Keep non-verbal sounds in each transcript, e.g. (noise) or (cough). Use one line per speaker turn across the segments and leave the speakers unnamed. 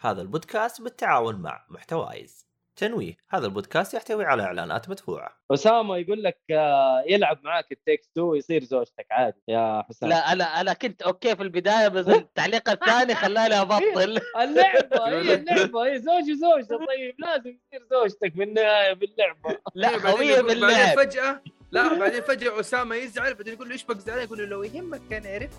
هذا البودكاست بالتعاون مع محتوايز تنويه هذا البودكاست يحتوي على اعلانات مدفوعه
اسامه يقول لك آه، يلعب معاك التكس تو ويصير زوجتك عادي يا حسام
طيب.
لا انا انا كنت اوكي في البدايه
(laughs)
بس التعليق الثاني خلاني
طيب،
ابطل
اللعبه هي اللعبه هي زوج وزوجته إيه، طيب لازم يصير زوجتك بالنهايه باللعبه
لا
بعدين
قويه
يقول-
باللعب
بعدين فجأة لا بعدين فجأة أسامة يزعل بعدين يقول له ايش بك زعلان يقول له لو يهمك كان عرف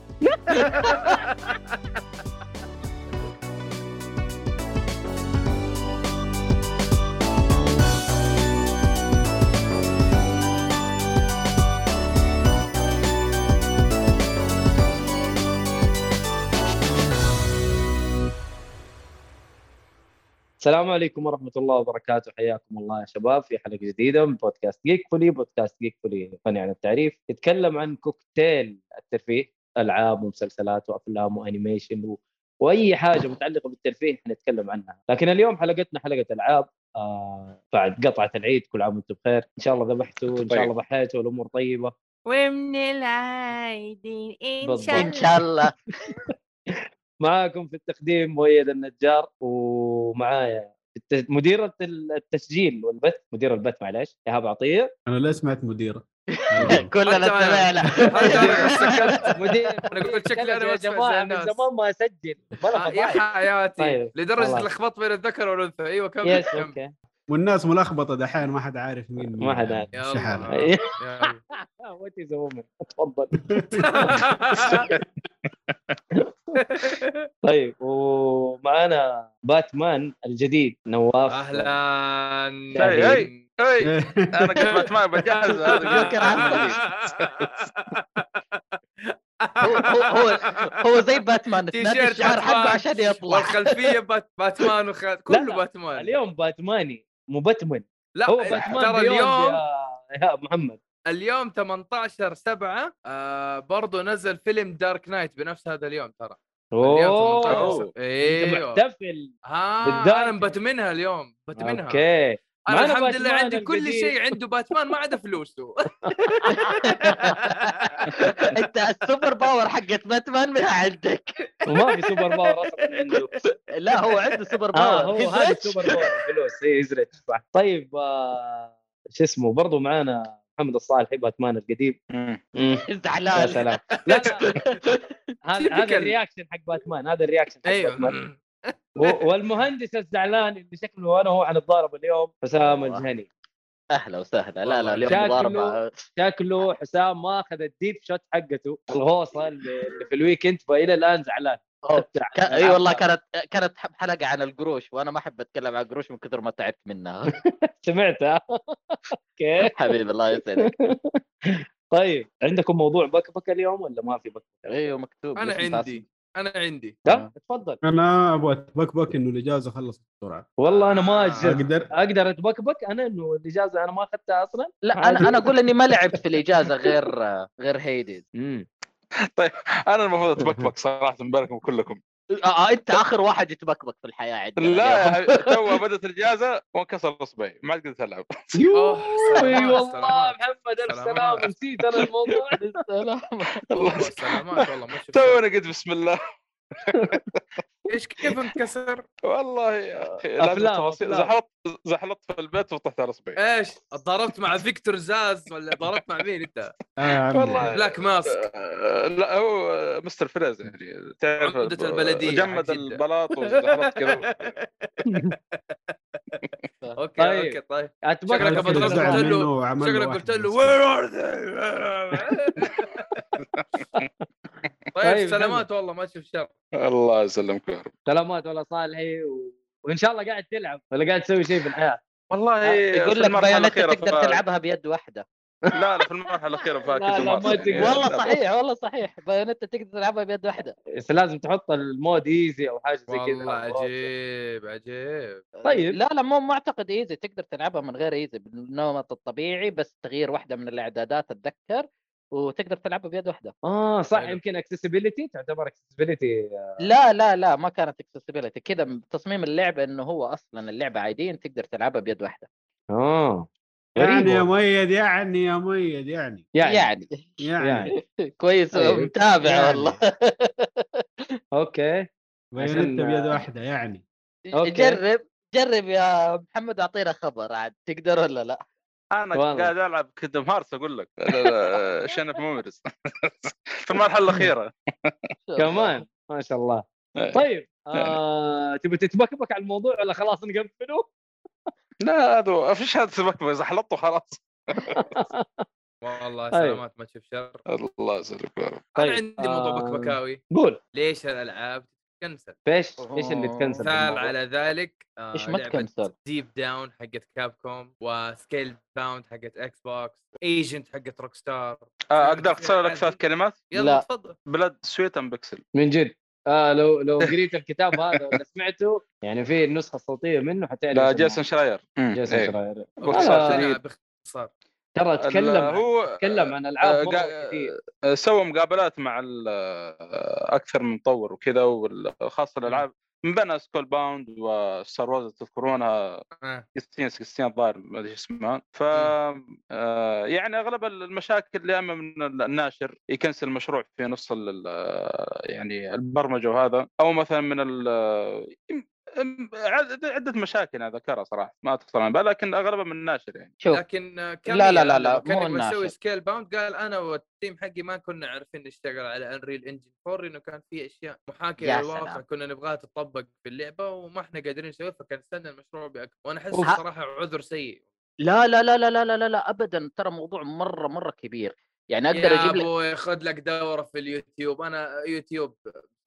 السلام عليكم ورحمه الله وبركاته حياكم الله يا شباب في حلقه جديده من بودكاست جيك فولي بودكاست جيك فولي فني عن التعريف يتكلم عن كوكتيل الترفيه العاب ومسلسلات وافلام وانيميشن و... واي حاجه متعلقه بالترفيه حنتكلم عنها لكن اليوم حلقتنا حلقه العاب آه بعد قطعه العيد كل عام وانتم بخير ان شاء الله ذبحتوا ان شاء الله ضحيتوا والامور طيبه
ومن العايدين ان
بالضبط.
شاء
ان
الله
شاء
(laughs)
الله
طيب،
معاكم في التقديم مؤيد النجار ومعايا الت- مديرة ال- التسجيل والبث مدير البث معليش ايهاب عطيه
انا لا سمعت مديره
كلنا
أنت معنا. (laughs) أنت معنا.
سمعنا
(laughs)
سكت.
مدير
أنا قلت شكلي أنا
يا
ما أسمع زي
جماعه من
الناس.
زمان ما اسجل
آه، يا
مره
حياتي
طيب،
لدرجة
خلاص.
لخبط بين الذكر والأنثى أيوه كمل
يس
كمل.
اوكي
والناس ملخبطه دحين ما حد عارف مين يعني مين.
ما حد عارف.
يلا.
شحال.
إيه.
يلا.
وات از وومن
(laughs)
تفضل طيب ومعانا باتمان الجديد نواف
أهلا
هاي،
هاي
اي
(laughs)
(laughs)
انا كنت بتمرن
(laughs)
بجهز
فكر عن هو هو هو زي باتمان تنادي
تيشيرت
الشعار حقه
باتمان.
عشان
(laughs)
يطلع
والخلفية بات- باتمان وخ... كله
لا.
باتمان
اليوم باتماني مو باتمان
لا
هو باتمان
ترى
بيوند
اليوم
يا- يا محمد
اليوم 18 7 آه برضه نزل فيلم دارك نايت بنفس هذا اليوم ترى اليوم 18
أوه. انت
ايوه
محتفل
ها
بالدارك.
انا بتمنها اليوم بتمنها
اوكي
انا
معنا
الحمد لله
باتمان
عندي كل
القديم.
شيء عنده باتمان ما عدا
(laughs)
فلوسه
انت السوبر باور حقت باتمان منها عندك
وما في سوبر باور اصلا عنده
لا هو عنده
(laughs) آه،
سوبر
اه
باور
هو
في
هذا
سويتش.
السوبر باور فلوس اي ازرق صح طيب آه، شو اسمه برضو معانا محمد الصالحي باتمان القديم يا
زعلان (laughs)
سلام لا لا هذا هذا
Typical.
الرياكشن حق باتمان هذا الرياكشن حق
أيوه.
باتمان
ايوه
و- والمهندس الزعلان اللي شكله انا هو حنتضارب اليوم حسام
والله.
الجهني
اهلا وسهلا لا
والله
لا اليوم
شكله-
مضاربه
شكله حسام ما اخذ الديب شوت حقته الغوصه اللي اللي في الويكند فالى الان زعلان
ك- اي والله كانت كانت ح- حلقه عن القروش وانا ما احب اتكلم عن القروش من كثر ما تعبت
(laughs)
منها
(laughs) سمعتها اوكي
حبيبي الله يسعدك
طيب عندكم موضوع بكبكه اليوم ولا ما في بكبكه؟
ايوه مكتوب
انا
بس-
عندي انا عندي
لا تفضل
انا ابغى اتبكبك انه الاجازه خلصت بسرعه
والله انا
آه.
ما اجزم
اقدر
اقدر اتبكبك انا انه الاجازه انا ما اخذتها اصلا
لا انا انا اقول اني ما لعبت في الاجازه غير غير هيديز
امم
انا المفروض (laughs) اتبكبك صراحه من بالكم كلكم
آه، آه، انت اخر واحد يتبكبك في الحياه عندنا
لا يعني يا
اليوم.
(laughs) حبيبي، تو بدات الاجازه وانكسر اصبعي ما عاد قدرت (laughs) العب
أوه، سلامات،
اي والله
سلامات.
محمد الف
سلامات.
سلامه نسيت انا
(laughs)
الموضوع
والله سلامات والله ما شفت
تو انا قد بسم الله (laughs)
ايش كيف انكسر؟
والله يا اخي لازم
أفلام،
تفاصيل
أفلام.
زحلت زحلت في البيت وطحت على (laughs) اصبعي
ايش؟ ضربت مع فيكتور زاز ولا ضربت مع مين انت؟
والله.
بلاك ماسك
آه، لا هو آه، مستر فريز يعني تعرف
عمدة البلدية
جمد
حق جدة.
البلاط وزحلت (laughs) كذا
اوكي
طيب.
اوكي طيب
اتبكبك
شكلك أبو
أتبكبك.
ضرب قلت له- شكلك
شكلك
قلت له وير ار طيب
طيب،
سلامات والله ما تشوف شر
الله يسلمك يا رب.
سلامات والله صالحي و... وان شاء الله قاعد تلعب ولا قاعد تسوي شيء في الحياه
والله آه، في
آه، يقول لك
المرحلة
بايونيتا
الأخيرة
تقدر
فبا-
تلعبها بيد واحده
لا لا في المرحله الاخيره فاكر
لا، لا، ما تقدر.
يعني
والله صحيح والله صحيح بايونيتا تقدر تلعبها بيد واحده
بس لازم تحط المود ايزي او حاجه زي كذا
والله عجيب عجيب
طيب
لا لا مو ما اعتقد ايزي تقدر تلعبها من غير ايزي بالنمط الطبيعي بس تغيير واحده من الاعدادات اتذكر وتقدر تلعبها بيد واحده
اه صح
حلو.
يمكن اكسسبيلتي تعتبر اكسسبيلتي
لا لا لا ما كانت اكسسبيلتي كذا تصميم اللعبه انه هو اصلا اللعبه عاديا تقدر تلعبها بيد واحده
اه
يعني يا
غريب
مؤيد يعني يا مؤيد يعني
يعني, يعني.
يعني,
يعني
(laughs) كويس
طيب.
متابع
يعني.
والله
اوكي
بايونيتا
عشان-
بيد واحده يعني
أوكي.
جرب جرب يا محمد اعطينا خبر عاد تقدر ولا لا
انا
والله.
قاعد العب كيندم هارتس اقول لك آه، شنب ميموريز (laughs) في (laughs) المرحله الاخيره
كمان
آه،
ما شاء الله
إيه.
طيب آه، تبي تتبكبك على الموضوع ولا خلاص نقفله؟
لا هذا فيش هذا سبك اذا حلطه خلاص
والله سلامات ما تشوف شر
الله يسلمك يا رب
طيب،
انا عندي موضوع
آه.
بكبكاوي
قول
ليش الالعاب تكنسل
ايش ايش اللي تكنسل؟ في
مثال
الموضوع؟
على ذلك آه،
ايش ما
لعبة
تكنسل
ديب داون حقت كابكوم وسكيل باوند حقت اكس بوكس ايجنت حقت روك ستار
آه، اقدر اختصر لك ثلاث كلمات
يلا
لا.
تفضل
بلاد سويت ام بيكسل
من جد آه لو لو قريت الكتاب هذا ولا سمعته يعني في النسخه الصوتيه منه حتعرف
لا
اسمه.
جيسون شراير مم،
إيه، جيسون
إيه.
شراير
باختصار
آه.
شديد
باختصار
ترى
ال-
تكلم
هو
تكلم عن
آه،
العاب
قا-
مره كثير
آه، سوى مقابلات مع ال- آه، اكثر من مطور وكذا وخاصه الالعاب من بين سكول باوند وستار وورز تذكرونها
آه.
60 60 الظاهر ما ادري إيش اسمها ف آه، يعني اغلب المشاكل اللي اما من الناشر يكنسل المشروع في نص ال- ال- آه، يعني البرمجه وهذا او مثلا من ال آه، يم- أم- عد- عده مشاكل انا ذكرها صراحه ما تخطر عن بالي، لكن اغلبها من الناشر يعني
شوف
لكن آه، كان
لا- لا- لا- لا،
كان
مو
مسوي
الناشر.
سكيل باوند قال انا والتيم حقي ما كنا عارفين نشتغل على انريل انجن 4 لانه كان في اشياء محاكيه
يا
للواقع
سلام.
كنا نبغاها تطبق في اللعبه وما احنا قادرين نسويها فكنسلنا المشروع باكبر وانا احس
أوف.
صراحه عذر سيء
لا لا لا لا لا لا لا, لا ابدا ترى موضوع مره مره كبير يعني اقدر
يا
اجيب
(laughs)
لك
ابوي خذ لك دوره في اليوتيوب انا يوتيوب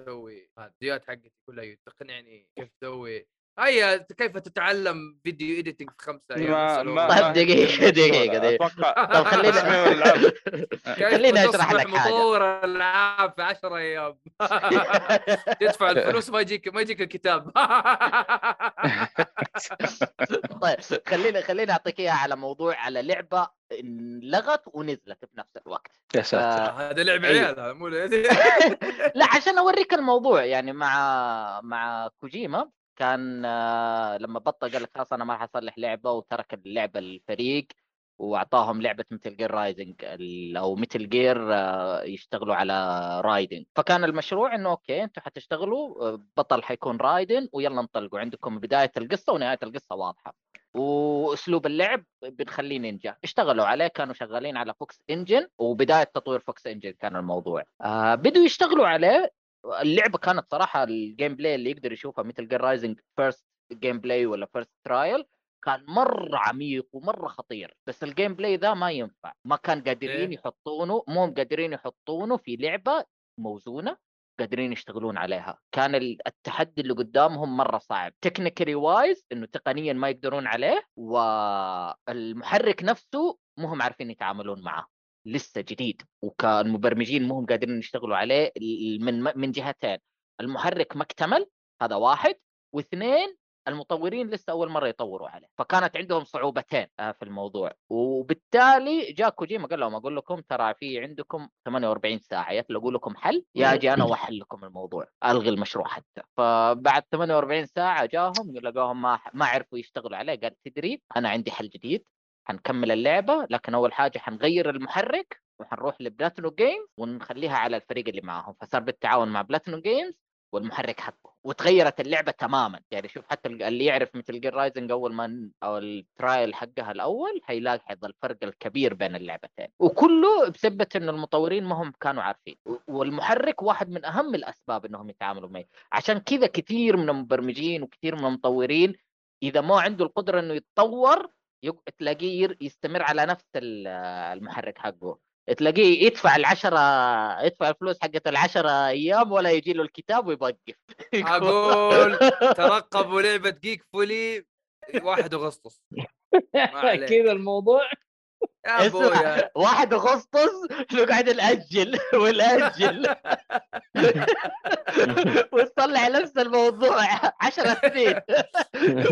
اسوي هذا، الفيديوهات حقتي كلها يوتيوب. تقنعني كيف تسوي هيا كيف تتعلم فيديو ايديتنج في خمسه ايام
ما
يسألون.
ما
طيب
ما-
(laughs)
دقيقة- دقيقة- دقيقة.
اتوقع
طب خلينا
تصميم الألعاب.
كيف
خليني اشرح
يعني تصبح
لك حاجه
مطور العاب في
(laughs)
10 ايام تدفع الفلوس ما يجيك ما يجيك الكتاب
(laughs) طيب خليني خليني اعطيك اياها على موضوع على لعبه انلغت ونزلت في نفس الوقت
(laughs) يا ساتر
آه،
هذا لعب
أيوه.
عيال هذا مو
(laughs) لا عشان اوريك الموضوع يعني مع مع كوجيما كان آه، لما بطل قال لك خلاص انا ما راح اصلح لعبه وترك اللعبه الفريق واعطاهم لعبه متل جير رايزنج او متل جير آه، يشتغلوا على رايدن فكان المشروع انه اوكي انتم حتشتغلوا آه، بطل حيكون رايدن ويلا انطلقوا عندكم بدايه القصه ونهايه القصه واضحه واسلوب اللعب طيب بنخليه نينجا اشتغلوا عليه كانوا شغالين على فوكس انجن وبدايه تطوير فوكس انجن كان الموضوع آه بدوا يشتغلوا عليه اللعبه كانت صراحه الجيم بلاي اللي يقدر يشوفها مثل جير رايزنج فيرست جيم بلاي ولا فيرست ترايل كان مره عميق ومره خطير بس الجيم بلاي ذا ما ينفع ما كان قادرين
ليه؟
يحطونه مو قادرين يحطونه في لعبه موزونه قادرين يشتغلون عليها كان ال- التحدي اللي قدامهم مره صعب تكنيكلي وايز انه تقنيا ما يقدرون عليه والمحرك نفسه مو هم عارفين يتعاملون معه لسه جديد وكان مبرمجين مو هم قادرين يشتغلوا عليه ال- من من جهتين المحرك ما اكتمل هذا واحد واثنين المطورين لسه اول مره يطوروا عليه فكانت عندهم صعوبتين آه، في الموضوع وبالتالي جاء كوجيما قال لهم اقول لكم ترى في عندكم 48 ساعه يا تلاقوا لكم حل يا اجي انا واحل لكم الموضوع الغي المشروع حتى فبعد 48 ساعه جاهم لقاهم ما ما عرفوا يشتغلوا عليه قال تدري انا عندي حل جديد حنكمل اللعبه لكن اول حاجه حنغير المحرك وحنروح لبلاتينو جيمز ونخليها على الفريق اللي معاهم فصار بالتعاون مع بلاتينو جيمز والمحرك حقه وتغيرت اللعبه تماما يعني شوف حتى ال- اللي يعرف مثل جير رايزنج اول ما ن- او الترايل حقها الاول حيلاحظ الفرق الكبير بين اللعبتين وكله بسبه انه المطورين ما هم كانوا عارفين و- والمحرك واحد من اهم الاسباب انهم يتعاملوا معه عشان كذا كثير من المبرمجين وكثير من المطورين اذا ما عنده القدره انه يتطور يق- تلاقيه ير- يستمر على نفس ال- المحرك حقه تلاقيه يدفع العشرة يدفع الفلوس حقت العشرة أيام ولا يجي له الكتاب ويوقف (laughs) أيوه.
اقول ترقبوا لعبه جيك فولي 1 اغسطس
(laughs)
ما عليك.
كذا الموضوع
يا ابوي
اسمع، واحد اغسطس نقعد ناجل
(laughs)
وناجل ونطلع نفس الموضوع عشر سنين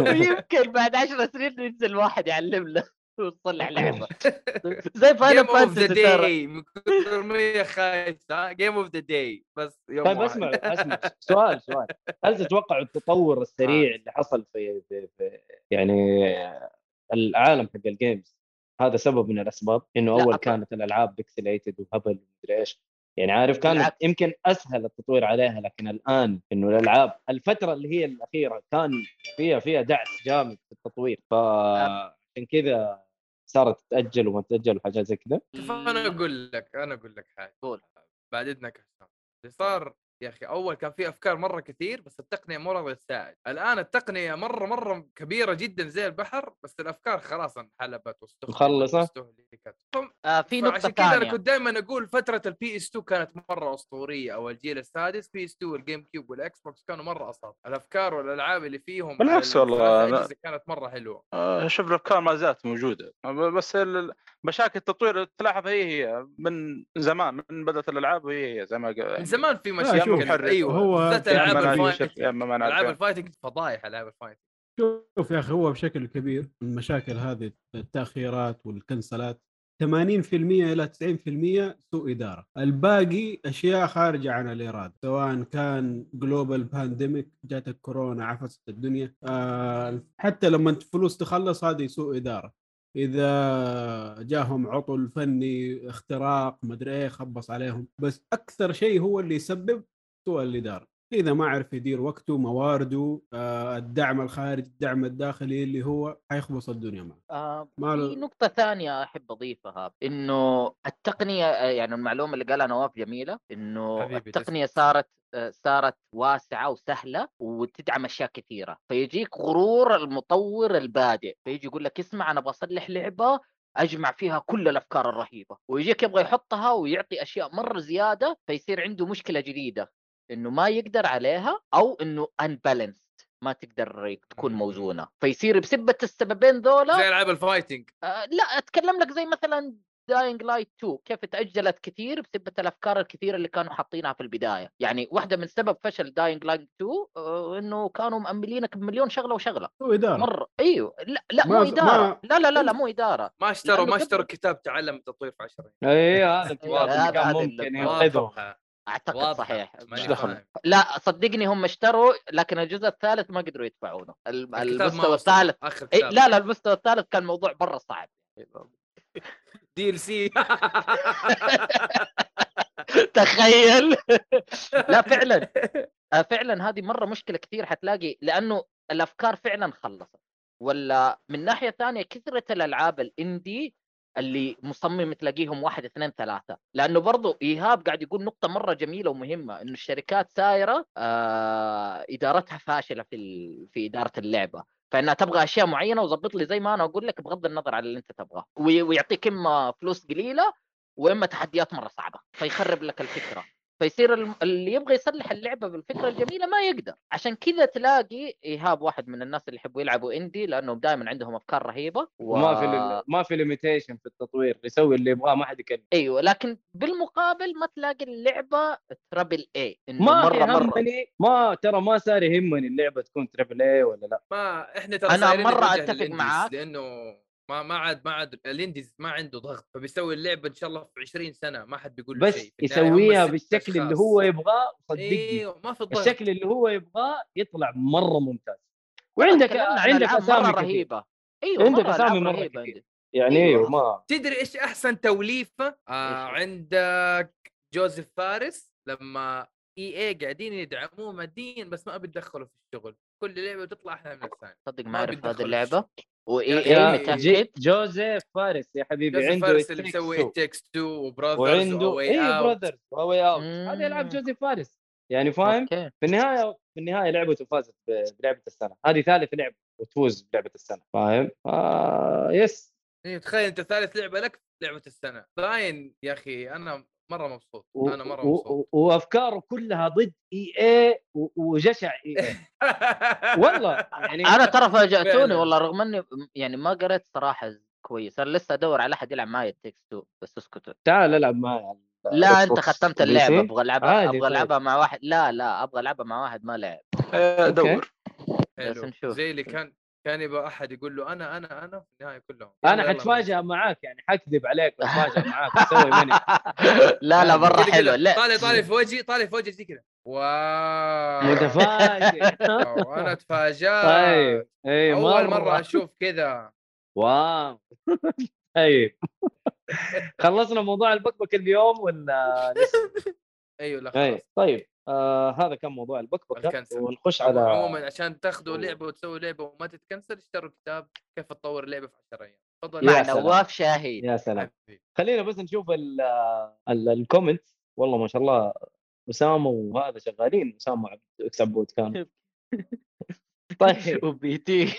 ويمكن بعد عشر سنين ينزل واحد يعلمنا ونطلع
(laughs)
لعبه زي فاينل
جيم اوف ذا
فانتسي ترى
داي من كثر ما هي خايسه جيم اوف ذا داي بس يوم
طيب
واحد.
اسمع
(laughs)
اسمع سؤال سؤال هل تتوقع
آه.
التطور السريع اللي حصل في, في, في يعني العالم حق الجيمز هذا سبب من الاسباب انه
لا،
اول
أبداً.
كانت الالعاب بيكسليتد وهبل ومدري ايش يعني عارف كان
بالعكس.
يمكن اسهل التطوير عليها لكن الان انه الالعاب الفتره اللي هي الاخيره كان فيها فيها دعس جامد في التطوير
آه.
فعشان كذا صارت تتاجل وما تتاجل وحاجات زي كذا
شوف انا اقول لك انا اقول لك حاجه
قول.
بعد اذنك حسام اللي صار يا اخي اول كان في افكار مره كثير بس التقنيه مو راضيه تساعد الان التقنيه مره مره كبيره جدا زي البحر بس الافكار خلاص انحلبت واستهلكت
مخلصة.
واستهلكت. فم-
آه في نقطه
عشان كذا انا
ثانيه
كنت دائما اقول فتره البي اس 2 كانت مره اسطوريه او الجيل السادس بي اس 2 والجيم كيوب والاكس بوكس كانوا مره اصاب الافكار والالعاب اللي فيهم
بالعكس والله، أنا-
والله كانت مره حلوه
آه، شوف الافكار ما زالت موجوده ب- بس ال- مشاكل التطوير تلاحظ هي هي من زمان من بدات الالعاب وهي هي زي ما قال
من زمان في
يا
مشاكل
اما
شوف،
محرك
ايوه
هو-
بالذات
يا
العاب
اما
الفايتنج
ناشف يا اما ما
العاب
نعرف.
الفايتنج فضايح العاب الفايتنج
شوف يا اخي هو بشكل كبير المشاكل هذه التاخيرات والكنسلات 80% الى 90% سوء اداره، الباقي اشياء خارجه عن الاراده، سواء كان جلوبال بانديميك جات الكورونا عفست الدنيا، آه حتى لما الفلوس تخلص هذه سوء اداره، اذا جاهم عطل فني، اختراق، مدري ايه خبص عليهم، بس اكثر شيء هو اللي يسبب سوء الاداره. اذا ما عرف يدير وقته موارده آه، الدعم الخارجي الدعم الداخلي اللي هو حيخبص الدنيا معه
آه
ما
في
له-
نقطة ثانية أحب أضيفها إنه التقنية آه، يعني المعلومة اللي قالها نواف جميلة إنه
حبيبي، تسلم.
التقنية صارت آه، صارت واسعة وسهلة وتدعم أشياء كثيرة فيجيك غرور المطور البادئ فيجي يقول لك اسمع أنا بصلح لعبة اجمع فيها كل الافكار الرهيبه ويجيك يبغى يحطها ويعطي اشياء مره زياده فيصير عنده مشكله جديده انه ما يقدر عليها او انه انبالانسد ما تقدر تكون
مم.
موزونه فيصير بسبه السببين ذولا
زي العاب الفايتنج
آه، لا اتكلم لك زي مثلا داينج لايت 2 كيف تاجلت كثير بسبه الافكار الكثيره اللي كانوا حاطينها في البدايه يعني واحده من سبب فشل داينج لايت 2 آه، انه كانوا مأملينك بمليون شغله وشغله
هو اداره
مره ايوه لا لا مو
ما-
اداره
ما-
لا لا لا, لا مو اداره
ما اشتروا
لأنه
ما
كبر.
اشتروا كتاب تعلم تطوير في 10
اي إيه،
(laughs)
هذا الجواب
هذا-
اللي كان
هذا
ممكن
اللي-
ينقذهم
واضحه
اعتقد
واضحة.
صحيح
ماني
دخل.
فاهم.
لا صدقني هم اشتروا لكن الجزء الثالث ما قدروا يدفعونه الم-
الكتاب ما
المستوى
وصل.
الثالث
اخر
إيه
كتاب
لا لا المستوى الثالث كان موضوع برا صعب
دي ال سي
تخيل لا فعلا آه، فعلا هذه مره مشكله كثير حتلاقي لانه الافكار فعلا خلصت ولا من ناحيه ثانيه كثره الالعاب الاندي اللي مصمم تلاقيهم واحد اثنين ثلاثه لانه برضو ايهاب قاعد يقول نقطه مره جميله ومهمه انه الشركات سايره آه ادارتها فاشله في ال... في اداره اللعبه فانها تبغى اشياء معينه وظبط لي زي ما انا اقول لك بغض النظر على اللي انت تبغاه وي... ويعطيك اما فلوس قليله واما تحديات مره صعبه فيخرب لك الفكره فيصير الم- اللي يبغى يصلح اللعبه بالفكره الجميله ما يقدر عشان كذا تلاقي ايهاب واحد من الناس اللي يحبوا يلعبوا اندي لانهم دائما عندهم افكار رهيبه و...
وما في لل- ما في ليميتيشن في التطوير يسوي اللي يبغاه ما حد يكلم
ايوه لكن بالمقابل ما تلاقي اللعبه ترابل اي انه
ما
مره
في
مره
همني ما ترى ما صار يهمني اللعبه تكون تريبل اي ولا لا
(laughs) ما احنا ترى
أنا
صايرين
مرة
نتجه
أتفق
للإنديز
معاك.
لانه ما ما عاد ما عاد الانديز ما عنده ضغط فبيسوي اللعبه ان شاء الله في 20 سنه ما حد بيقول له
بس
إيه، شيء في النهاية هم
يسويها
ست
بالشكل اللي
أشخاص.
هو يبغاه صدقني
ايوه ما في ضغط
الشكل اللي هو يبغاه يطلع مره ممتاز وعندك
تكلمنا عن
عندك
ألعاب
اسامي
مرة
كثير
رهيبه ايوه
عندك
مرة
أسامي
ألعاب
مرة كثير.
رهيبة عندي.
إيه،
يعني
أيوة.
ايوه ما
تدري ايش احسن توليفه آه
إيش؟
عندك جوزيف فارس لما اي اي قاعدين يدعموه ماديا بس ما بيتدخلوا في الشغل كل لعبه بتطلع احلى من الثانيه
تصدق
ما
ما اعرف هذه
بيتدخل
اللعبه واي
يا
اي
أخي،
يا
متاكد
جي- جوزيف فارس يا حبيبي
جوزيف
عنده
فارس اللي
It Takes
مسوي
Two.
تكست 2 وبراذرز
وعنده إيه، اي براذرز واي اوت
مم.
هذه العاب جوزيف فارس يعني فاهم
اوكي
في النهايه في النهايه لعبته فازت ب- بلعبه السنه هذه ثالث لعبه وتفوز بلعبه السنه فاهم آه يس
إيه تخيل انت ثالث لعبه لك لعبه السنه باين يا اخي انا مره مبسوط
و-
انا مره
و-
(laughs) مبسوط
و- وافكاره كلها ضد اي اي وجشع اي اي
(laughs)
والله يعني
انا ترى فاجاتوني
فعلاً.
والله رغم اني م- يعني ما قريت صراحه كويس انا لسه ادور على احد يلعب معي تكستو بس اسكتوا
تعال العب معي على ال
لا انت
Xbox
ختمت
PC.
اللعبه ابغى العبها
عادي
ابغى
طيب.
العبها مع واحد لا لا ابغى العبها مع واحد ما لعب
آه، دور
أوكي.
بس
حلو
نشوف.
زي اللي كان كان يبغى احد يقول له انا انا انا في النهايه كلهم
انا
يلا، يلا،
حتفاجئ معاك يعني حكذب عليك واتفاجئ معك اسوي مني
لا لا مره
كده- كده.
حلو لا
طالع طالع في وجهي طالع في وجهي زي كذا واو
متفاجئ (laughs)
انا تفاجأت
طيب اي
اول مره اشوف كذا
واو (laughs) طيب خلصنا موضوع البكبك اليوم ولا لسه؟
ايوه لا
إيه،
خلاص
طيب آه هذا كان موضوع البكبكه
الكنسل.
ونخش
عمو-
على
عموما عشان تاخذوا لعبه وتسوي لعبه وما تتكنسل اشتروا كتاب كيف تطور لعبه في 10 ايام تفضل
يا
مع
سلام.
نواف شاهين
يا
(laughs)
سلام
حبيبي.
خلينا بس نشوف ال ال الكومنت والله ما شاء الله اسامه وهذا شغالين اسامه عبد اكس عبود كان (laughs) طيب
(laughs) وبيتي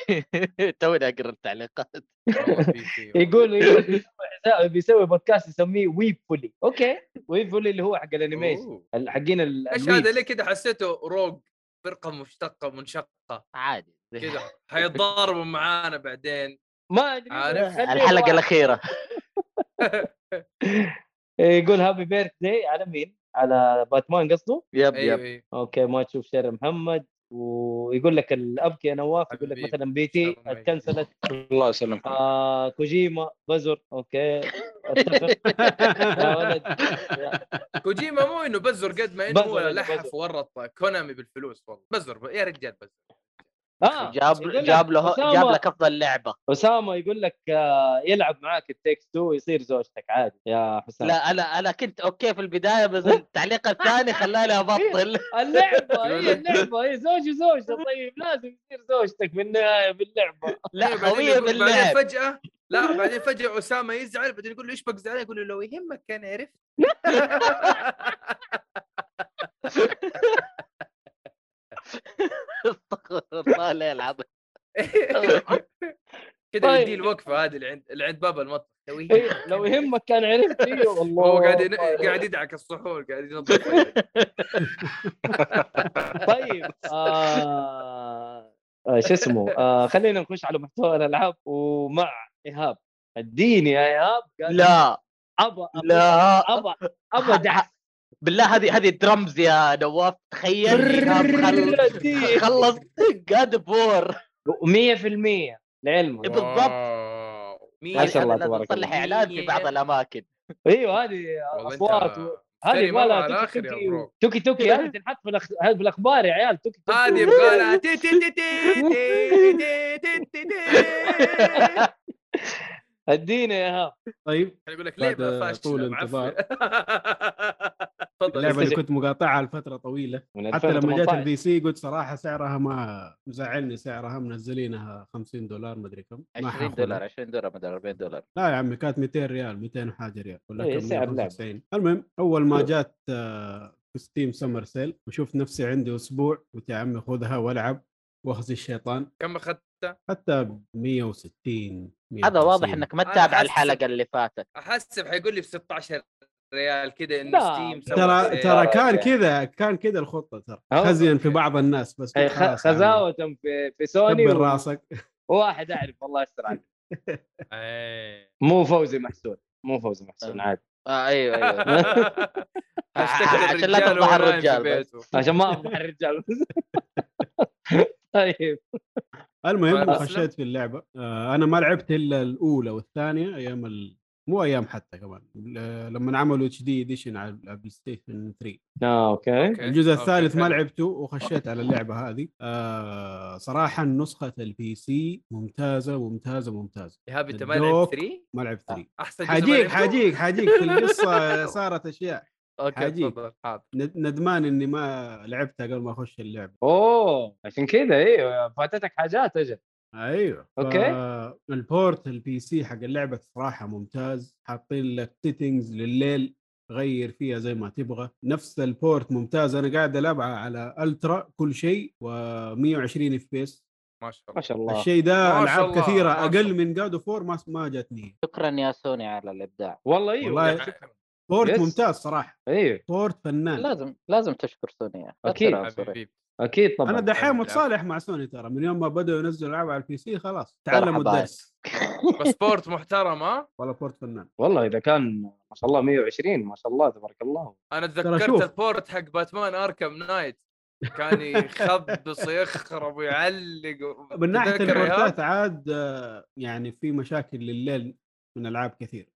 تونا اقرا التعليقات
والله في- في- والله.
(laughs) يقول يقول حساب- بيسوي بودكاست يسميه ويب فولي اوكي ويب فولي اللي هو حق الانيميشن
أوه.
ال- حقين ال-
ايش
الويب.
هذا ليه كذا حسيته روج فرقه مشتقه منشقه
عادي (laughs)
(laughs)
كذا حيتضاربوا معانا بعدين
ما ادري
عارف.
خليه
الحلقه
واحد.
الاخيره
يقول هابي بيرث داي على مين؟ على باتمان قصده
يب
ايوه
يب
أيوة.
اوكي ما تشوف شر محمد ويقول لك ال- ابكي يا نواف يقول لك
حبيبي.
مثلا بيتي
شر ما يجي.
اتكنسلت
الله يسلمك
آه كوجيما بزر اوكي
(laughs)
اتفق يا ولد يا-
كوجيما مو انه بزر قد ما انه هو
بزر،
لحف
بزر.
ورط كونامي بالفلوس والله بزر ب- يا رجال بزر
اه
جاب
يقول لك
جاب له
أسامة-
جاب لك افضل لعبه
اسامه يقول لك آه يلعب معاك التكست 2 ويصير زوجتك عادي يا حسام
لا انا انا كنت اوكي في البدايه
(laughs)
بس التعليق الثاني خلاني ابطل
اللعبه هي اللعبه هي إيه، زوج وزوجته طيب لازم يصير زوجتك في النهايه باللعبه
(laughs) لا
بعدين
خويه
يقول- بعدين
باللعب
فجاه لا بعدين فجاه اسامه يزعل بعدين يقول له ايش بك زعلان يقول له لو يهمك كان عرفت
(laughs) استغفر الله لا
(laughs)
يلعب
كذا
طيب.
يدي الوقفه هذه اللي عند اللي عند باب المطبخ لو
إيه،
يهمك
لو
كان عرفت.
يهمك كان عرفت ايوه والله
هو قاعد ين- قاعد يدعك الصحون قاعد ينظف
طيب (laughs) آه... آه شو اسمه آه خلينا نخش على محتوى الالعاب ومع ايهاب اديني يا ايهاب قال
لا
ابا أبا-
لا
ابا ابا دعس
بالله هذه هذه درمز يا نواف
(laughs)
تخيل إيهاب خل- خلص (laughs) جاد بور
100% لعلمك
بالضبط.
بالضبط
ما
يعني
شاء الله تبارك الله.
نصلح اعلان في
(laughs)
بعض الاماكن
ايوه هذه اصوات و- هذه مالها توكي
الاخر يا
توكي
برو
توكي توكي هذه تنحط في الأخ- هذه في الاخبار يا عيال توكي توكي
هذه يبغى لها تي تي تي تي تي تي تي تي تي.
اديني يا ايهاب
طيب
أنا اقول لك
بعد
لعبه
طول
فاشله
الانتظار.
معفنة.
اللعبه
تفضل
اللي كنت مقاطعها لفتره طويله
من
حتى لما جت
2018.
البي سي قلت صراحه سعرها ما مزعلني سعرها منزلينها 50 دولار مدري كم ما
20
حاخذها.
دولار 20 دولار بدل 40 دولار
لا يا عمي كانت 200 ريال 200 وحاجه ريال ولا
إيه،
كم
سعر لعبة.
195 المهم اول ما جات آه، في ستيم سمر سيل وشفت نفسي عندي اسبوع قلت يا عمي خذها والعب واخذ الشيطان
(laughs) كم اخذتها؟
حتى ب 160
هذا
150.
واضح انك ما
أنا
تتابع
حاسس-
الحلقه اللي فاتت
احسب حيقول لي ب 16 ريال كذا انه
لا.
ستيم سوى
ترى
سيل.
ترى
(laughs)
كان
يعني.
كذا كان كذا الخطه ترى
أو-
خزيا في بعض الناس بس
هي
قلت
خ-
خلاص يا عمي،
خزاوة في في سوني
كبر
و-
راسك
وواحد اعرف والله يستر عليك
إيه.
مو فوزي محسون مو فوزي محسون عادي
آه ايوه ايوه
(laughs)
(laughs)
هاشتاج
عشان لا تفضح الرجال
الرجال وهو نايم في
بس.
(laughs)
بيته.
عشان (laughs) ما افضح الرجال طيب
المهم
طيب،
خشيت في اللعبه آه، انا ما لعبت الا الاولى والثانيه ايام ال... مو ايام حتى كمان آه، لما عملوا اتش دي اديشن على البلاي ستيشن 3
اه اوكي
أوكي.
الجزء
أوكي،
الثالث ما
حلو.
لعبته وخشيت على اللعبه هذه آه، صراحه نسخه البي سي ممتازه ممتازه ممتازه
ايهاب انت ما لعبت
الدوك.
3
ما لعبت 3
احسن جزء آه، ما
حاجيك
لعبته؟
حاجيك حاجيك في القصه
(laughs)
صارت اشياء
اوكي
حاجيك.
تفضل حاضر
ند- ندمان اني ما لعبتها قبل ما اخش اللعبه
اوه عشان كذا ايوه فاتتك حاجات اجل
أيوة.
ايوه
أوكي.
ف- البورت البي سي حق اللعبه صراحه ممتاز حاطين لك سيتنجز لليل غير فيها زي ما تبغى نفس البورت ممتاز انا قاعد العبها على الترا كل شيء و120 اف بي اس
ما شاء
ما
(laughs)
الله
شاء الله
الشيء
ما
ده
شاء
العاب
الله،
كثيره
ما شاء
اقل
الله.
من جاد اوف ما ما جاتني
شكرا يا سوني على
(laughs)
الابداع
والله ايوه
والله. بورت
Yes.
ممتاز صراحه
ايوه
بورت فنان
لازم لازم تشكر سوني يا أخي. لا
أكيد.
تصير عنصري.
حبيبي
اكيد طبعا
انا
أنا
دحين
أنا
متصالح مع سوني ترى من يوم ما بداوا ينزلوا العاب على البي سي خلاص
ترى
تعلموا
حبايب.
الدرس
بس بورت محترم ها
والله بورت فنان
والله اذا كان ما شاء الله 120 ما شاء الله تبارك الله
انا تذكرت
شوف.
البورت حق باتمان اركم نايت كان يخبص ويخرب ويعلق
من ناحيه
تذكر يا إيهاب؟
البورتات عاد آه، يعني في مشاكل لليل من العاب كثير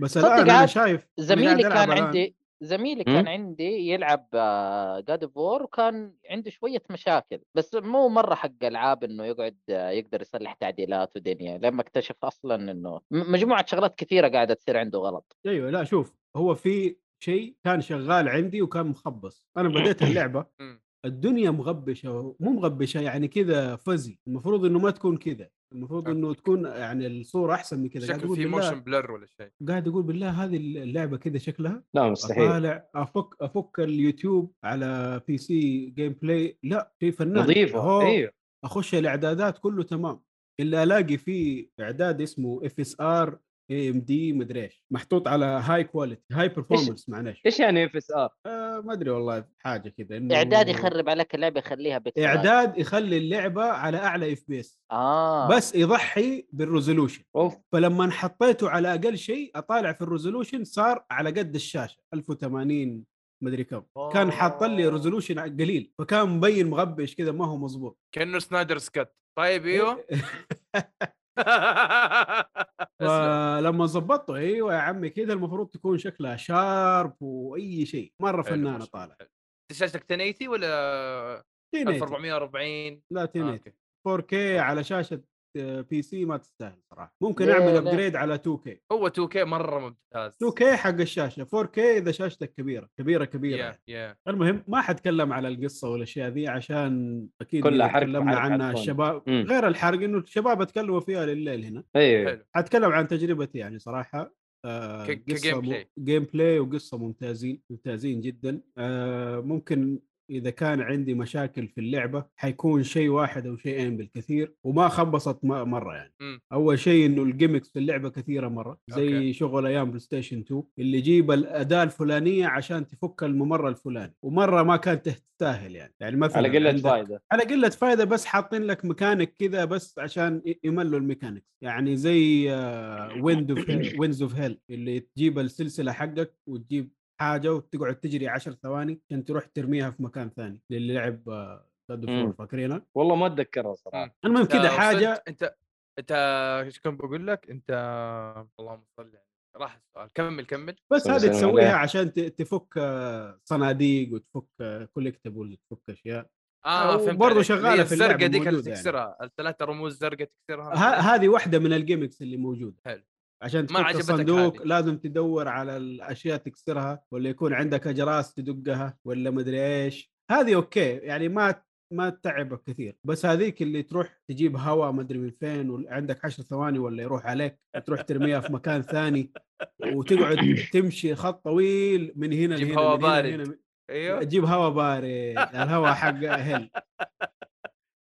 بس
تصدق
الان انا
عاد
شايف أنا قاعد
زميلي
ألعب
كان
الآن.
عندي زميلي
مم.
كان عندي يلعب آه، جاد اوف وور وكان عنده شويه مشاكل بس مو مره حق العاب انه يقعد آه، يقدر يصلح تعديلات ودنيا لما اكتشف اصلا انه م- مجموعه شغلات كثيره قاعده تصير عنده غلط
ايوه لا شوف هو في شيء كان شغال عندي وكان مخبص انا بديت اللعبه
(coughs) مم.
الدنيا مغبشه مو مغبشه يعني كذا فزي المفروض انه ما تكون كذا المفروض انه تكون يعني الصوره احسن من كذا قاعد
شكله
اقول
في
بالله
موشن بلر ولا شيء
قاعد اقول بالله هذه اللعبه كذا شكلها
لا مستحيل
اطالع افك افك اليوتيوب على بي سي جيم بلاي لا شيء فنان
نظيفه
هو
إيه.
ايوه
اخش الاعدادات كله تمام الا الاقي في اعداد اسمه اف اس ار اي ام دي مدري ايش محطوط على هاي كواليتي هاي برفورمانس معلش
ايش يعني اف اس ار؟
آه ما ادري والله حاجه كذا إنه-
اعداد يخرب عليك اللعبه يخليها بيكسلات
اعداد يخلي اللعبه على اعلى اف بي اس
اه
بس يضحي بالريزولوشن
اوف
فلما حطيته على اقل شيء اطالع في الريزولوشن صار على قد الشاشه 1080 مدري كم كان حاط لي ريزولوشن قليل فكان مبين مغبش كذا ما هو مظبوط
كانه سنايدر سكت طيب
إيه؟ (laughs)
ايوه اسلم.
فلما ظبطته ايوه يا عمي كذا المفروض تكون شكلها شارب واي شيء
حلو،
مره فنانه
ماشي.
طالع
انت شاشتك 1080 ولا
1080.
1440
لا
آه،
1080
اوكي
4K على شاشه آه، بي سي ما تستاهل صراحه ممكن
ليه-
اعمل
ليه؟
ابجريد على 2K
هو 2K مره ممتاز
2K حق الشاشه 4K اذا شاشتك كبيره كبيره كبيره
يا
يعني.
يا
المهم ما حتكلم على القصه والاشياء ذي عشان اكيد
كلها
إذا
حرق
تكلمنا
وحرق
عنها
حتكون.
الشباب
مم.
غير الحرق انه الشباب اتكلموا فيها لليل هنا
ايوه
حلو
حتكلم عن تجربتي يعني صراحه آه
ك-
قصة
كجيم
مو-
بلاي.
جيم بلاي وقصه ممتازين ممتازين جدا آه ممكن اذا كان عندي مشاكل في اللعبه حيكون شيء واحد او شيئين بالكثير وما خبصت م- مره يعني
مم.
اول شيء انه الجيمكس في اللعبه كثيره مره زي
أوكي.
أوكي. شغل ايام بلاي ستيشن 2 اللي يجيب الاداه الفلانيه عشان تفك الممر الفلاني ومره ما كانت تستاهل يعني يعني مثلا
على قله
عندك-
فائده
على قله فائده بس حاطين لك ميكانيك كذا بس عشان ي- يملوا الميكانيك يعني زي آه، ويند اوف وينز اوف هيل اللي تجيب السلسله حقك وتجيب حاجه وتقعد تجري 10 ثواني عشان تروح ترميها في مكان ثاني آه، للي لعب جاد
مم.
اوف فاكرينها
والله ما اتذكرها صراحه
المهم
أنت
كذا
آه، وصلت-
حاجه
انت انت ايش كنت بقول لك انت اللهم صل على- يعني. راح السؤال كمل كمل
بس
سلام
هذه
سلام عليك.
تسويها عشان ت- تفك آه، صناديق وتفك آه، كوليكتبل وتفك اشياء
اه فهمت
آه، وبرضه
عليك.
شغالة
هي
في اللعبة
الزرقاء ديك اللي
موجودة يعني.
تكسرها الثلاثه رموز زرقاء تكسرها
ه- هذه واحده من الجيمكس اللي موجوده
حلو.
عشان
ما
تفك
عجبتك
الصندوق
هذه.
لازم تدور على الاشياء تكسرها ولا يكون عندك اجراس تدقها ولا مدري ايش هذه اوكي يعني ما ما تتعبك كثير بس هذيك اللي تروح تجيب هواء مدري من فين وعندك عشر ثواني ولا يروح عليك تروح ترميها في مكان ثاني وتقعد تمشي خط طويل من هنا
تجيب
لهنا
هواء
من هنا
بارد.
لهنا،
ايوه
تجيب هواء بارد الهواء حق هل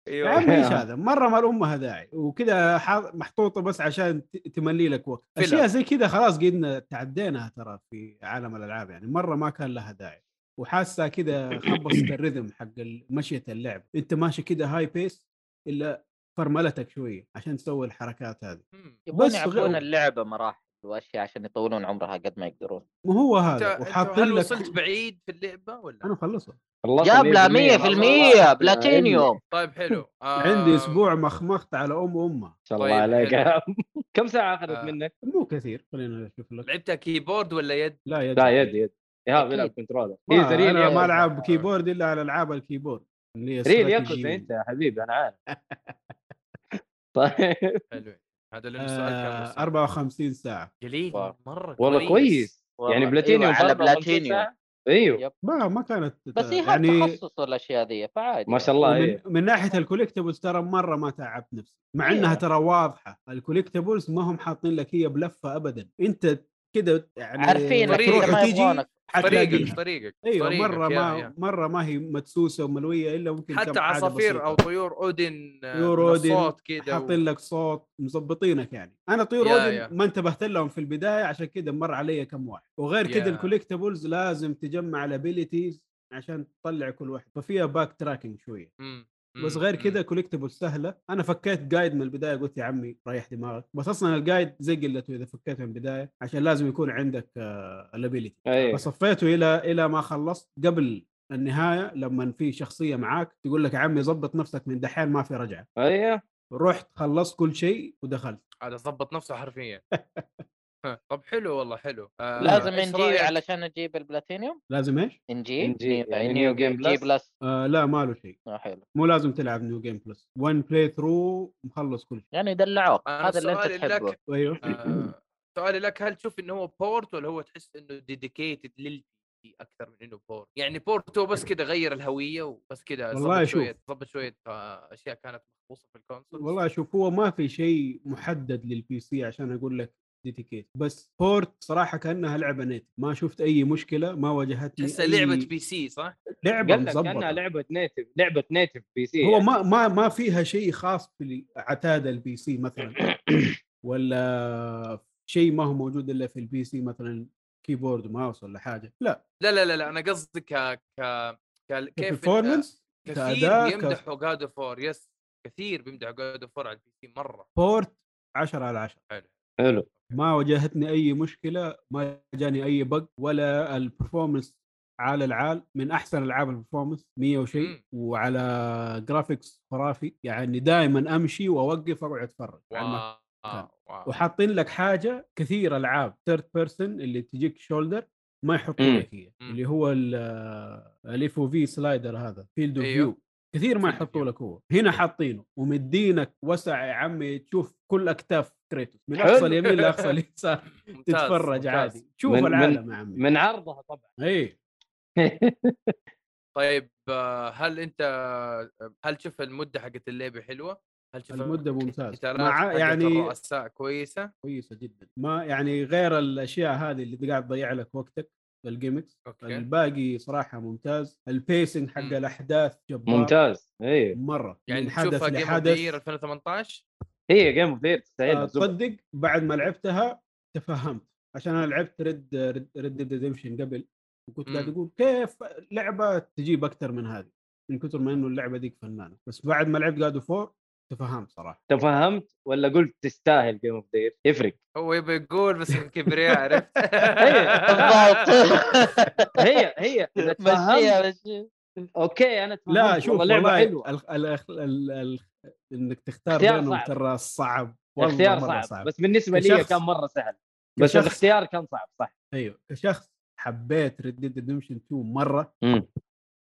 يا
ايوه
عمي ايش هذا؟ مره ما لامها داعي وكذا حاط- محطوطه بس عشان ت- تملي لك وقت،
فيلر.
اشياء زي كذا خلاص قدنا تعديناها ترى في عالم الالعاب يعني مره ما كان لها داعي وحاسه كذا
(coughs)
خبصت الريذم حق ال- مشيه اللعب، انت ماشي كذا هاي بيس الا فرملتك شويه عشان تسوي الحركات هذه،
مم.
يبغون
بس
يعبون
غ-
اللعبه مراحل واشياء عشان يطولون عمرها قد ما يقدرون
ما هو
انت
هذا
أنت
وحاطين
هل
لك
وصلت بعيد في اللعبه ولا
انا مخلصها
خلصت
جاب لها
100%.
100% بلاتينيوم
طيب حلو آه
عندي اسبوع مخمخت على ام امها
ما شاء الله
طيب،
عليك (laughs) كم ساعه
آه.
اخذت منك؟
مو كثير خلينا نشوف لك
لعبتها كيبورد ولا يد؟
لا يد
لا يد يد ايهاب
أكيد.
يلعب كنترولر
إيه
ما
هي زي
انا
ريل
ما
ياكوزا.
العب كيبورد الا على العاب الكيبورد اللي هي
ريل
استراتيجية.
ياكوزا انت يا حبيبي انا عارف (laughs) طيب
حلو هذا لانه السؤال كان
آه
وصل.
54 ساعه
قليل
واو.
مره
والله كويس يعني
والله.
بلاتينيوم
أيوة، على
54
بلاتينيوم
ساعة. ايوه
يب.
ما ما كانت
بس هي يعني...
يعني
تخصص الاشياء ذي فعادي
ما شاء الله
من,
إيه.
ايوه
من ناحيه الكوليكتبلز ترى مره ما تعبت نفسي مع
أيوة.
انها ترى واضحه الكوليكتبلز ما هم حاطين لك هي بلفه ابدا انت كده يعني
عارفين
طريقة
تروح
ما
وتجي
يبغونك.
حتلاقيها.
طريقك طريقك
ايوه
طريقك،
مره
يا-
ما
يا.
مره ما هي مدسوسه وملويه الا ممكن كم
حتى
حاجة
عصافير
بسيطة.
او طيور اودن آه،
طيور
من
أودن
الصوت كذا
حاطين لك صوت مظبطينك يعني انا طيور
يا-
اودن
يا.
ما انتبهت لهم في البدايه عشان كذا مر علي كم واحد وغير كذا
يا.
الكوليكتبلز لازم تجمع الابيلتيز عشان تطلع كل واحد ففيها باك تراكنج شويه
مم.
بس
مم.
غير
مم.
كذا كوليكتبل سهله انا فكيت جايد من البدايه قلت يا عمي ريح دماغك بس اصلا الجايد زي قلته اذا فكيته من البدايه عشان لازم يكون عندك آه، الابيلتي
إيه.
ايوه
فصفيته الى الى ما خلصت قبل النهايه لما في شخصيه معاك تقول لك يا عمي ظبط نفسك من دحين ما في رجعه
ايوه
رحت خلصت كل شيء ودخلت (laughs)
هذا ظبط نفسه حرفيا ها، طب حلو والله حلو آه،
لازم
إيش
نجي
رأيك؟
علشان نجيب البلاتينيوم
لازم ايش؟
نجي
نجي، يعني
نيو
نيو جيم
جي
بلس.
بلس
آه لا ما له شيء
آه، حلو
مو لازم تلعب نيو جيم بلس 1 بلاي ثرو مخلص كل شيء
يعني دلعوك
أنا
هذا اللي
سؤالي
انت تحبه
لك
ايوه
آه، سؤالي لك هل تشوف انه هو بورت ولا هو تحس انه ديديكيتد لل اكثر من انه بورت يعني بورت هو بس كده غير الهويه وبس كده
والله
ظبط شويه
شوف.
ظبط شويه آه، اشياء كانت مخصوصه في الكونسول
والله شوف هو ما في شيء محدد للبي سي عشان اقول لك ديتيكيت بس بورت صراحه كانها لعبه نت ما شفت اي مشكله ما واجهتني
تحسها
أي
لعبه بي سي صح؟
لعبه
قال لك كانها
مظبطه
لعبه نيتف لعبه نيتف بي سي يعني.
هو ما ما ما فيها شيء خاص بالعتاده البي سي مثلا ولا شيء ما هو موجود الا في البي سي مثلا كيبورد ماوس ولا حاجه لا
لا لا لا لا انا قصدي ك ك ك- كيف إن-
كبرفورمنس
كثير
كاداء
بيمدحوا جاد اوف فور يس كثير بيمدحوا جاد اوف فور على البي سي مره
كبورت 10 على 10
حلو
حلو
ما واجهتني اي مشكله ما جاني اي بق ولا البرفورمنس عال العال من احسن العاب البرفورمنس 100 وشيء
مم.
وعلى جرافيكس خرافي يعني دائما امشي واوقف اقعد اتفرج على المكان.
واو واو.
وحاطين لك حاجه كثير العاب ثيرد بيرسون اللي تجيك شولدر ما يحطوا
إمم،
مم.
لك هي
مم.
اللي هو الاف او في سلايدر هذا فيلد اوف
أيوه.
فيو كثير ما
Field of
يحطوا
أيوه.
view.
لك هو هنا حاطينه ومدينك وسع يا عمي تشوف كل اكتاف كريتوس من
حلو. (laughs)
اقصى اليمين لاقصى اليسار
ممتاز،
تتفرج
ممتاز.
عادي شوف
من- من-
العالم يا عمي إيه،
من عرضها طبعا
اي
طيب آه، هل انت هل تشوف المده حقت اللعبه حلوه؟ هل تشوف
المده ممتازه
القتالات
مع
حقت
يعني
الرؤساء كويسه؟
كويسه جدا ما يعني غير الاشياء هذه اللي قاعد تضيع لك وقتك الجيمكس
اوكي
الباقي صراحه ممتاز البيسنج حق
إمم.
مم.
الاحداث جبار
(laughs) ممتاز أيوه. اي
مره
يعني
من حدث
تشوفها جيم اوف
لحدث
ذا 2018
هي جيم اوف ذير
آه،
تستاهل تزبط.
تصدق بعد ما لعبتها تفهمت عشان انا لعبت ريد ريد ريد ريدمشن قبل وكنت قاعد
مم.
اقول كيف لعبه تجيب اكثر من هذه من كثر ما انه اللعبه ديك فنانه بس بعد ما لعبت جادو فور تفهمت صراحه
تفهمت ولا قلت تستاهل جيم اوف ذير يفرق (laughs) أيوه.
هو يبي يقول بس كبرياء عرفت؟
إيه،
بالضبط
(laughs)
(laughs) هي هي إذا
(laughs)
تفهمت
مشيها مشيها
اوكي انا تفهمت
لا شوف
آه، والله لعبه
والله
حلوه
ال ال ال ال ال انك تختار
اختيار
بينهم
صعب.
ترى صعب والله
اختيار
مرة
صعب.
صعب.
بس بالنسبه لي
كشخص-
كان مره سهل بس
كشخص-
الاختيار كان صعب صح
ايوه كشخص حبيت ريد ديد ريدمشن 2 مره
إمم.
مم.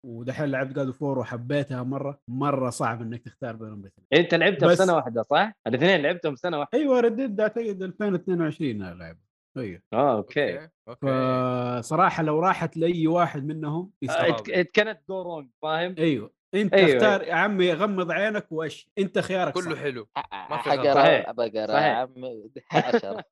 ودحين لعبت جادو فور وحبيتها مره مره صعب انك تختار بينهم بس
يعني انت لعبتها
بس-
بسنه واحده صح؟ الاثنين لعبتهم بسنه واحده
ايوه ريد ديد اعتقد 2022 أنا لعبه ايوه
اه اوكي
اوكي
فصراحه لو راحت لاي واحد منهم
آه،
يستغرب.
صعب.
ات كانت جو رونج فاهم؟ (laughs)
ايوه انت
أيوة،
أيوة
أيوة.
اختار يا عمي غمض عينك وايش انت خيارك
أيوه، كله
صح.
حلو ما في غلط.
حقرا
صحيح.
بقرا
صحيح.
يا عمي حشرة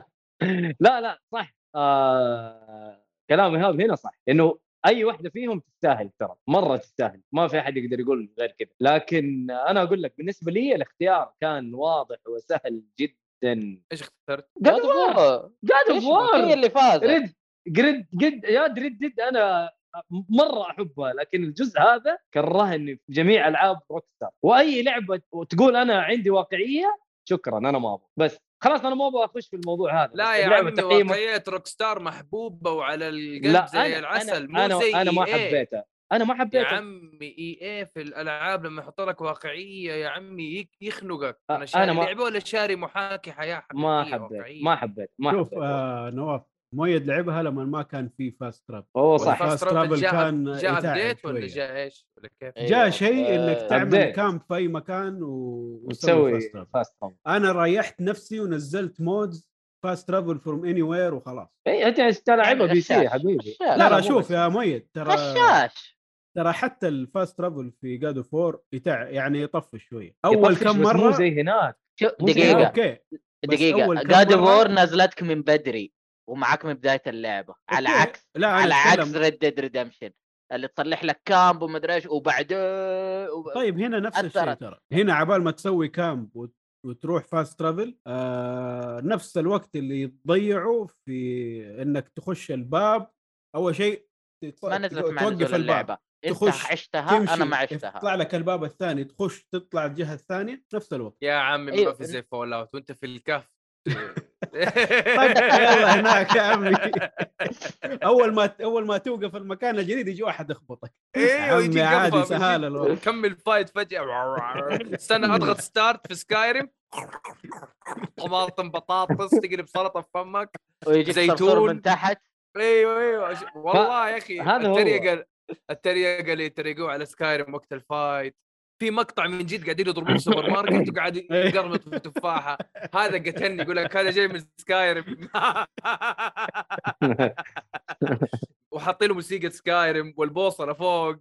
(laughs) لا لا صح آه كلام ايهاب هنا صح انه اي واحده فيهم تستاهل ترى مره تستاهل ما في احد يقدر يقول غير كذا لكن انا اقول لك بالنسبه لي الاختيار كان واضح وسهل جدا
ايش اخترت؟
جاد اوف وور جاد اوف
هي
وور
اللي فازت
ريد جريد جد يا ريد ديد انا مره احبها لكن الجزء هذا كرهني في جميع العاب روكستار واي لعبه تقول انا عندي واقعيه شكرا انا ما ابغى بس خلاص انا ما ابغى اخش في الموضوع هذا
لا
بس
يا
اللعبة
عمي واقعية روك ستار محبوبة وعلى القلب
لا
زي
أنا-
العسل
انا
مو زي
انا, أنا ما
EA.
حبيتها انا ما
يا
حبيتها
عمي اي اي في الالعاب لما يحط لك واقعية يا عمي يك- يخنقك
أ-
انا شاري
أنا ما-
لعبة ولا شاري محاكي حياة حقيقية
ما حبيت ما حبيت ما
شوف
حبيت
آه نواف مؤيد لعبها لما ما كان في فاست تراب
اوه
والله
صح
فاست ترافل كان
جاء
يتعب
ابديت ولا
شوية.
جاء ايش؟ ولا كيف؟
إيه.
جاء
أيوة،
شيء
آه،
انك تعمل
update.
كامب في اي مكان و- وتسوي
وتسوي
فاست تراب
فاست ترافل
انا ريحت نفسي ونزلت مودز فاست ترافل فروم اني وير وخلاص
اي انت تلعبها يعني
يعني
بي سي يا
غشاش.
حبيبي
غشاش.
لا لا,
لا، مو
شوف
بس.
يا مؤيد ترى
غشاش
ترى حتى الفاست ترافل في جادو فور يتع... يعني يطفش شويه اول
يطفش
كم
بس مو
مره
زي هناك
شو
مو زي
آه،
دقيقة
اوكي بس
دقيقة
أول كم
جاد
مرة-
وور نزلتك من بدري ومعك من بداية اللعبة على
أوكي.
عكس
لا
على
أنا أتكلم-
عكس ريد ديد ريدمشن اللي تصلح لك كامب ومدري ايش وبعدين وب-
طيب هنا نفس الشيء
أثرت.
ترى هنا عبال ما تسوي كامب وت- وتروح فاست ترافل آه نفس الوقت اللي تضيعه في انك تخش الباب اول شيء تت-
ما نزلت مع
توقف
نزول اللعبة انت
تخش،
عشتها
تمشي
انا ما عشتها
يطلع لك الباب الثاني تخش تطلع الجهه الثانيه نفس
(laughs)
الوقت
يا عمي ما
أيوة.
في زي فول اوت وانت في الكهف
طيب،
(laughs)
طق طيب، يلا هناك يا عمي اول ما اول ما توقف المكان الجديد يجي واحد يخبطك
إيه،
ايوه
عمي
يجي
عادي
قفا
سهالة الوضع.
كمل فايت فجاه استنى اضغط ستارت في سكايريم طماطم بطاطس تقلب سلطه في فمك
ويجيك صرصور
زيتون.
من تحت
ايوه ايوه أش- والله يا اخي
هذا هو.
التريقه التريقه اللي يتريقوه على سكايرم وقت الفايت في مقطع من جد قاعدين يضربون في سوبر ماركت
(laughs)
وقاعد
إيه.
يقرمط في تفاحه هذا قتلني يقول لك هذا جاي من
(laughs)
سكايرم وحاطين له موسيقى سكايرم والبوصله فوق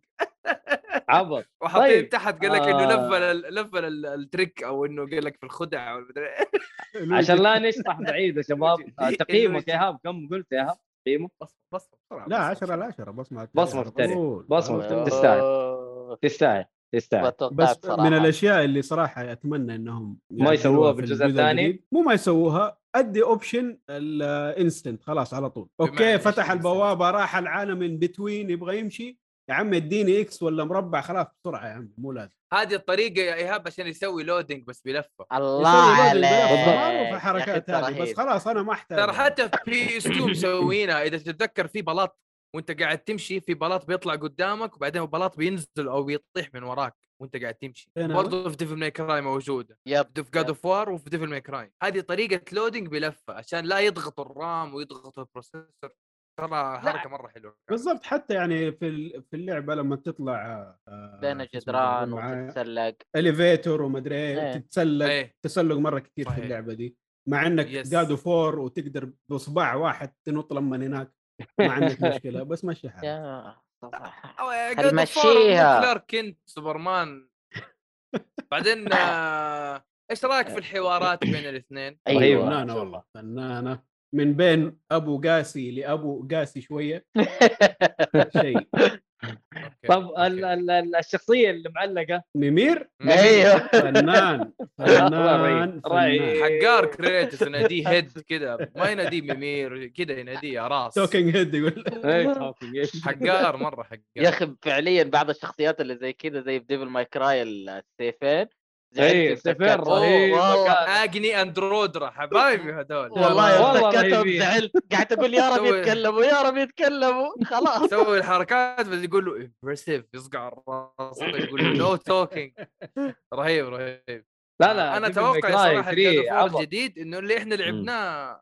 عبط
وحاطين
طيب.
طيب. تحت قال لك انه
آه.
لفل ال- لفل ال- التريك او انه قال لك في الخدع والمدري إيه.
عشان لا نشطح بعيد يا شباب آه، تقييمك يا هاب كم قلت يا هاب تقييمه
بص بص بسرعه
لا
بص-
10 على 10 بصمه
بصمة تاريخ.
طول.
بصمة
على طول.
تاريخ. تستاهل.
أوه،
تستاهل تستاهل
توقعت
بس
صراحة.
من الاشياء اللي صراحه اتمنى انهم
يسووها
يعدلوها
في
في
الجزء الثاني؟
الجديد. مو ما يسووها ادي اوبشن الانستنت خلاص على طول
بمعنى
اوكي
إيش
فتح
instant؟
البوابه راح العالم ان بتوين يبغى يمشي يا عم اديني اكس ولا مربع خلاص بسرعه يا عم مو لازم
هذه الطريقه يا ايهاب عشان يسوي لودنج بس بلفه
الله
يسوي loading
عليك
بلا
بالضبط.
فخار وفي حركات
يا أخي
هذه بس
رهيب.
خلاص انا ما احتاج
ترى حتى في بي اس 2 مسوينها اذا تتذكر في بلاط وانت قاعد تمشي في بلاط بيطلع قدامك وبعدين بلاط بينزل او بيطيح من وراك وانت قاعد تمشي
أنا-
برضه في ديفل ماي كراي موجوده
يب
في جاد اوف وار وفي ديفل ماي كراي هذه طريقه لودنج بلفه عشان لا يضغط الرام ويضغط البروسيسور ترى حركه مره حلوه
بالضبط حتى يعني في ال- في اللعبه لما تطلع آه،
بين الجدران وتتسلق
اليفيتور ومدري ايه
إيه.
تتسلق
ايه
تسلق مره كثير في
صحيح.
اللعبه دي مع انك
Yes.
جادو فور وتقدر بصباع واحد تنط لما هناك ما عندك مشكله بس مشي حالك
يا صراحة. المشيها.
المشيها كلارك كنت سوبرمان بعدين آه، ايش رايك في الحوارات بين الاثنين؟
أيوة.
فنانه والله فنانه من بين ابو قاسي لابو قاسي شويه شيء
أوكي،
طب ال-
أوكي.
ال- ال- الشخصيه اللي معلقه
ميمير
ايوه
فنان فنان
رهيب، رهيب.
فنان
حقار كريتوس يناديه هيد كذا ما يناديه ميمير كذا يناديه راس
توكينج هيد يقول
(laughs) إيه، talking head.
حقار مره حقار
يا اخي فعليا بعض الشخصيات اللي زي كذا زي في ديفل ماي كراي السيفين
إيه، سيفين رهيب.
والله
اجني اندرودرا حبايبي هذول
والله
والله
سكتهم
رهيبين.
زعلت قاعد اقول
(laughs)
يا رب
سوي-
يتكلموا يا رب يتكلموا خلاص
يسوي الحركات بس يقول له امبرسيف يصقع الراس يقول له نو توكينج رهيب رهيب
لا لا
انا
Devil May
اتوقع
Cry
صراحه
3
جاد اوف
عبط.
الجديد انه اللي احنا لعبناه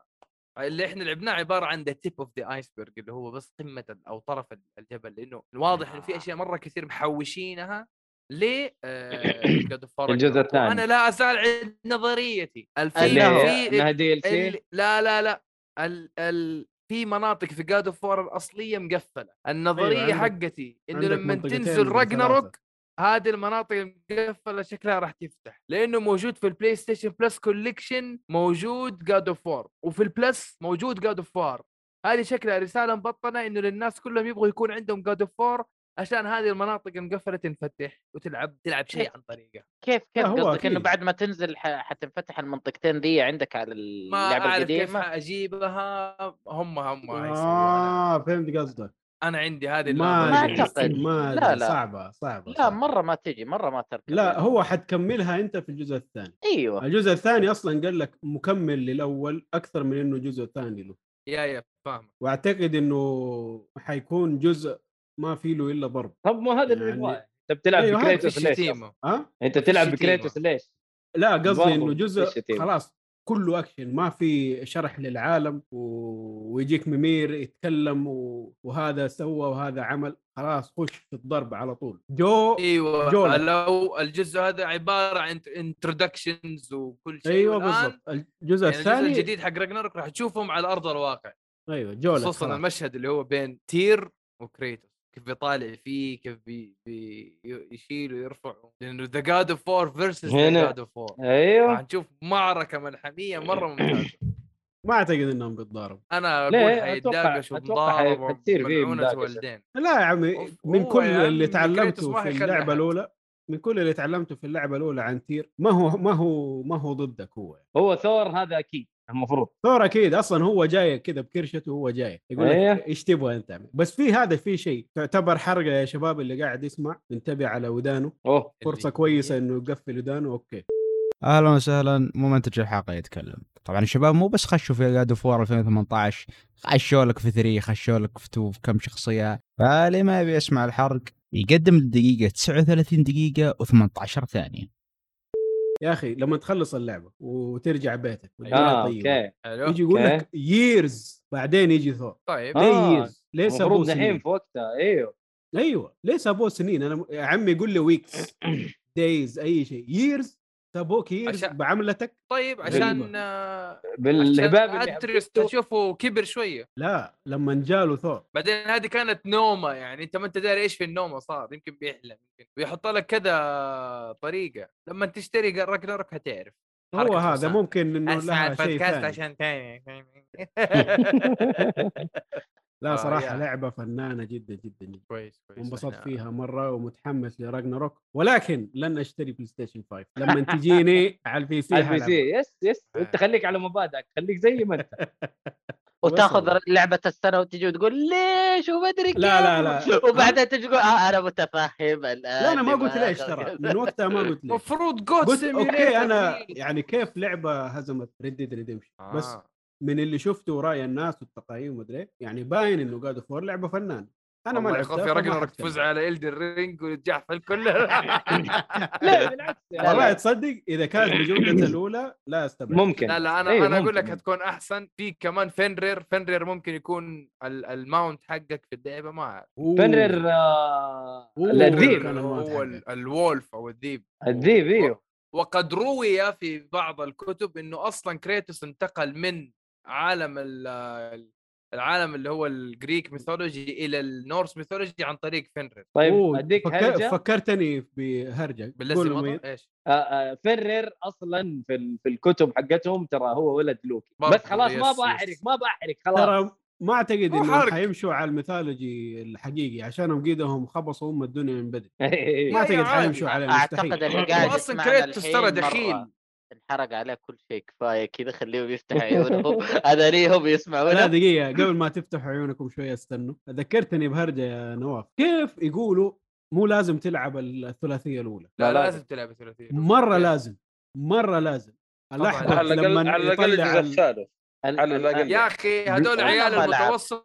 اللي احنا لعبناه عباره عن ذا تيب اوف ذا ايسبرج اللي هو بس قمه ال- او طرف ال- الجبل لانه الواضح
آه.
انه في اشياء مره كثير محوشينها ل آه،
(coughs)
جاد اوف
الجزء الثاني.
انا لا ازال عند نظريتي الفيل
اللي هي
في
انها دي ال
إيه.
سي
ال- لا لا لا ال ال في مناطق في جاد اوف وور الاصليه مقفله النظريه
عندك-
أيوة حقتي انه
عندك
لما
منطقتين
تنزل
ولا ثلاثة.
راجناروك هذه المناطق المقفله شكلها راح تفتح لانه موجود في البلاي ستيشن بلس كوليكشن موجود جاد اوف وور وفي البلس موجود جاد اوف وور هذه شكلها رساله مبطنه انه للناس كلهم يبغوا يكون عندهم جاد اوف وور عشان هذه المناطق المقفله تنفتح وتلعب تلعب شيء عن طريقه
كيف كيف
هو
قصدك انه
أكيد.
بعد ما تنزل ح- حتنفتح المنطقتين ذي عندك على
ما
اللعبه
اعرف كيف
القديمة
اجيبها هم هم هيسووها.
اه فهمت قصدك
انا عندي هذه
ما
النظرية.
أدري،
أعتقد.
ما
لا،
أدري،
لا.
صعبه صعبه
لا
صعبة.
مرة ما تجي مرة ما تركب
لا هو حتكملها انت في الجزء الثاني
ايوه
الجزء الثاني اصلا قال لك مكمل للاول اكثر من انه جزء ثاني له
يا يا فاهم
واعتقد انه حيكون جزء ما في له الا ضرب
طب ما هذا اللي
يعني-
نبغاه انت بتلعب
أيوة، هذا في
بكريتوس ليش؟
شتيمه
ها
انت تلعب
شتيمة.
بكريتوس ليش؟
لا قصدي
برضو
انه
إيش
جزء
يتم؟
خلاص كله اكشن ما في شرح للعالم و... ويجيك ممير يتكلم و... وهذا سوى وهذا عمل خلاص خش في الضرب على طول جو
ايوه
جولة.
لو الجزء هذا عباره عن انترودكشنز وكل شيء
ايوه
والآن
بالضبط الجزء
يعني الجزء
الثاني
الجديد حق راجناروك راح تشوفهم على ارض الواقع
ايوه جوله
خصوصا
خلاص.
المشهد اللي هو بين تير وكريتوس كيف بيطالع فيه كيف بي بي يشيل ويرفع لانه ذا جاد اوف فور فيرسز ذا
هنا.
جاد اوف فور راح
ايوه
نشوف معركه ملحميه مره ممتازه
ما اعتقد انهم بيتضاربوا
انا اقول
ليه؟
حيتداقشوا
أتوقع- أتوقع حي-
ومضاربه
حتصير فيه
وملعونه
مداقشة.
والدين
لا يا عمي
أوف،
من
هو
كل
يا
اللي
عمي كريتوس
تعلمته
ما
في
حيخلي
اللعبه
أحد.
الاولى من كل اللي تعلمته في اللعبه الاولى عن تير ما هو ما هو ما هو ضدك هو
هو ثور هذا اكيد المفروض
ثور اكيد اصلا هو جاي كذا بكرشته وهو جاي يقول لك
أيه.
ايش تبغى انت بس في هذا في شيء تعتبر حرقه يا شباب اللي قاعد يسمع انتبه على ودانه
اوه
فرصه كويسه
إيه.
انه يقفل ودانه اوكي
اهلا وسهلا مو منتج الحلقه يتكلم طبعا الشباب مو بس خشوا في جاد اوف 2018 خشوا لك في 3 خشوا لك في 2 في كم شخصيه فاللي ما يبي يسمع الحرق يقدم الدقيقه 39 دقيقه و18 ثانيه
يا اخي لما تخلص اللعبه وترجع بيتك
اه
أيوه.
والدنيا أيوة، طيبة،
اوكي
حلو
يجي يقول
أوكي.
لك ييرز بعدين يجي ثور
طيب
آه.
ليه ييرز؟ ليه سابوه
المفروض دحين
سنين؟
في وقتها ايوه
ايوه ليه سابوه سنين؟ انا م- يا عمي يقول لي
(coughs)
ويكس دايز اي شيء ييرز سابوك ييرز
عشان-
بعملتك
طيب
غريبة.
عشان آه،
بالعباب
عشان
اللي
ادريس
حطوه.
تشوفه كبر شويه
لا لما جاله ثور
بعدين هذه كانت نومه يعني انت ما انت داري ايش في النومه صار يمكن بيحلم يمكن بيحط لك كذا طريقه لما تشتري راجناروك هتعرف
هو
حركة
هذا
حسام.
ممكن انه لها شيء ثاني
عشان ثاني
(laughs) لا
(laughs)
آه،
صراحه
يا.
لعبه فنانه جدا جدا جدا
كويس كويس
وانبسطت
أنا-
فيها مره ومتحمس لراجناروك ولكن لن اشتري بلاي ستيشن 5 لما
(laughs)
تجيني على البي سي
على البي سي
حلعبها.
يس يس انت خليك على مبادئك خليك زي ما انت
وتاخذ لعبه السنه وتجي وتقول ليش ومدري كيف
لا لا لا
وبعدين تجي تقول آه انا متفهم الان
لا انا ما قلت
ليش
ليش ترى من وقتها ما
(laughs)
قلت ليش
مفروض جوت
قلت اوكي
Simulator
انا
دي.
يعني كيف لعبه هزمت ريد ريدمشن بس
آه.
من اللي شفته وراي الناس والتقييم ومدري إيه، يعني باين انه جاد فور لعبه فنان انا ما
والله
لعبتها
يخاف يا
فما
راجل انك
حتكلم.
تفوز على الدر رينج وتجحفل
(laughs)
كله
لا بالعكس يا
لا،
والله
رجل.
تصدق اذا
(laughs)
كانت بجودتها الاولى لا استبعد
ممكن
(laughs) لا لا انا
إيه،
أيوة،
انا اقول لك
ممكن.
هتكون احسن في كمان فنرير فنرير ممكن يكون ال- الماونت حقك في اللعبه ما اعرف
أوه.
فنرر آه،
أوه.
لا، الذيب.
كان الماونت
هو
حقك.
ال- الولف او الذيب
الذيب ايوه
وقد روي في بعض الكتب انه اصلا كريتوس انتقل من عالم ال- ال- العالم اللي هو الجريك ميثولوجي الى النورس ميثولوجي عن طريق فنرير
طيب
أوه،
اديك
فك-
هرجه
فكرتني بهرجه
بالذي
قول
مضى
مميز.
ايش؟
آه، آه، فرر اصلا في ال- في الكتب حقتهم ترى هو ولد لوكي
برضو،
بس خلاص ما
يس،
ابغى
يس.
احرق ما ابغى احرق خلاص
ترى ما اعتقد
مو
انه
حرق.
حيمشوا على الميثولوجي الحقيقي عشانهم قيدهم خبصوا هم الدنيا من بدري ما
(laughs)
لا، يا
اعتقد
إيه، عادي.
حيمشوا عليه
اعتقد
مستحيل
اللي قاعد
واصلا
يسمعنا
كريتوس
الحين
ترى
مرة
دخيل
انحرق عليه كل شيء كفايه كذا خليهم يفتحوا عيونهم اذانيهم
لا
(laughs) يسمعونا
دقيقة قبل ما تفتحوا عيونكم شوية استنوا ذكرتني بهرجة يا نواف كيف يقولوا مو لازم تلعب الثلاثية الأولى
لا
لا،
لازم تلعب ثلاثيه
مرة لازم مرة لازم
على
لحظة
على الاقل
طيب، لما
على الاقل
يطلع
الجزء
ال-
الثالث
ال-
على
ال-
الأقل.
يا اخي هذول
أنا
عيال
ما ألعب.
المتوسطه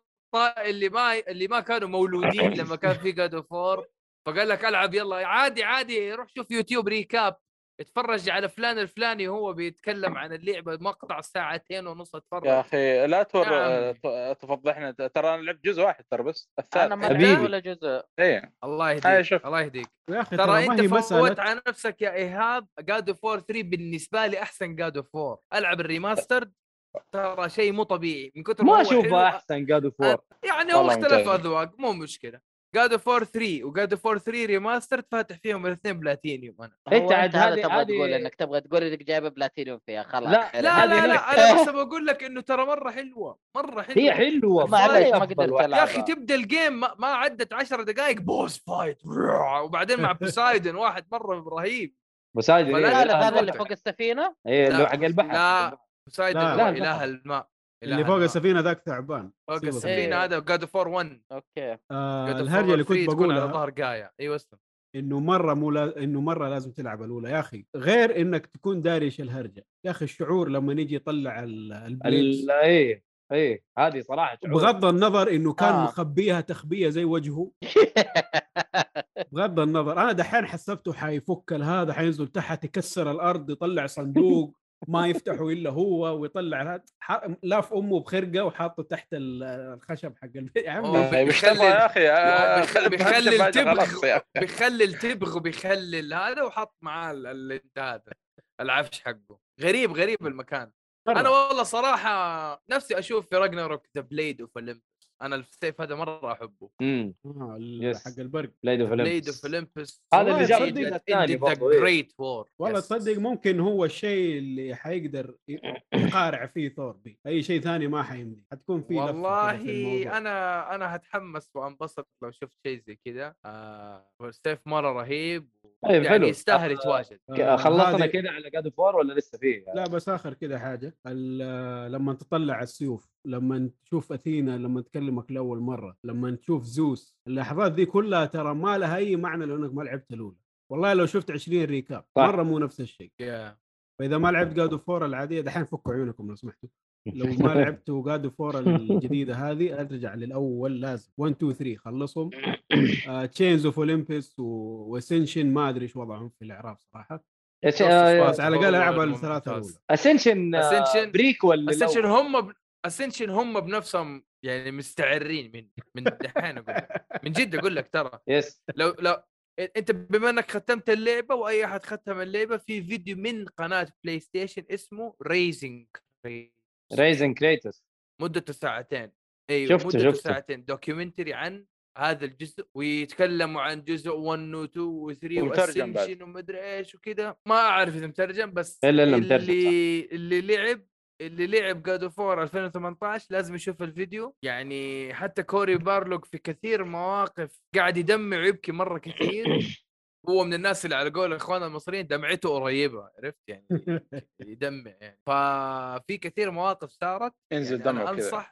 اللي ما اللي ما كانوا مولودين لما كان في جاد فور فقال لك العب يلا عادي عادي روح شوف يوتيوب ريكاب اتفرج على فلان الفلاني هو بيتكلم عن اللعبه مقطع ساعتين ونص
يا
اتفرج
اخي لا تور آه،
يا عمي.
ت- تفضحنا ترى انا لعبت جزء واحد ترى بس الثالث
انا ما
حبيبي.
لعبت ولا جزء
ايه
الله
هاي
يهديك
شوف.
الله يهديك
يا أخي
ترى
ترى ما
انت
هي
فوت
مسألة
على نفسك يا ايهاب جاد فور 3 بالنسبه لي احسن جاد فور العب الريماسترد ترى شيء مو طبيعي من كثر
ما
هو
اشوفها
حلو،
احسن جاد فور
يعني هو
والله
اختلف
ممتاز.
اذواق مو مشكله جاد فور 3 وجاد فور 3 ريماسترد فاتح فيهم الاثنين بلاتينيوم انا
هو
إنت
انت
عاد
هذا
هذه-
تبغى
هذه-
تقول انك تبغى تقول انك جايبه بلاتينيوم فيها خلاص
لا،
حلو.
لا
هذه
لا
هي.
لا
(laughs)
انا بس بقول لك انه ترى مره حلوه مره حلوه
هي حلوه
ما عليك ما
أفضل
قدرت
واحد.
يا
تلعب.
اخي تبدا الجيم ما, ما عدت 10 دقائق بوس فايت (laughs) وبعدين مع بوسايدن واحد مره رهيب
بس هذه
ولا
هي،
لا،
هذا
إله
هذا اللي
البحر.
فوق السفينه
هي اللي
لا،
هو حق البحر
لا بوسايدن
لا،
هو
لا،
اله الماء إله
اللي فوق
الماء.
السفينة ذاك تعبان
فوق
سيبه.
السفينه هذا جاد فور 1
اوكي
آه،
God of War
الهرجة
3
اللي كنت
تكون على
بقولها
ظهر قايه ايوه اسلم
انه مره مو لا... انه مره لازم تلعب الاولى يا اخي غير انك تكون داري ايش الهرجه يا اخي الشعور لما نيجي يطلع ال- البليدز
ال- ايه ايه هذه صراحه شعور.
بغض النظر انه كان
آه.
آه. مخبيها تخبيه زي وجهه بغض النظر انا دحين حسبته حيفك هذا حينزل تحت يكسر الارض يطلع صندوق ما يفتحه الا هو ويطلع هذا ح... لاف امه بخرقه وحاطه تحت ال- الخشب حق البيت يا عمي
أوه.
طيب ايش تبغى يا اخي آه،
بيخلي- بيخلي
بهجة
التبغ-
خلاص يا أخي.
بيخلي التبغ وبيخلي ال- هذا وحط معاه ال- ال- انت هذا العفش حقه غريب غريب المكان
مرة.
انا والله صراحه نفسي اشوف في راجناروك ذا بليد اوف اولمبس انا السيف هذا مره احبه
امم
آه، ال-
يس.
حق البرق
بلايد اوف
بليد
أوليمبس.
اوف اولمبس
هذا
اللي جاب الجزء
الثاني
ذا
برضو، إيه.
جريت وور
والله تصدق ممكن هو الشيء اللي حيقدر ي- يقارع فيه ثور بي اي شيء ثاني ما حيمني حتكون في لفة كده في
والله
الموضوع.
انا انا هتحمس وانبسط لو شفت شيء زي كذا آه والسيف مره رهيب
طيب، حلو.
يعني يستاهل يتواجد
إيه، آه،
خلصنا
هذه-
كذا على جاد فور ولا لسه فيه؟ يعني
لا بس اخر كده حاجه ال- لما تطلع السيوف لما تشوف اثينا لما تكلمك لاول مره لما تشوف زوس اللحظات دي كلها ترى ما لها اي معنى لو انك ما لعبت الاولى والله لو شفت 20 ريكاب
صح.
مره مو نفس الشيء
يا.
فاذا ما لعبت جادو فور العاديه دحين فكوا عيونكم لو سمحتوا لو
(laughs)
ما لعبتوا جادو فور الجديده هذه ارجع للاول لازم 1 2 3
(coughs)
خلصهم آه، تشينز اوف اولمبس واسنشن ما ادري ايش وضعهم في الاعراب صراحه
إيش- آه،
خلاص على الاقل العب على الثلاثه الاولى
اسنشن آه،
Ascension-
بريكول
اسنشن
للأول.
هم اسنشن هم بنفسهم يعني مستعرين من من دحين اقول لك من جد اقول لك ترى
يس
لو لو انت بما انك ختمت اللعبه واي احد ختم اللعبه في فيديو من قناه بلاي ستيشن اسمه ريزنج
ريزن كريتوس
مدته ساعتين ايوه
شفته-
مدته
شفته.
ساعتين دوكيومنتري عن هذا الجزء ويتكلموا عن جزء 1 و 2 و 3
ومترجم بعد.
واسنشن ومدري ايش وكذا ما اعرف اذا مترجم بس
إلا- إلا مترجم،
اللي اللي لعب اللي لعب جاد اوف 2018 لازم يشوف الفيديو يعني حتى كوري بارلوك في كثير مواقف قاعد يدمع ويبكي مره كثير هو من الناس اللي على قول اخواننا المصريين دمعته قريبه عرفت
(laughs)
يعني يدمع يعني ففي كثير مواقف صارت
انزل
يعني أنا
دمك كذا
أنصح-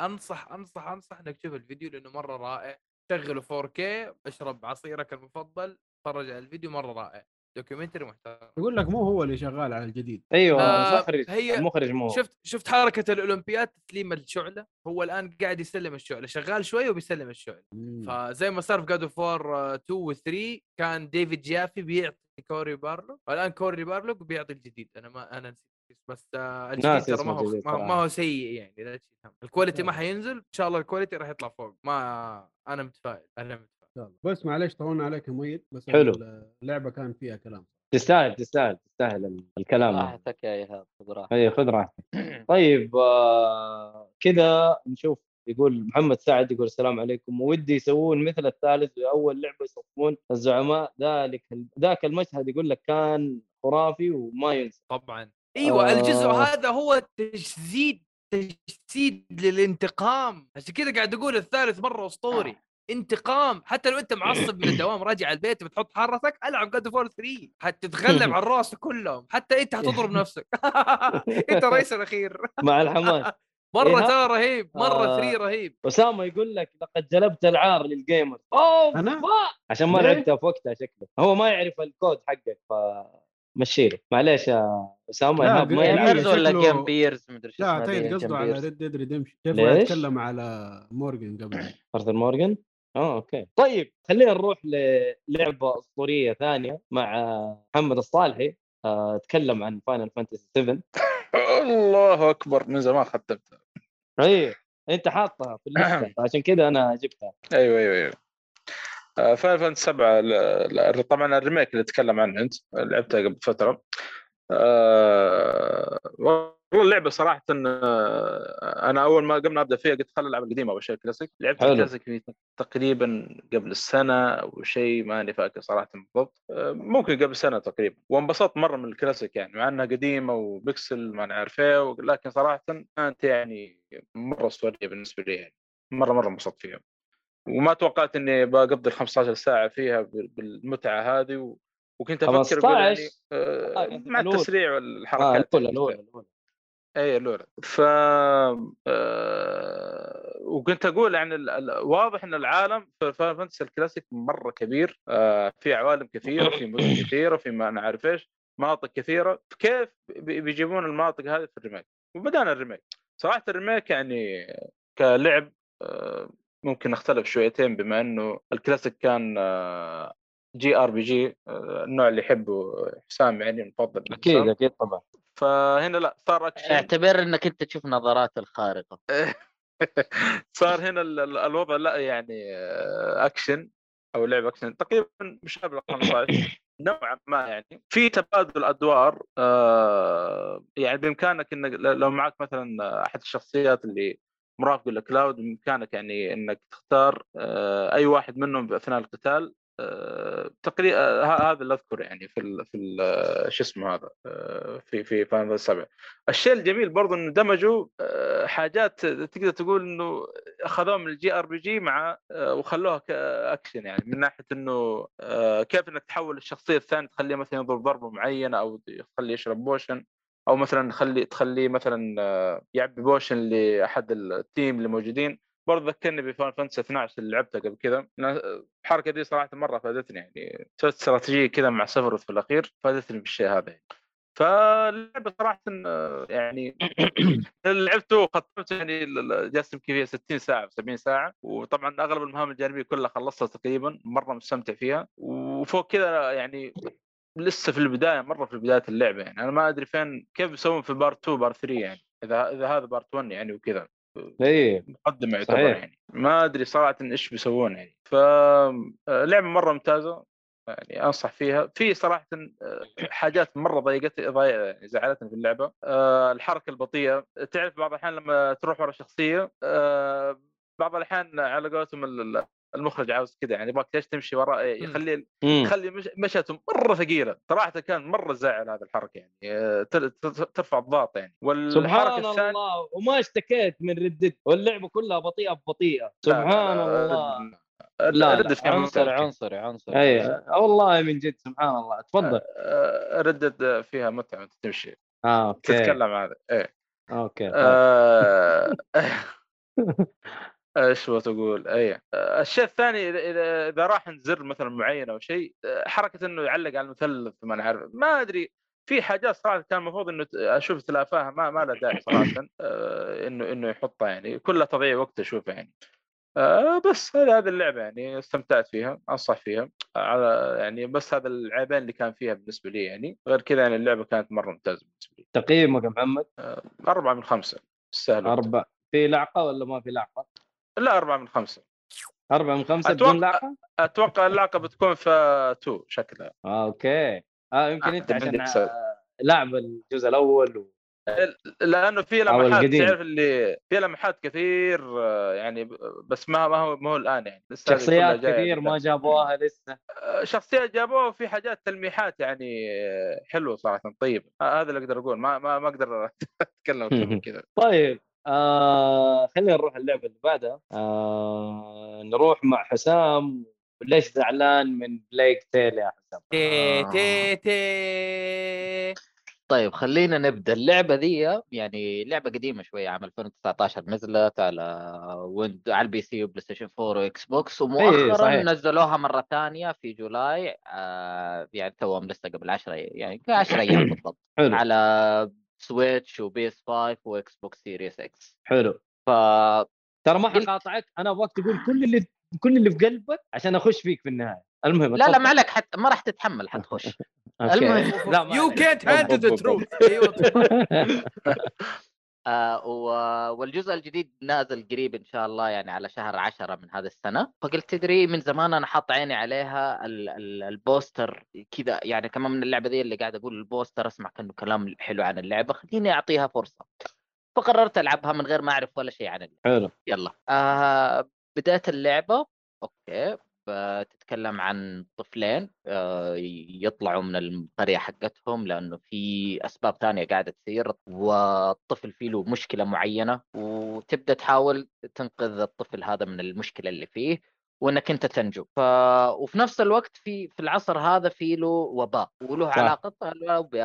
انصح انصح انصح انك تشوف الفيديو لانه مره رائع شغله 4K اشرب عصيرك المفضل تفرج على الفيديو مره رائع دوكيومنتري محترم
يقول لك مو هو اللي شغال على الجديد
ايوه
آه،
المخرج
هي-
المخرج مو هو.
شفت شفت حركه الاولمبياد تسليم الشعله هو الان قاعد يسلم الشعله شغال شوي وبيسلم الشعله فزي ما صار في جاد اوف 2 آه، و 3 كان ديفيد جافي بيعطي كوري بارلوك والان كوري بارلوك بيعطي الجديد انا ما انا نسيت اسمه، بس آه، الجديد
ناس
ترى
اسمه
ما هو
الجديد
ما هو-
صراحة. نعم.
ما هو سيء يعني لا تشيل هم. الكواليتي ما حينزل ان شاء الله الكواليتي راح يطلع فوق ما انا متفائل انا متفائل
بس معليش طولنا عليك يا مؤيد بس
حلو.
اللعبه كان فيها كلام
تستاهل تستاهل تستاهل ال- الكلام
آه.
هذا.
راحتك يا ايهاب خذ راحتك
ايوه خذ
(clears throat)
راحتك طيب آه كذا نشوف يقول محمد سعد يقول السلام عليكم ودي يسوون مثل الثالث في اول لعبه يصفون الزعماء ذلك ذاك المشهد يقول لك كان خرافي وما ينسى
طبعا ايوه الجزء
آه.
هذا هو تجسيد تجسيد للانتقام عشان كذا قاعد اقول الثالث مره اسطوري انتقام حتى لو انت معصب (coughs) من الدوام راجع البيت بتحط حرتك العب جاد فور 3 (coughs) حتتغلب على الراس كلهم حتى انت (laughs) حتضرب نفسك انت الرئيس الاخير
(laughs) مع الحماس
مره
إيهاب؟
ترى رهيب مره
آه.
3 رهيب
اسامه يقول لك لقد جلبت العار للجيمر اوه
أنا؟
با- عشان ما
ليه؟
لعبتها في وقتها شكله هو ما يعرف الكود حقك فمشيله معليش يا اسامه
لا،
ايهاب ما
قل-
يلعب
بيرز يعني ولا
شكله-
جيم بيرز مدري شو
لا
اسمها
اعتقد
ذي،
قصده
جيم
على
بيرز.
ريد ديد ريدمشن كيف
ليش؟
اتكلم على مورجن
(clears throat)
قبل يعني
ارثر مورجان اه اوكي طيب خلينا نروح للعبه اسطوريه ثانيه مع آه، محمد الصالحي آه، تكلم عن فاينل فانتسي 7
الله اكبر من زمان ختمتها
اي انت حاطها في
(clears throat)
اللسته عشان كذا انا جبتها
ايوه ايوه ايوه فاينل فانت 7 طبعا الريميك اللي تتكلم عنه انت لعبتها قبل فتره آه، والله اللعبه صراحه آه، انا اول ما قبل ما ابدا فيها قلت خل العب القديمه اول شيء الكلاسيك لعبت
حلو.
الكلاسيك في تقريبا قبل السنه او شيء ماني فاكر صراحه بالضبط آه، ممكن قبل سنه تقريبا وانبسطت مره من الكلاسيك يعني مع انها قديمه وبكسل ما أنا عارف ايه لكن صراحه كانت يعني مره اسطوريه بالنسبه لي يعني مره مره انبسطت فيها وما توقعت اني بقضي 15 ساعه فيها بال- بالمتعه هذه و... وكنت افكر أقول
15
يعني آه، مع
الأولى.
التسريع
اه
والحركات
الاولى الاولى الاولى
اي الاولى إيه، ف آه، وكنت اقول يعني ال- ال- واضح ان العالم في فاينل فانتسي الكلاسيك مره كبير آه، في عوالم كثيره في مدن كثيره في ما انا عارف ايش مناطق كثيره كيف بي- بيجيبون المناطق هذه في الريميك وبدانا الريميك صراحه الريميك يعني كلعب آه، ممكن نختلف شويتين بما انه الكلاسيك كان آه، جي ار بي جي آه، النوع اللي يحبه حسام يعني المفضل
اكيد
حسام.
اكيد طبعا
فهنا لا صار اكشن
اعتبر انك انت تشوف نظرات الخارقه
صار هنا ال- ال- الوضع لا يعني آه، اكشن او لعبه اكشن تقريبا مشابه لقانون 15 نوعا ما يعني في تبادل ادوار آه، يعني بامكانك انك ل- لو معك مثلا احد الشخصيات اللي مرافقه لكلاود بامكانك يعني انك تختار آه، اي واحد منهم اثناء القتال آه، تقريبا هذا اللي اذكره يعني في ال في ال- آه، شو اسمه هذا آه، في في فاينل 7 الشيء الجميل برضو انه دمجوا آه، حاجات تقدر تقول انه اخذوها من الجي ار بي جي مع آه، وخلوها كاكشن يعني من ناحيه انه آه، كيف انك تحول الشخصيه الثانيه تخليه مثلا يضرب ضربه معينه او تخليه يشرب بوشن او مثلا تخلي تخليه مثلا آه، يعبي بوشن لاحد التيم اللي موجودين برضه ذكرني بفان فانتسي 12 اللي لعبته قبل كذا لأن الحركه دي صراحه مره فادتني يعني سويت استراتيجيه كذا مع سفرث في الاخير فادتني بالشيء هذا يعني. فاللعبه صراحه آه، يعني لعبته وختمته يعني ل- ل- جالس يمكن فيها 60 ساعه أو 70 ساعه وطبعا اغلب المهام الجانبيه كلها خلصتها تقريبا مره مستمتع فيها وفوق كذا يعني لسه في البدايه مره في بدايه اللعبه يعني انا ما ادري فين كيف بيسوون في بارت 2 بارت 3 يعني اذا اذا هذا بارت 1 يعني وكذا
اي
مقدمه يعتبر
صحيح.
يعني ما ادري صراحه ايش بيسوون يعني فلعبه مره ممتازه يعني انصح فيها في صراحه آه، حاجات مره ضايقت ضايق- يعني زعلتني في اللعبه آه، الحركه البطيئه تعرف بعض الاحيان لما تروح ورا شخصيه آه، بعض الاحيان على قولتهم ال- ال- المخرج عاوز كذا يعني يبغاك ليش تمشي وراء يخلي يخلي مش- مشيته مره ثقيله صراحه كان مره زعل هذه الحركه يعني آه، تر- تر- ترفع الضغط يعني
سبحان
والحركه الثانيه
الله وما اشتكيت من ردد واللعبه كلها بطيئه ببطيئه سبحان الله
لا
لا،
آه، ردت
عنصري عنصري عنصري
اي آه، والله من جد سبحان الله
آه.
تفضل
ردت فيها متعه وأنت تمشي
اه اوكي
تتكلم هذا ايه
اوكي
آه، ايش بس اقول اي آه، الشيء الثاني إذا- اذا اذا راح عند زر مثلا معين او شيء آه، حركه انه يعلق على المثلث ما أنا عارف ما ادري في حاجات صراحه كان المفروض انه ت- اشوف تلافاها ما ما لها داعي صراحه آه، انه انه يحطها يعني كلها تضييع وقت اشوفها يعني آه، بس هذا هذه اللعبه يعني استمتعت فيها انصح فيها على يعني بس هذا العيبين اللي كان فيها بالنسبه لي يعني غير كذا يعني اللعبه كانت مره ممتازه بالنسبه لي
تقييمك يا محمد
أربعة من خمسة سهل
أربعة في لعقة ولا ما في لعقة؟
لا أربعة من خمسة
أربعة من خمسة
أتوقع-
بدون لعقة؟
أتوقع اللعقة بتكون في تو شكلها
آه، أوكي آه يمكن
آه،
أنت عشان
عندك سؤال.
آه، لاعب الجزء الأول و...
لأنه في
أو
لمحات
القديم.
تعرف اللي في لمحات كثير آه، يعني ب- بس ما ما هو ما هو الآن يعني لسه هذه كلها
شخصيات
جاية
كثير ما
قدام.
جابوها لسه
آه، شخصيات جابوها في حاجات تلميحات يعني آه، حلوة صراحة طيبة آه، هذا اللي أقدر أقول ما ما, ما أقدر أتكلم أكثر
(laughs)
من كذا
طيب آه خلينا نروح اللعبة اللي بعدها آه نروح مع حسام ليش زعلان من بليك تيل يا حسام؟
تي
آه.
تي تي
طيب خلينا نبدا اللعبه ذي يعني لعبه قديمه شويه عام 2019 نزلت على ويند على البي سي وبلاي ستيشن 4 واكس بوكس ومؤخرا
إيه، صحيح.
نزلوها مره ثانيه في جولاي آه يعني توهم لسه قبل 10 يعني
(coughs)
10 ايام بالضبط
حلو
على سويتش وبي اس 5 واكس بوكس سيريس اكس
حلو
ف
ترى ما
قلت-
حقاطعك أنا أبغاك تقول كل اللي كل اللي في قلبك عشان أخش فيك في النهاية المهم
لا لا
اتفضل.
ما عليك حتى ما راح تتحمل حتخش
أوكي.
المهم.
(laughs) لا ما
يو
عليك.
كانت هاندل ذا تروث ايوه
آه و- والجزء الجديد نازل قريب ان شاء الله يعني على شهر عشرة من هذا السنه فقلت تدري من زمان انا حاط عيني عليها ال ال البوستر كذا يعني كمان من اللعبه ذي اللي قاعد اقول البوستر اسمع كانه كلام حلو عن اللعبه خليني اعطيها فرصه فقررت العبها من غير ما اعرف ولا شيء عن اللعبه
حلو
يلا آه بداية اللعبة اوكي بتتكلم عن طفلين آه يطلعوا من القرية حقتهم لأنه في أسباب ثانية قاعدة تصير والطفل فيه له مشكلة معينة وتبدأ تحاول تنقذ الطفل هذا من المشكلة اللي فيه وانك انت تنجو ف... وفي نفس الوقت في في العصر هذا في له وباء وله
صح.
علاقه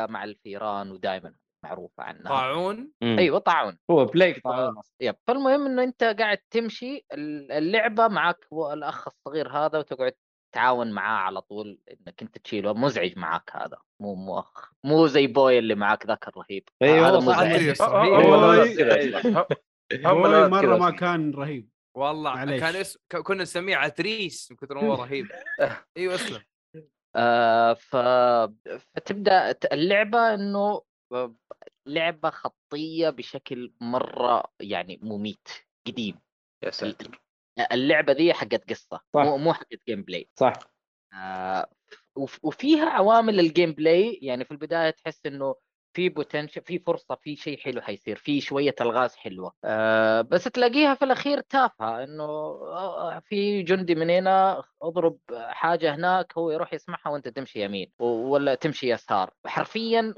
مع الفيران ودائما معروفه عنها
طاعون
مم.
ايوه طاعون
هو بليك طبعا
يب فالمهم انه انت قاعد تمشي ال- اللعبه معك و- الاخ الصغير هذا وتقعد تتعاون معاه على طول انك انت تشيله مزعج معاك هذا مو مو اخ مو زي بوي اللي معك ذاك الرهيب
ايوه
هذا
صح.
مزعج
صحيح.
هم- هم-
أيوة.
هم الولد
(laughs)
كذا أصلاً. هم هم
والله
الولد
مره
كذا
ما
أصلاً.
كان رهيب
والله
معليش.
كان اس... ك- كنا نسميه عتريس من كثر ما هو
(laughs)
رهيب ايوه اسلم
آه ف... فتبدا ت- اللعبه انه آه، لعبه خطيه بشكل مره يعني مميت قديم
يا ساتر
اللعبه دي حقت قصه
صح.
مو مو حقت جيم بلاي
صح
آه، وف- وفيها عوامل الجيم بلاي يعني في البدايه تحس انه في بوتنشل في فرصه في شيء حلو حيصير في شويه الغاز حلوه آه بس تلاقيها في الاخير تافهه انه آه، في جندي من هنا اضرب حاجه هناك هو يروح يسمعها وانت تمشي يمين و- ولا تمشي يسار حرفيا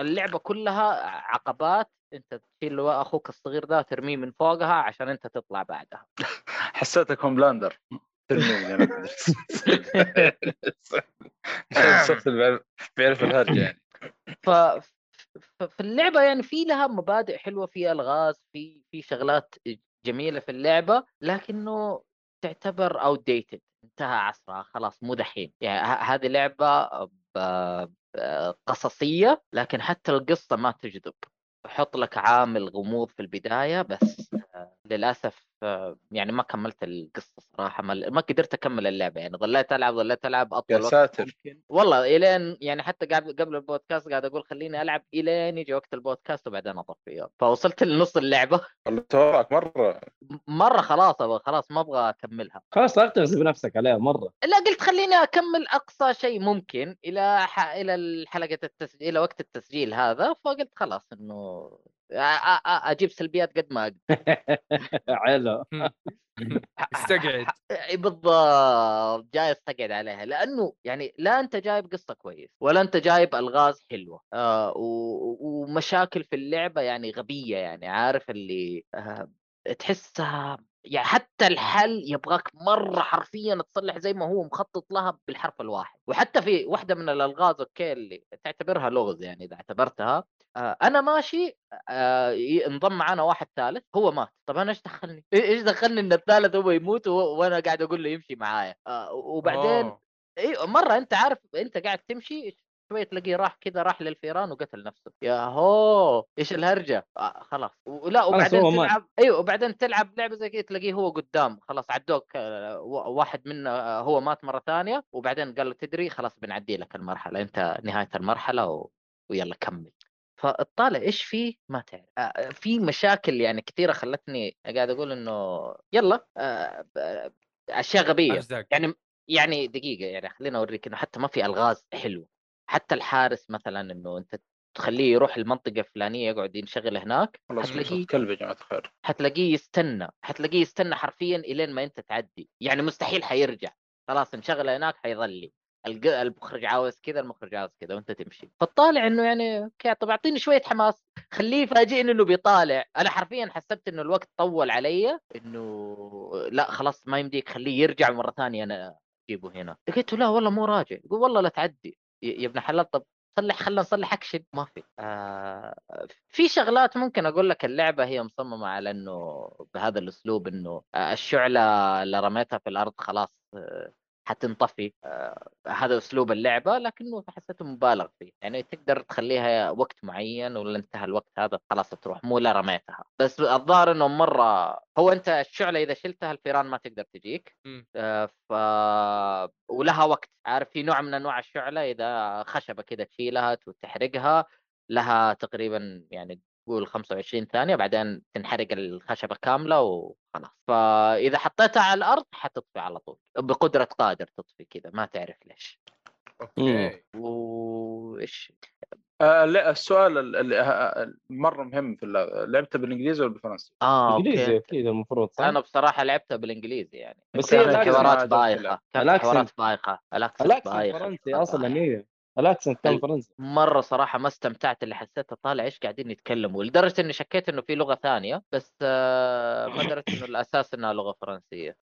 اللعبه كلها عقبات انت تشيل اخوك الصغير ذا ترميه من فوقها عشان انت تطلع بعدها
حسيتك هوملاندر ترميني انا ما أدري.
آه.
(laughs) شخص بيعرف بيعرف الهرجه يعني
ف ف- في اللعبه يعني في لها مبادئ حلوه في الغاز في في شغلات جميله في اللعبه لكنه تعتبر اوت ديتد انتهى عصرها خلاص مو دحين يعني ه- هذه لعبه ب- ب- قصصيه لكن حتى القصه ما تجذب حط لك عامل غموض في البدايه بس آه، للاسف آه، يعني ما كملت القصه صراحه ما ما قدرت اكمل اللعبه يعني ظليت العب ظليت العب اطول
يا
وقت
ساتر.
ممكن. والله الين يعني حتى قاعد قبل البودكاست قاعد اقول خليني العب الين يجي وقت البودكاست وبعدين اطفيه فوصلت لنص اللعبه
توراك مره
مره خلاص أبغى- خلاص ما ابغى اكملها
خلاص لا تغصب نفسك عليها (laughs) مره
لا قلت خليني اكمل اقصى شيء ممكن الى ح... الى حلقه التسجيل الى وقت التسجيل هذا فقلت خلاص انه أ- أ- أ- اجيب سلبيات قد ما اقدر
حلو
استقعد
إيه بالضبط جاي استقعد عليها لانه يعني لا انت جايب قصه كويس ولا انت جايب الغاز حلوه آه و... و- ومشاكل في اللعبه يعني غبيه يعني عارف اللي آه تحسها يعني حتى الحل يبغاك مره حرفيا تصلح زي ما هو مخطط لها بالحرف الواحد وحتى في واحده من الالغاز اوكي اللي تعتبرها لغز يعني اذا اعتبرتها آه انا ماشي آه، ي- انضم معانا واحد ثالث هو مات طب انا ايش دخلني إي- ايش دخلني ان الثالث هو يموت وهو- وانا قاعد اقول له يمشي معايا آه، وبعدين
أوه.
ايوه مره انت عارف انت قاعد تمشي شوي تلاقيه راح كذا راح للفيران وقتل نفسه يا هو ايش الهرجه آه خلاص ولا
هو
وبعدين
مات.
تلعب ايوه وبعدين تلعب لعبه زي كذا تلاقيه هو قدام خلاص عدوك آه، و- واحد منا آه، هو مات مره ثانيه وبعدين قال له تدري خلاص بنعدي لك المرحله انت نهايه المرحله و... ويلا كمل فاطالع ايش فيه ما تعرف آه، في مشاكل يعني كثيره خلتني قاعد اقول انه يلا آه، ب- اشياء غبيه
أرزاق.
يعني يعني دقيقه يعني خلينا اوريك انه حتى ما في الغاز حلو حتى الحارس مثلا انه انت تخليه يروح المنطقه الفلانيه يقعد ينشغل هناك
والله
حتلاقيه-
صرت كلب يا جماعه الخير
حتلاقيه يستنى حتلاقيه يستنى حرفيا الين ما انت تعدي يعني مستحيل حيرجع خلاص انشغل هناك حيظلي الق- المخرج عاوز كذا المخرج عاوز كذا وانت تمشي فطالع انه يعني اوكي طب اعطيني شويه حماس خليه يفاجئني انه بيطالع انا حرفيا حسبت انه الوقت طول علي انه لا خلاص ما يمديك خليه يرجع مره ثانيه انا اجيبه هنا لقيته لا والله مو راجع يقول والله لا تعدي يا يا ابن حلال طب صلح خلنا نصلح اكشن ما في آه في شغلات ممكن اقول لك اللعبه هي مصممه على انه بهذا الاسلوب انه آه، الشعله اللي رميتها في الارض خلاص آه، حتنطفي آه، هذا اسلوب اللعبه لكنه حسيته مبالغ فيه يعني تقدر تخليها وقت معين ولا انتهى الوقت هذا خلاص تروح مو لا رميتها بس الظاهر انه مره هو انت الشعله اذا شلتها الفيران ما تقدر تجيك
مم.
آه، ف ولها وقت عارف في نوع من انواع الشعله اذا خشبه كذا تشيلها تحرقها لها تقريبا يعني قول 25 ثانيه بعدين تنحرق الخشبه كامله وخلاص فاذا حطيتها على الارض حتطفي على طول بقدره قادر تطفي كذا ما تعرف ليش
اوكي
وايش
آه لا السؤال ال- ال- آه، آه، مره مهم في اللعبه لعبتها بالانجليزي ولا بالفرنسي؟
اه
انجليزي
اوكي
اكيد المفروض صح؟
انا بصراحه لعبتها بالانجليزي يعني
بس هي
أوكي،
كانت
الأكسنت-
أنا كذا ما
حوارات
عجبتني
بايخه كانت
الأكسنت-
حوارات بايخه الاكسنت
الاكسنت
بايخه
فرنسي
بصراحة.
اصلا هي الاكسنت كان
ال-
فرنسي
مره صراحه ما استمتعت اللي حسيت طالع ايش قاعدين يتكلموا لدرجه اني شكيت انه في لغه ثانيه بس آه، ما دريت انه الاساس انها لغه فرنسيه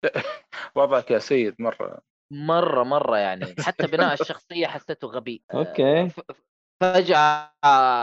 وضعك يا سيد مره
مره مره يعني حتى بناء الشخصيه حسيته
(laughs)
غبي آه،
اوكي
ف- ف- فجاه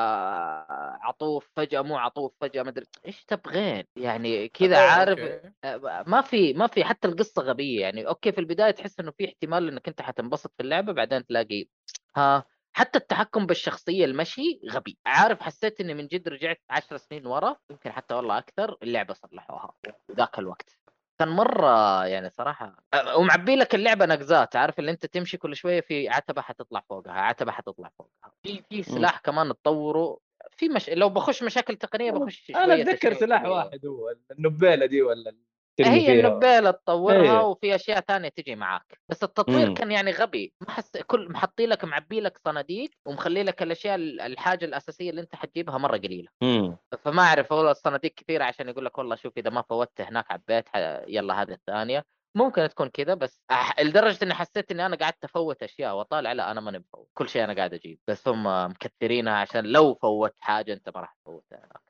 آه، عطوف فجاه مو عطوف فجاه ما ادري ايش تبغين يعني كذا عارف
أوكي.
آه، ما في ما في حتى القصه غبيه يعني اوكي في البدايه تحس انه في احتمال انك انت حتنبسط في اللعبه بعدين تلاقي ها حتى التحكم بالشخصيه المشي غبي عارف حسيت اني من جد رجعت عشر سنين ورا يمكن حتى والله اكثر اللعبه صلحوها ذاك الوقت كان مره يعني صراحه آه، ومعبي لك اللعبه نقزات عارف اللي انت تمشي كل شويه في عتبه حتطلع فوقها عتبه حتطلع فوقها في في سلاح كمان تطوره في مش... لو بخش مشاكل تقنيه بخش
انا
شوية
اتذكر
أشياء
سلاح
تقنية.
واحد هو النبيله دي ولا اللي ترمي
هي
فيها.
النبيله تطورها
إيه.
وفي اشياء تانية تجي معاك بس التطوير
مم.
كان يعني غبي ما حس كل محطي لك معبي لك صناديق ومخلي لك الاشياء ال- الحاجه الاساسيه اللي انت حتجيبها مره قليله
مم.
فما اعرف والله الصناديق كثيره عشان يقول لك والله شوف اذا ما فوتت هناك عبيت ح- يلا هذه الثانيه ممكن تكون كذا بس أح- لدرجه اني حسيت اني انا قعدت افوت اشياء واطالع لا انا ماني مفوت كل شيء انا قاعد اجيب بس هم مكثرينها عشان لو فوت حاجه انت ما راح تفوتها هناك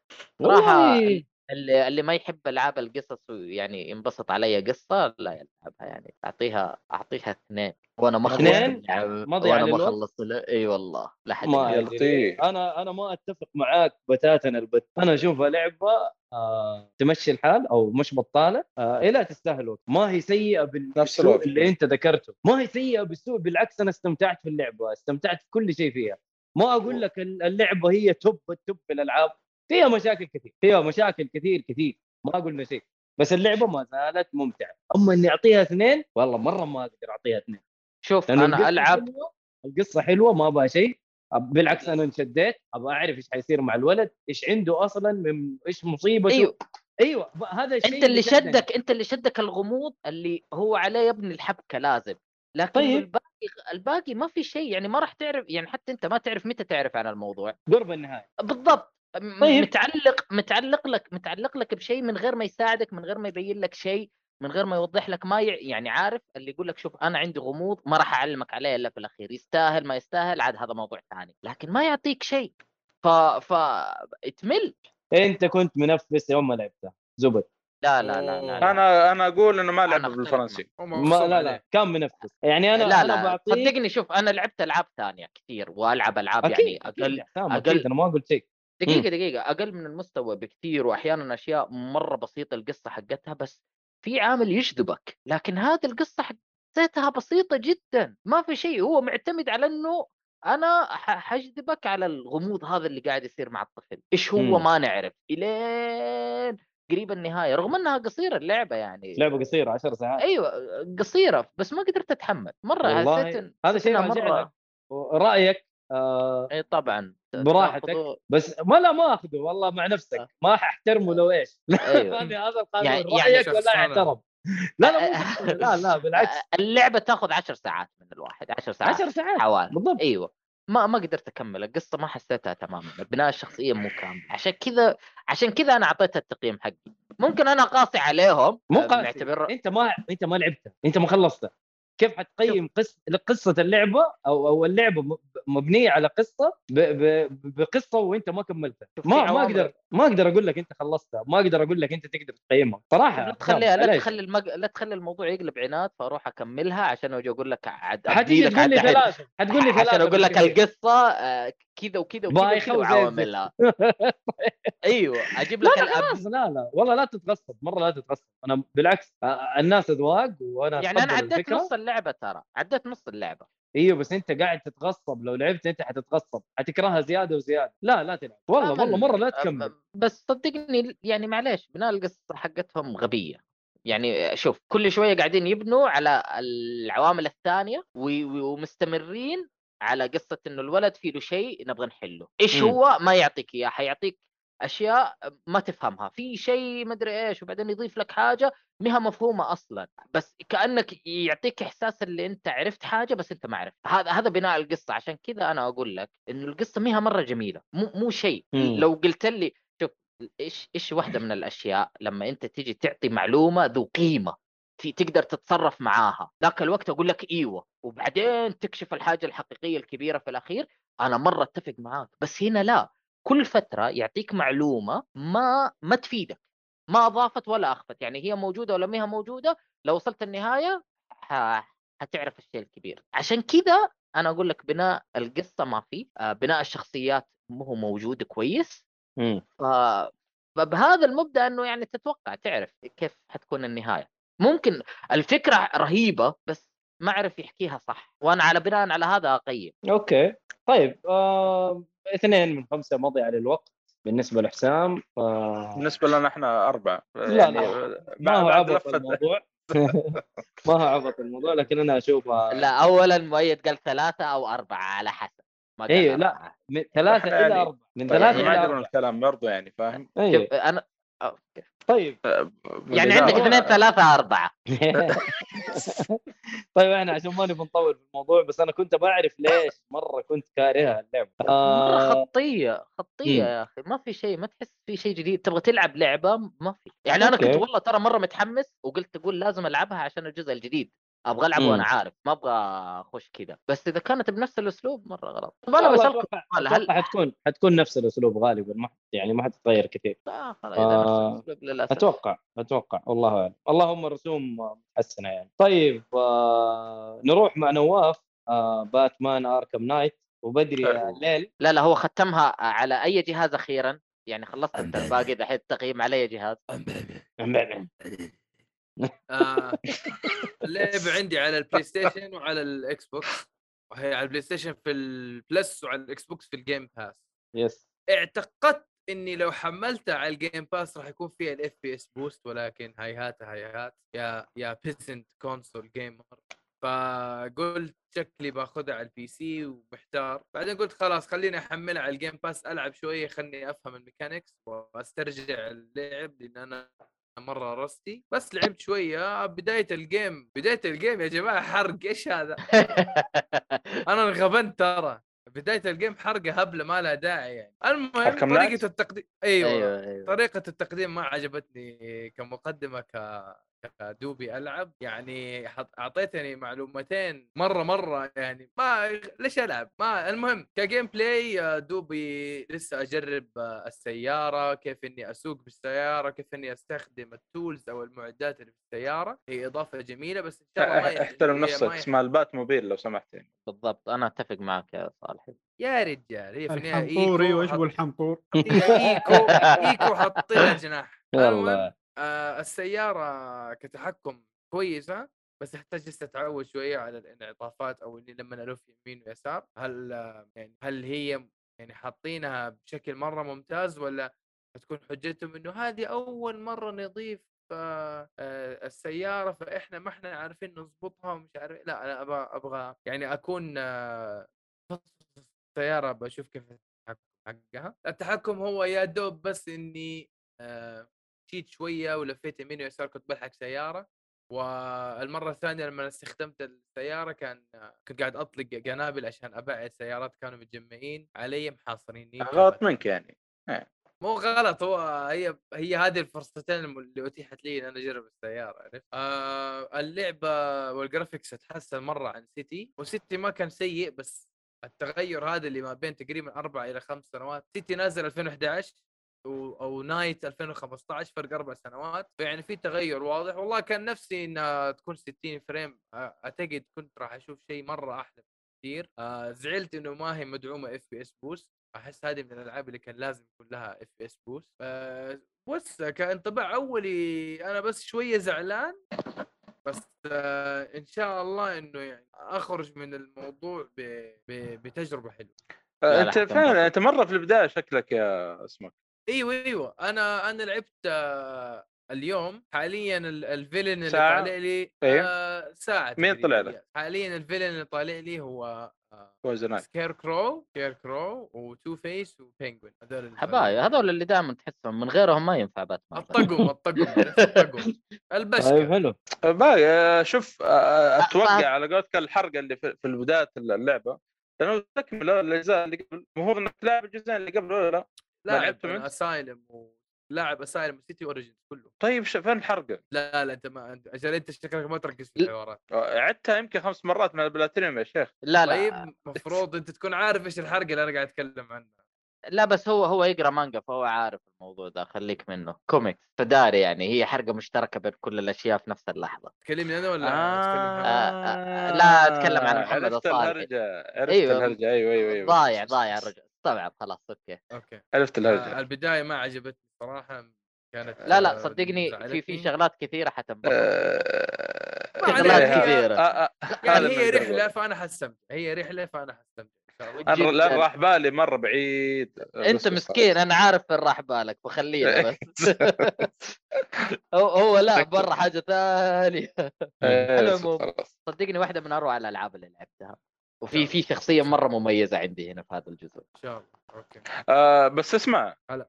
صراحه
والله.
اللي اللي ما يحب العاب القصص ويعني ينبسط علي قصه لا يلعبها يعني اعطيها اعطيها اثنين وانا ما خلصت
اثنين؟
اللعبة-
ما ضيع
وانا ما
الوقت؟
خلصت ال- اي والله لحد
ما
الآن.
يا لطيف
انا انا ما اتفق معاك بتاتا البت انا اشوفها لعبه آه تمشي الحال او مش بطاله آه إيه لا تستاهل وقت ما هي سيئه بال-
نفس
بالسوء
الوقت.
اللي انت ذكرته ما هي سيئه بالسوء بالعكس انا استمتعت في اللعبه استمتعت في كل شيء فيها ما اقول لك ال- اللعبه هي توب التوب في الالعاب فيها مشاكل كثير فيها مشاكل كثير كثير ما قلنا شيء بس اللعبه ما زالت ممتعه اما اني اعطيها اثنين والله مره ما اقدر اعطيها اثنين
شوف
لانه
انا
القصة
العب
حلوة- القصه حلوه ما ابغى شيء أب- بالعكس انا انشديت ابغى اعرف ايش حيصير مع الولد ايش عنده اصلا من ايش مصيبته
ايوه
ايوه ب- هذا الشيء
انت اللي
شدني.
شدك انت اللي شدك الغموض اللي هو عليه يبني الحبكه لازم لكن
طيب.
طيب. الباقي الباقي ما في شيء يعني ما راح تعرف يعني حتى انت ما تعرف متى تعرف عن الموضوع
قرب النهايه
بالضبط م-
طيب.
متعلق متعلق لك متعلق لك بشيء من غير ما يساعدك من غير ما يبين لك شيء من غير ما يوضح لك ما يع- يعني عارف اللي يقول لك شوف انا عندي غموض ما راح اعلمك عليه الا في الاخير يستاهل ما يستاهل عاد هذا موضوع ثاني لكن ما يعطيك شيء ف ف تمل
انت كنت منفس يوم ما لعبتها زبد
لا لا لا, لا, لا.
انا انا اقول انه ما
أنا
لعب
أختلف
بالفرنسي
ما لا لا كان منفس يعني انا
لا
انا
لا
بعطيك
صدقني شوف انا لعبت العاب ثانيه كثير والعب العاب يعني
اكيد
اقل
اقل
أقل.
اقل انا ما قلت شيء
دقيقه دقيقه اقل من المستوى بكثير واحيانا اشياء مره بسيطه القصه حقتها بس في عامل يجذبك لكن هذه القصه حقتها بسيطه جدا ما في شيء هو معتمد على انه انا ح- حجذبك على الغموض هذا اللي قاعد يصير مع الطفل ايش هو
مم.
ما نعرف الين قريب النهايه رغم انها قصيره اللعبه يعني
لعبه قصيره 10 ساعات
ايوه قصيره بس ما قدرت اتحمل مره
والله
حسيت إن-
هذا شيء
إنها
راجع
مره
لك رايك آه
اي طبعا
براحتك. (laughs)
تاخذه-
بس ما لا ما اخذه والله مع نفسك ما ححترمه لو ايش (laughs)
ايوه
هذا هذا القانون
آه. يعني-
يعني
يعني
رايك
شخص
ولا
أنا.
احترم
(laughs)
لا لا مو شخص. لا لا بالعكس
اللعبه آه، تاخذ 10 ساعات من الواحد 10 ساعات
10 ساعات
حوالي
بالضبط
ايوه ما ما قدرت اكمل القصه ما حسيتها تماما البناء الشخصيه مو كامل عشان كذا عشان كذا انا اعطيتها التقييم حقي ممكن انا قاسي عليهم
مو
آه،
قاسي. إيه؟
نعتبر
انت ما انت ما لعبتها انت ما خلصتها كيف حتقيم قص... قصه اللعبه او او اللعبه م- مبنيه على قصه ب... ب... بقصه وانت ما كملتها
شوف، في
ما ما
عوامل.
اقدر ما اقدر اقول لك انت خلصتها ما اقدر اقول لك انت تقدر تقيمها صراحه
لا تخليها لا
معليش.
تخلي المج... لا تخلي الموضوع يقلب عناد فاروح اكملها عشان اجي اقول لك عاد
حتيجي
أبني لك
تقول لي
عاد حلو.
ثلاثه حتقول لي ثلاثه
عشان اقول لك
بالكثير.
القصه آه، كذا وكذا وكذا
بايخة
وكذا
وزي (laughs)
وعواملها ايوه اجيب
لا
لك
لا
الأب...
خلاص لا لا والله لا تتغصب مره لا تتغصب انا بالعكس أ- أ- الناس اذواق وانا
يعني انا
أتقبل
عديت
الفكرة.
نص اللعبه ترى عديت نص اللعبه
ايوه بس انت قاعد تتغصب لو لعبت انت حتتغصب حتكرهها زياده وزياده لا لا تلعب والله
أمل.
والله مره لا تكمل
أم- بس صدقني يعني معليش بناء القصه حقتهم غبيه يعني شوف كل شويه قاعدين يبنوا على العوامل الثانيه و- و- ومستمرين على قصه انه الولد في له شيء نبغى نحله ايش
مم.
هو ما يعطيك اياه حيعطيك اشياء ما تفهمها في شيء ما ادري ايش وبعدين يضيف لك حاجه مها مفهومه اصلا بس كانك يعطيك احساس اللي انت عرفت حاجه بس انت ما عرفت هذا هذا بناء القصه عشان كذا انا اقول لك انه القصه مها مره جميله مو مو شيء
مم.
لو قلت لي شوف ايش ايش واحده من الاشياء لما انت تيجي تعطي معلومه ذو قيمه ت- تقدر تتصرف معاها ذاك الوقت اقول لك ايوه وبعدين تكشف الحاجه الحقيقيه الكبيره في الاخير انا مره اتفق معاك بس هنا لا كل فتره يعطيك معلومه ما ما تفيدك ما اضافت ولا اخفت يعني هي موجوده ولا ما هي موجوده لو وصلت النهايه ح... حتعرف الشيء الكبير عشان كذا انا اقول لك بناء القصه ما في آه، بناء الشخصيات مو هو موجود كويس
مم.
ف... فبهذا المبدا انه يعني تتوقع تعرف كيف حتكون النهايه ممكن الفكره رهيبه بس ما عرف يحكيها صح وانا على بناء على هذا اقيم
اوكي طيب آه... اثنين من خمسه مضيعه للوقت بالنسبه لحسام آه...
بالنسبه لنا احنا اربعه
لا، لا. ما هو
بعد
عبط
لفه
الموضوع (laughs) ما هو عبط الموضوع لكن انا اشوفها
لا اولا مؤيد قال ثلاثه او اربعه على حسب ما قال
إيه، لا.
أربعة.
من ثلاثه
إحنا
الى
يعني-
اربعه من
طيب،
ثلاثه
احنا ما
الى
عجبنا
اربعه
الكلام برضه يعني فاهم
أيوه.
شوف انا أوكي.
طيب (laughs)
يعني عندك
بالإدارة.
اثنين ثلاثه اربعه
طيب احنا عشان ما نبي نطول في الموضوع بس انا كنت بعرف ليش مره كنت كارهها اللعبه
مره
آه... إيه.
خطيه خطيه
مم.
يا اخي ما في شيء ما تحس في شيء جديد تبغى تلعب لعبه ما في يعني انا كنت
أوكي.
والله ترى مره متحمس وقلت اقول لازم العبها عشان الجزء الجديد ابغى العب
مم.
وانا عارف ما ابغى اخش كذا بس اذا كانت بنفس الاسلوب مره غلط طب انا
والله
بسالكم
أتوقع-
سؤال هل
اتوقع حتكون حتكون نفس الاسلوب غالبا ما حت- يعني ما حتتغير كثير
آه خلاص اذا
آه،
نفس الاسلوب للاسف
اتوقع اتوقع والله اعلم اللهم الرسوم متحسنه يعني طيب آه... نروح مع نواف آه... باتمان اركم نايت وبدري يا الليل
لا لا هو ختمها على اي جهاز اخيرا يعني خلصت انت الباقي دحين التقييم على اي جهاز
آه، اللعبه عندي على البلاي ستيشن وعلى الاكس بوكس وهي على البلاي ستيشن في البلس وعلى الاكس بوكس في الجيم باس
يس
اعتقدت اني لو حملتها على الجيم باس راح يكون فيها الاف بي اس بوست ولكن هيهات هيهات يا يا بيسنت كونسول جيمر فقلت شكلي باخذها على البي سي ومحتار بعدين قلت خلاص خليني احملها على الجيم باس العب شويه خلني افهم الميكانكس واسترجع اللعب لان انا مره رستي بس لعبت شويه بدايه الجيم بدايه الجيم يا جماعه حرق ايش هذا انا انغبنت ترى بدايه الجيم حرقه هبله ما لها داعي يعني المهم
أركم لايت؟
طريقه التقديم ايوه, أيوة.
ايوه ايوه
طريقه التقديم ما عجبتني كمقدمه ك كدوبي العب يعني حط- اعطيتني معلومتين مره مره يعني ما ليش العب ما المهم كجيم بلاي آه، دوبي لسه اجرب آه، السياره كيف اني اسوق بالسياره كيف اني استخدم التولز او المعدات اللي في السياره هي اضافه جميله بس ان شاء الله ما يح-
احترم
هي
نفسك
ما يح-
اسمها البات موبيل لو سمحت يعني
بالضبط انا اتفق معك يا صالحي
يا رجال هي في النهايه
الحنطور
إيكو
ايوه ايش
حط-
هو الحنطور؟
هي ايكو ايكو حط لها جناح المهم،
والله
آه، السيارة كتحكم كويسة بس احتاج لسه اتعود شوية على الانعطافات او اني لما الف يمين ويسار هل آه، يعني هل هي يعني حاطينها بشكل مرة ممتاز ولا تكون حجتهم انه هذه اول مرة نضيف آه، آه، السيارة فاحنا ما احنا عارفين نظبطها ومش عارف لا انا ابغى ابغى يعني اكون آه، السيارة بشوف كيف التحكم حقها التحكم هو يا دوب بس اني آه، مشيت شويه ولفيت يمين ويسار كنت بلحق سياره والمره الثانيه لما استخدمت السياره كان آه، كنت قاعد اطلق قنابل عشان ابعد سيارات كانوا متجمعين علي محاصريني
إيه،
غلط منك يعني
مو غلط هو هي هي هذه الفرصتين الم- اللي اتيحت لي ان انا اجرب السياره عرفت؟ آه اللعبه والجرافيكس اتحسن مره عن سيتي وسيتي ما كان سيء بس التغير هذا اللي ما بين تقريبا اربع الى خمس سنوات سيتي نازل 2011 و- او نايت 2015 فرق اربع سنوات فيعني في تغير واضح والله كان نفسي انها تكون 60 فريم آه، اعتقد كنت راح اشوف شيء مره احلى كثير آه زعلت انه ما هي مدعومه اف بي اس بوست احس هذه من الالعاب اللي كان لازم يكون لها اف بي اس بوست آه بس كانطباع اولي انا بس شويه زعلان بس آه ان شاء الله انه يعني اخرج من الموضوع ب... ب... بتجربه حلوه
لا،
انت
حتى
فعلا
ما-
انت مره في البدايه شكلك يا اسمك
ايوه ايوه انا انا لعبت آه اليوم حاليا ال- الفيلن اللي
ساعة؟
طالع لي
إيه.
آه ساعه
مين
تقريباً.
طلع لك؟
حاليا الفيلن اللي طالع لي هو آه
وزنان
سكير كرو سكير كرو وتو فيس وبينجوين هذول اللي
حبايا
طالعين.
هذول اللي دائما تحسهم من غيرهم ما ينفع باتمان (laughs)
الطقم الطقم عرفت؟ الطقم
طيب
البشكه
حلو
باقي آه، شوف آه،
أخطأت.
اتوقع على قولتك الحرقه اللي في في بدايه اللعبه لانه تكمل الاجزاء اللي قبل المفروض انك تلعب الجزئين اللي قبل ولا لا؟ ما
لاعب
لعبتوا أنت؟
اسايلم ولاعب اسايلم وسيتي اوريجنز كله
طيب ش- فين الحرقه؟
لا لا انت ما أنت- عشان انت شكلك ما تركز في
ل-
الحوارات
آه، عدتها يمكن خمس مرات من البلاتينيوم يا شيخ
لا لا
طيب المفروض انت تكون عارف ايش الحرق اللي انا قاعد اتكلم عنه
لا بس هو هو يقرا مانجا فهو عارف الموضوع ده خليك منه كوميكس فداري يعني هي حرقه مشتركه بين كل الاشياء في نفس اللحظه
تكلمني انا ولا أتكلم عنه؟
آه، لا، أتكلم عن محمد
عرفت
الصالحي.
الهرجه عرفت
أيوة.
الهرجه
أيوه،
ايوه ايوه ايوه
ضايع ضايع الرجل استوعب خلاص اوكي
اوكي
عرفت
آه،
الهرجه
البدايه ما عجبتني صراحه كانت
لا لا
آه،
صدقني في في
زعلتني.
شغلات كثيره حتنبسط
آه،
ما
يعني
عليك.
ها-
كبيرة.
آه، آه،
يعني
هذا
هي
المنظر.
رحله فانا حستمتع هي رحله فانا حستمتع ان شاء الله
أنا
جداً.
لا، راح بالي مره بعيد
انت يعني. مسكين انا عارف فين راح بالك فخلينا
(laughs)
بس (laughs) هو هو لا برا حاجه ثانيه
إيه،
على العموم.
خلاص
صدقني واحده من اروع الالعاب اللي لعبتها وفي في شخصيه مره مميزه عندي هنا في هذا الجزء
ان شاء الله اوكي
آه بس اسمع
هلا.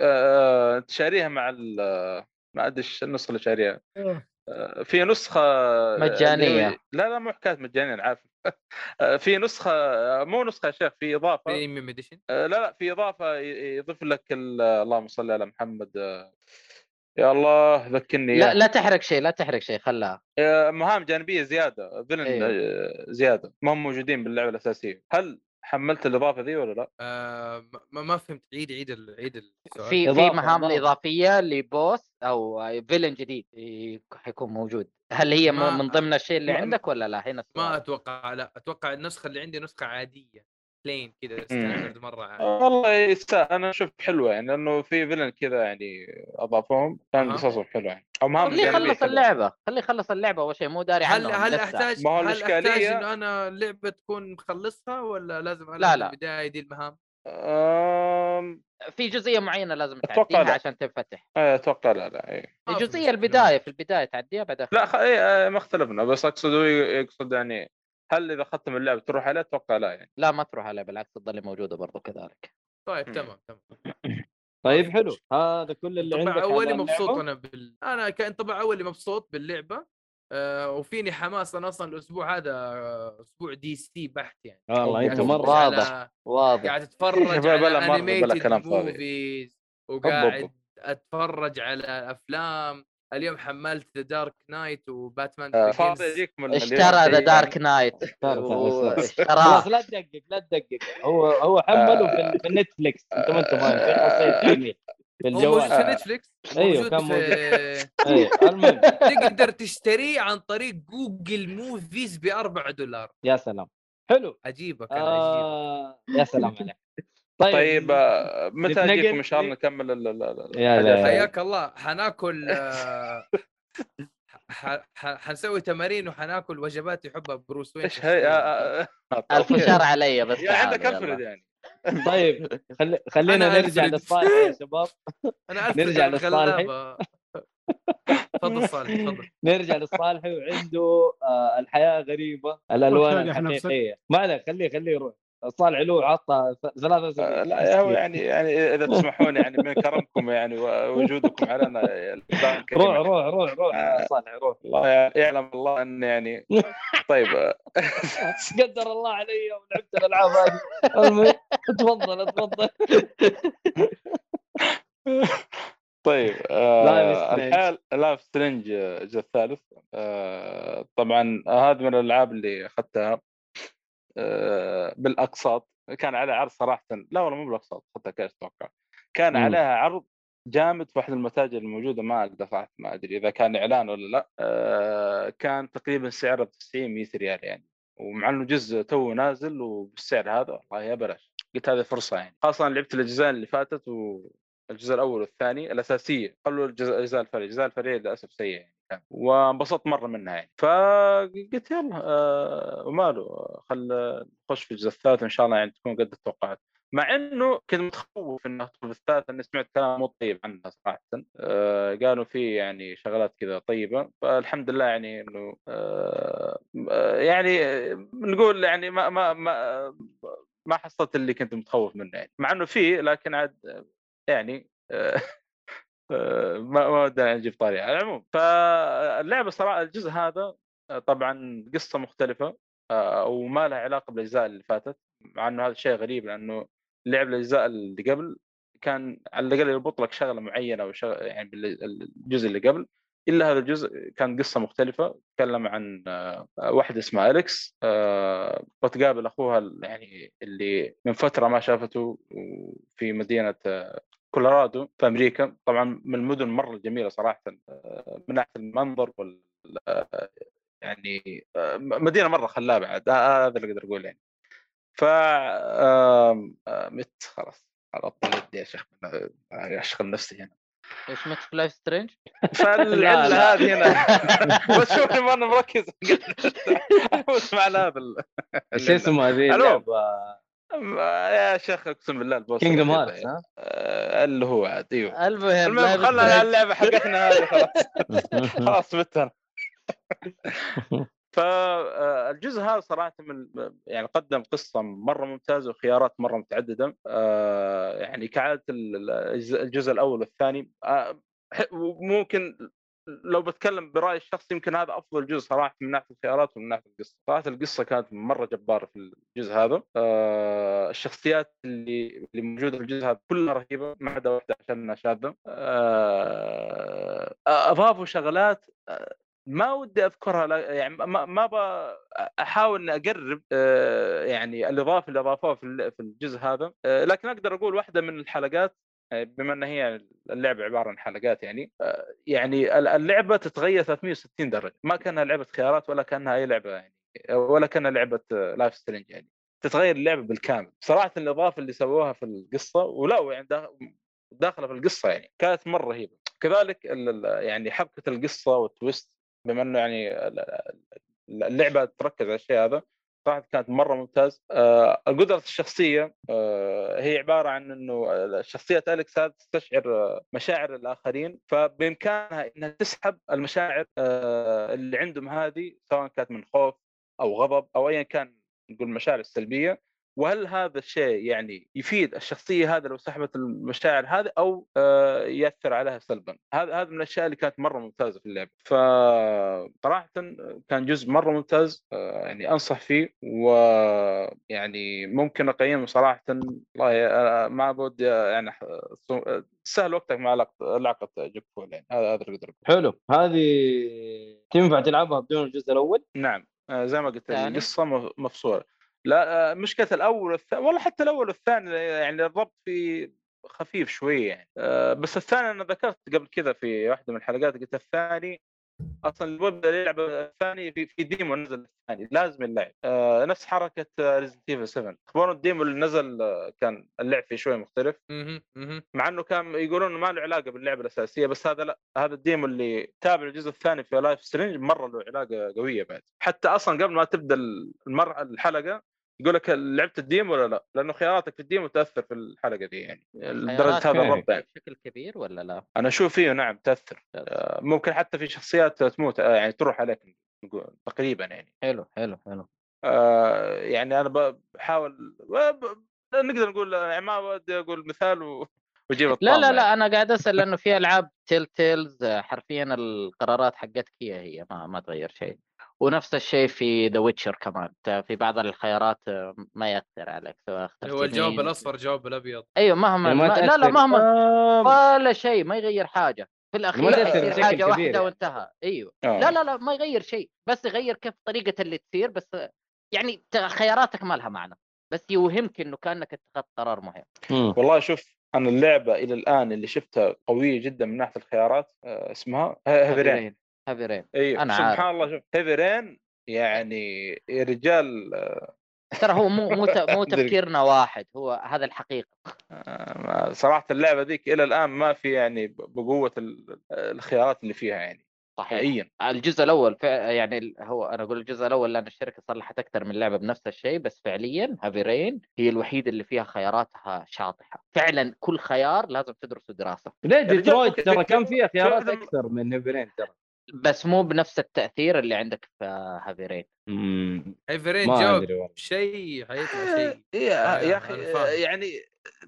آه، انت شاريها مع ال ما ادري ايش النسخه اللي شاريها آه، في نسخه
مجانية.
اللي- لا لا مو حكايه مجانيه انا عارف (laughs) آه، في نسخه آه، مو نسخه يا شيخ في اضافه
بريميوم اديشن
آه، لا لا في اضافه ي- يضيف لك ال- اللهم صل على محمد آه، يا الله ذكرني
لا
لا
لا تحرق شيء لا تحرق شيء خلاها
آه، مهام جانبيه زياده فيلن
أيوة.
آه، زياده ما هم موجودين باللعبه الاساسيه هل حملت الاضافه ذي ولا لا؟
آه ما, ما فهمت عيد عيد ال- عيد السؤال
في في
إضافة-
مهام
إضافة.
اضافيه لبوس او فيلن جديد ي- حيكون موجود هل هي
ما-
من ضمن الشيء اللي
ما-
عندك ولا لا هنا
ما
السؤال.
اتوقع لا اتوقع النسخه اللي عندي نسخه عاديه بلين كذا ستاندرد مره عادي
آه، والله يستاهل انا اشوف حلوه يعني لانه في فيلن كذا يعني اضافوهم كان
أها.
قصصهم حلوه يعني او مهام
خليه
جانبيه
يخلص
حلوة.
اللعبه خليه يخلص اللعبه اول شيء مو داري
هل
عنهم
هل
لسه.
احتاج
ما هو
هل احتاج
الإشكالية-
انه انا اللعبه تكون مخلصها ولا لازم
لا،
العب
لا.
البدايه دي المهام؟
أم،
في جزئيه معينه لازم
أتوقع
تعديها
لا.
عشان تنفتح
آه، اتوقع لا لا إيه.
ما في
الجزئيه
مشكلة.
البدايه في البدايه تعديها بعدين
لا خ... إيه آه، ما اختلفنا بس اقصد هو يقصد يعني هل اذا اخذت من اللعب تروح عليه اتوقع لا يعني
لا ما تروح عليها بالعكس تظل موجوده برضو كذلك
طيب
مم.
تمام تمام
طيب حلو هذا كل اللي عندك
طبع
على
اولي مبسوط
اللعبة؟
انا بال... انا كان طبع اولي مبسوط باللعبه آه وفيني حماس انا اصلا الاسبوع هذا آه، اسبوع دي سي بحت يعني
والله انت
قاعد
يعني
مره
أتفرج على-
واضح. واضح
(laughs)
قاعد اتفرج
شباب،
على
بلا مرض، بلا
انيميتد
كلام فاضي.
موفيز
طب- طب.
وقاعد اتفرج على افلام اليوم حملت ذا دارك نايت وباتمان
آه،
Begins.
فاضي يجيك من
اشترى ذا
مليون
دارك نايت
تعرف- تعرف-
(laughs) اشتراه
خلاص لا تدقق لا تدقق هو هو حمله في- في النتفلكس انت ما انت فاهم في خاصيه تعميل في
هو موجود
الجوال
آه.
في نتفلكس
أيوه،
موجود
كان موجود. (laughs)
في...
إيه، المهم
(laughs) تقدر تشتريه عن طريق جوجل موفيز ب 4 دولار
يا سلام حلو
اجيبك انا اجيبك
آه يا سلام عليك طيب
(laughs) طيب آه، متى
نتنقل؟
اجيكم ان شاء الله نكمل ال- ال- ال-
يا
الحاجات
لا.
هذه.
حياك الله حناكل
(laughs)
آه، ح- ح- حنسوي تمارين وحناكل وجبات يحبها بروس وين
ايش هي آه، آه، آه،
الف
أوكي.
شهر علي بس
يا
تعالوا
عندك
يلا.
انفرد يعني
طيب خلي خلينا
أنا
نرجع
ألفريد.
للصالح يا شباب
انا
نرجع
الفرد
لصالحي.
الغلابه يعني
(laughs)
تفضل صالح تفضل
نرجع للصالحي وعنده آه الحياه غريبه الالوان
تشجح نفسك.
الحقيقيه ما عليه خليه خليه يروح الصالح له عطى ثلاث
آه،
اسابيع
لا هو يعني يعني اذا تسمحون يعني من كرمكم يعني ووجودكم علينا الإعلان كريم.
روح روح روح روح
آه.
يا صالح روح
يعني الله يعلم الله ان يعني طيب آه،
قدر الله علي ولعبت الالعاب هذه المهم، تفضل
(laughs)
تفضل
طيب
Life
آه
is Strange.
الحال لايف سترينج الجزء الثالث آه طبعا هذا من الالعاب اللي اخذتها آه بالاقساط كان على عرض صراحه لا والله مو بالاقساط اخذتها كاش اتوقع كان
مم.
عليها عرض جامد في احد المتاجر الموجوده ما اقدر صراحه ما ادري اذا كان اعلان ولا لا آه كان تقريبا سعره 90 100 ريال يعني ومع انه جزء تو نازل وبالسعر هذا والله يا بلاش قلت هذه فرصه يعني خاصه لعبت الاجزاء اللي فاتت و الجزء الاول والثاني الاساسيه خلوا الجزء الاجزاء الفرعيه الاجزاء الفرعيه للاسف سيئه يعني كان. وانبسطت مره منها يعني فقلت يلا آه، وماله آه، خل نخش في الجزء الثالث ان شاء الله يعني تكون قد التوقعات مع انه كنت متخوف انها تكون في الثالث اني سمعت كلام مو طيب عنها صراحه آه، قالوا في يعني شغلات كذا طيبه فالحمد لله يعني انه آه، آه، يعني آه، نقول يعني ما ما ما ما حصلت اللي كنت متخوف منه يعني مع انه في لكن عاد يعني آه، (laughs) آه، ما ما ودنا نجيب طاري على العموم فاللعبه صراحه الجزء هذا آه، طبعا قصه مختلفه آه، وما لها علاقه بالاجزاء اللي فاتت مع انه هذا شيء غريب لانه لعب الاجزاء اللي قبل كان على الاقل يربط لك شغله معينه او شغ... يعني بالجزء اللي قبل الا هذا الجزء كان قصه مختلفه تكلم عن آه، واحده اسمها اليكس آه، بتقابل اخوها ال- يعني اللي من فتره ما شافته في مدينه آه، كولورادو في امريكا طبعا من المدن مره الجميله صراحه آه، من ناحيه المنظر وال آه، يعني آه، مدينه مره خلابه عاد آه، هذا اللي اقدر اقول يعني ف آم، آه، مت خلاص على طول يدي يا شيخ أنا- أنا اشغل نفسي هنا
ايش مت في لايف سترينج؟
فالعله هذه هنا (laughs) بس شوفني ماني مركز (laughs) اسمع على هذا ال-
ايش اسمه هذه
ألو.
اللعبة؟
آه، يا شيخ اقسم بالله البوس
كينجدم هارتس
(laughs)
ها؟
آه، اللي هو عاد
(laughs)
ايوه
المهم
المهم
Life
خلنا
is
على
Strange.
اللعبه حقتنا هذه خلاص
(laughs)
(laughs) خلاص مت انا فالجزء آه، هذا صراحه من يعني قدم قصه مره ممتازه وخيارات مره متعدده آه، يعني كعاده ال- ال- الجزء الاول والثاني آه، ح- ممكن لو بتكلم برايي الشخصي يمكن هذا افضل جزء صراحه من ناحيه الخيارات ومن ناحيه القصه، صراحه القصه كانت مره جباره في الجزء هذا، آه، الشخصيات اللي اللي موجوده في الجزء هذا كلها رهيبه ما عدا واحده عشان انها شاذه، آه، اضافوا شغلات آه، ما ودي اذكرها لا- يعني ما ما ابغى احاول اني اقرب آه، يعني الاضافه اللي اضافوها في ال- في الجزء هذا، آه، لكن اقدر اقول واحده من الحلقات آه، بما ان هي اللعبه عباره عن حلقات يعني آه، يعني ال- اللعبه تتغير 360 درجه ما كانها لعبه خيارات ولا كانها اي لعبه يعني ولا كانها لعبه لايف سترينج يعني تتغير اللعبه بالكامل صراحه الاضافه اللي سووها في القصه ولا يعني دا- داخله في القصه يعني كانت مره رهيبه كذلك ال- ال- يعني حبكه القصه والتويست بما انه يعني ال- ال- اللعبه تركز على الشيء هذا صراحه كانت مره ممتاز آه، قدره الشخصيه آه، هي عباره عن انه شخصيه اليكس هذه تستشعر آه، مشاعر الاخرين فبامكانها انها تسحب المشاعر آه، اللي عندهم هذه سواء كانت من خوف او غضب او ايا كان نقول المشاعر السلبيه وهل هذا الشيء يعني يفيد الشخصيه هذا لو سحبت المشاعر هذه او آه، ياثر عليها سلبا هذا هذا من الاشياء اللي كانت مره ممتازه في اللعبه فصراحه كان جزء مره ممتاز آه، يعني انصح فيه ويعني ممكن اقيمه صراحه والله أنا ما بود يعني أح- صو- سهل وقتك مع علاقه لعقه جيك فول يعني هذا هذا اللي اقدر أقوله.
حلو هذه تنفع تلعبها بدون الجزء الاول
نعم آه، زي ما قلت
ثاني؟
القصه مف- مفصوله لا آه، مشكله الاول والثاني والله حتى الاول والثاني يعني الربط فيه خفيف شويه يعني آه، بس الثاني انا ذكرت قبل كذا في واحده من الحلقات قلت الثاني اصلا اللي بيبدا يلعب الثاني في في ديمو نزل الثاني لازم يلعب آه، نفس حركه ريزنت ايفل 7 اخبار الديمو اللي نزل آه، كان اللعب فيه شويه مختلف
مهم، مهم.
مع انه كان يقولون إنه ما له علاقه باللعبه الاساسيه بس هذا لا هذا الديمو اللي تابع الجزء الثاني في لايف سترينج مره له علاقه قويه بعد حتى اصلا قبل ما تبدا المر... الحلقه يقول لك لعبت الديمو ولا لا؟ لانه خياراتك في الديمو تاثر في الحلقه دي يعني لدرجه
خيارات
هذا
يعني.
الربط يعني
بشكل كبير ولا لا؟
انا اشوف فيه نعم تاثر آه، ممكن حتى في شخصيات تموت آه، يعني تروح عليك نقول تقريبا يعني
حلو حلو حلو
آه، يعني انا بحاول آه، ب- نقدر نقول يعني ما ودي اقول مثال و... وجيب
لا لا لا انا قاعد اسال لانه في العاب تيل تيلز حرفيا القرارات حقتك هي هي ما ما تغير شيء ونفس الشيء في ذا ويتشر كمان أنت في بعض الخيارات آه، ما ياثر عليك سواء اخترت
هو الجواب
يمين.
الاصفر جواب الابيض
ايوه مهما
يعني ما
ما لا لا
تأثر.
مهما
آه،
ولا شيء ما يغير حاجه في الاخير
تأثر
يصير
بشكل
حاجه
كبير
واحده
يعني.
وانتهى ايوه
آه.
لا لا لا ما يغير شيء بس يغير كيف طريقه اللي تصير بس يعني ت- خياراتك ما لها معنى بس يوهمك انه كانك اتخذت قرار مهم
مم.
والله شوف انا اللعبه الى الان اللي شفتها قويه جدا من ناحيه الخيارات آه، اسمها هيفي رين
هافي رين
ايوه
أنا
سبحان
عارف.
الله شوف هيفي رين يعني يا رجال
ترى هو مو مو ت- مو
أدري.
تفكيرنا واحد هو هذا الحقيقه
آه، صراحه اللعبه ذيك الى الان ما في يعني بقوه ال- الخيارات اللي فيها يعني
صحيح
حقيقيا
الجزء الاول فع- يعني ال- هو انا اقول الجزء الاول لان الشركه صلحت اكثر من لعبه بنفس الشيء بس فعليا هافي رين هي الوحيده اللي فيها خياراتها شاطحه فعلا كل خيار لازم تدرسه دراسه
ليه
رجال
ديترويت
يعني
ترى
ممكن تكتب-
كان فيها خيارات
تكتب-
اكثر من هيفرين ترى
بس مو بنفس التاثير اللي عندك في هافي رين
هيفرين
إيه،
ما
جاوب
ادري والله
شيء حيطلع شيء
آه، يا
أنا
يا اخي
فاهم.
آه، يعني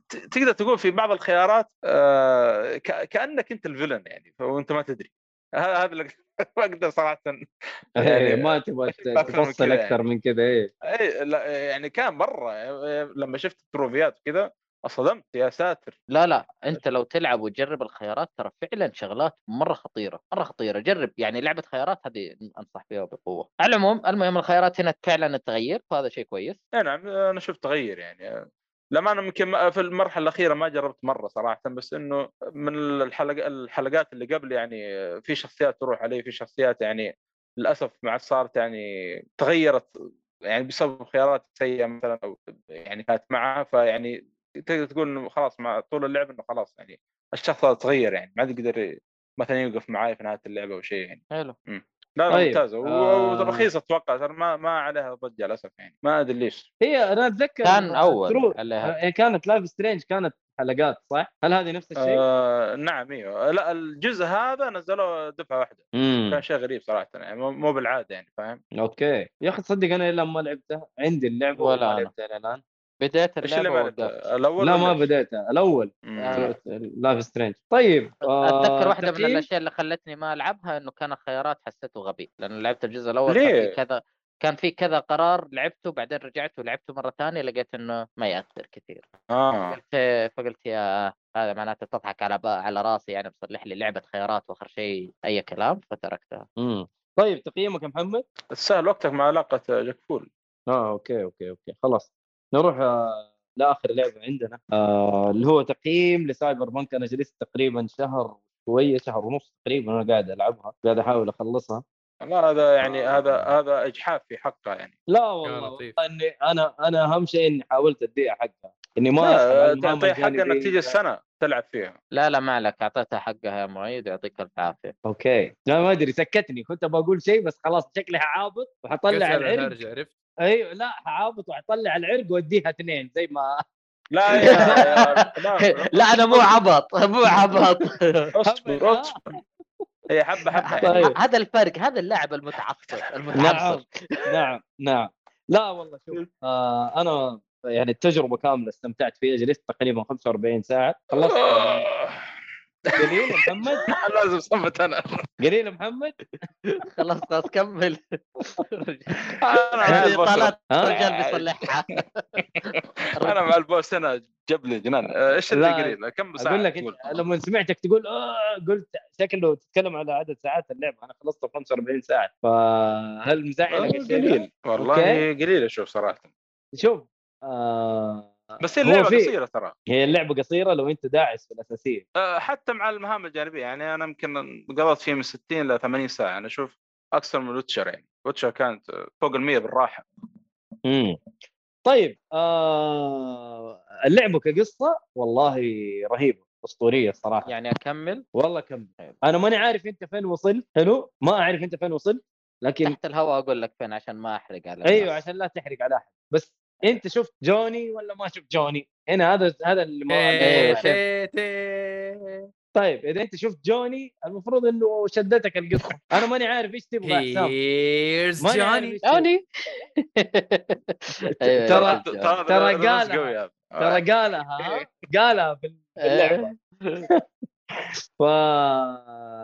ت- تقدر تقول في بعض الخيارات آه، ك- كانك انت الفيلن يعني وانت ما تدري هذا هذا اللي (laughs) اقدر صراحه
إيه،
يعني-
ما تبغى
أكثر من
تفصل
كذا يعني.
اكثر من كذا ايه
اي لا يعني كان مره يعني لما شفت التروفيات وكذا اصطدمت يا ساتر
لا لا انت لو تلعب وتجرب الخيارات ترى فعلا شغلات مره خطيره مره خطيره جرب يعني لعبه خيارات هذه انصح فيها بقوه على العموم المهم الخيارات هنا فعلا تغير فهذا شيء كويس
اي نعم انا شفت تغير يعني لما انا يمكن ما- في المرحله الاخيره ما جربت مره صراحه بس انه من الحلقه الحلقات اللي قبل يعني في شخصيات تروح عليه في شخصيات يعني للاسف ما عاد صارت يعني تغيرت يعني بسبب خيارات سيئه مثلا او يعني كانت معها فيعني تقدر تقول انه خلاص مع طول اللعب انه خلاص يعني الشخص هذا تغير يعني ما عاد يقدر مثلا يوقف معاي في نهايه اللعبه او شيء يعني
حلو
لا لا
طيب،
ممتازه و-
آه.
ورخيصه اتوقع ترى ما ما عليها ضجه للاسف يعني ما ادري ليش
هي انا اتذكر
كان
ترو-
اول عليها.
هي كانت لايف سترينج كانت حلقات صح؟ هل هذه نفس الشيء؟
آه نعم ايوه لا الجزء هذا نزلوه دفعه واحده كان
امم
شيء غريب صراحه يعني مو- مو بالعاده يعني فاهم
اوكي يا اخي تصدق انا لما لعبتها عندي اللعبه
ولا
وما
أنا.
لعبتها إلى الان
بديت
ايش اللي
اللعبه
ما لعبت؟
ووقفت
الاول
لا
ولا
ما
إيش؟
بديتها الاول
مم.
آه.
لايف سترينج طيب آه،
اتذكر واحده من
تقييم؟
الاشياء اللي خلتني ما العبها انه كان الخيارات حسيته غبي لان لعبت الجزء الاول
ليه؟
كان في كذا كان في كذا قرار لعبته بعدين رجعت ولعبته مره ثانيه لقيت انه ما ياثر كثير
اه
قلت فقلت يا هذا معناته تضحك على با... على راسي يعني مصلح لي لعبه خيارات واخر شيء اي كلام فتركتها
مم. طيب تقييمك يا محمد؟
تسهل وقتك مع علاقه جاك فول
اه اوكي اوكي اوكي خلاص نروح آه، لاخر لعبه عندنا آه، اللي هو تقييم لسايبر بانك انا جلست تقريبا شهر شويه شهر ونص تقريبا انا قاعد العبها قاعد احاول اخلصها
لا هذا يعني
آه.
هذا هذا اجحاف في حقه يعني
لا (laughs) والله
لطيف.
والله اني انا انا اهم شيء اني حاولت اديها حقها اني ما أسحب على
لا، طيب،
المهام
تعطيه حق انك
الجانبية.
تيجي السنه تلعب فيها
لا لا ما عليك اعطيتها حقها يا معيد يعطيك
(laughs)
الف عافيه
اوكي لا ما ادري سكتني كنت بقول شيء بس خلاص شكلي عابط وحطلع
قتل
العلم
الهرجة، عرفت
ايوه لا حعابط وحطلع العرق واديها اثنين زي ما (laughs)
لا يا يا- لا
لا انا مو عبط مو (laughs) عبط
(laughs)
اصبر اصبر هي يعني. حبه حبه
طيب.
هذا الفرق هذا اللاعب المتعصب
نعم
المتعصب
نعم نعم لا والله شوف آه انا يعني التجربه كامله استمتعت فيها جلست تقريبا 45 ساعه
(laughs)
خلصت قليل محمد
لازم صمت انا
قليل محمد
خلاص خلاص
(laughs)
كمل
انا
(laughs)
مع
هذه
البوس
طالات
ها آه.
رجال بيصلحها
انا مع البوس انا جاب لي جنان آه، ايش اللي
لا،
قليل كم ساعه
اقول لك
تقول؟
إنت لما سمعتك تقول آه قلت شكله تتكلم على عدد ساعات اللعبه انا خلصت 45 ساعه فهل مزعلك
آه،
الشيء ده؟
قليل والله
أوكي.
قليل اشوف صراحه
شوف آه
بس هي
هو
اللعبه
في-
قصيره ترى
هي اللعبه قصيره لو انت داعس في الاساسيه
آه، حتى مع المهام الجانبيه يعني انا يمكن قضيت فيه من 60 ل 80 ساعه انا اشوف اكثر يعني من ويتشر يعني ويتشر كانت آه، فوق ال 100 بالراحه
امم طيب آه اللعبه كقصه والله رهيبه اسطوريه الصراحه يعني
يعني اكمل
والله كم انا ماني عارف انت فين وصلت حلو ما اعرف انت فين وصلت لكن
تحت الهواء اقول لك فين عشان ما احرق على
ايوه
الناس.
عشان لا تحرق على احد بس انت شفت جوني ولا ما شفت جوني هنا هذا هذا اللي ما
تي-
شوف.
تي-
إيه،
تي.
طيب اذا انت شفت جوني المفروض انه شدتك القصه انا ماني عارف ايش تبغى يا حسام
Here's
ماني عارف
Johnny.
إيش تبغى.
(laughs) يعني أيوة،
ترى-
أيوة، أيوة.
ترى
ذا- ذا- ذا-
قالها.
قوي هذا. آه.
ترى قالها
إيه.
قالها في اللعبه ف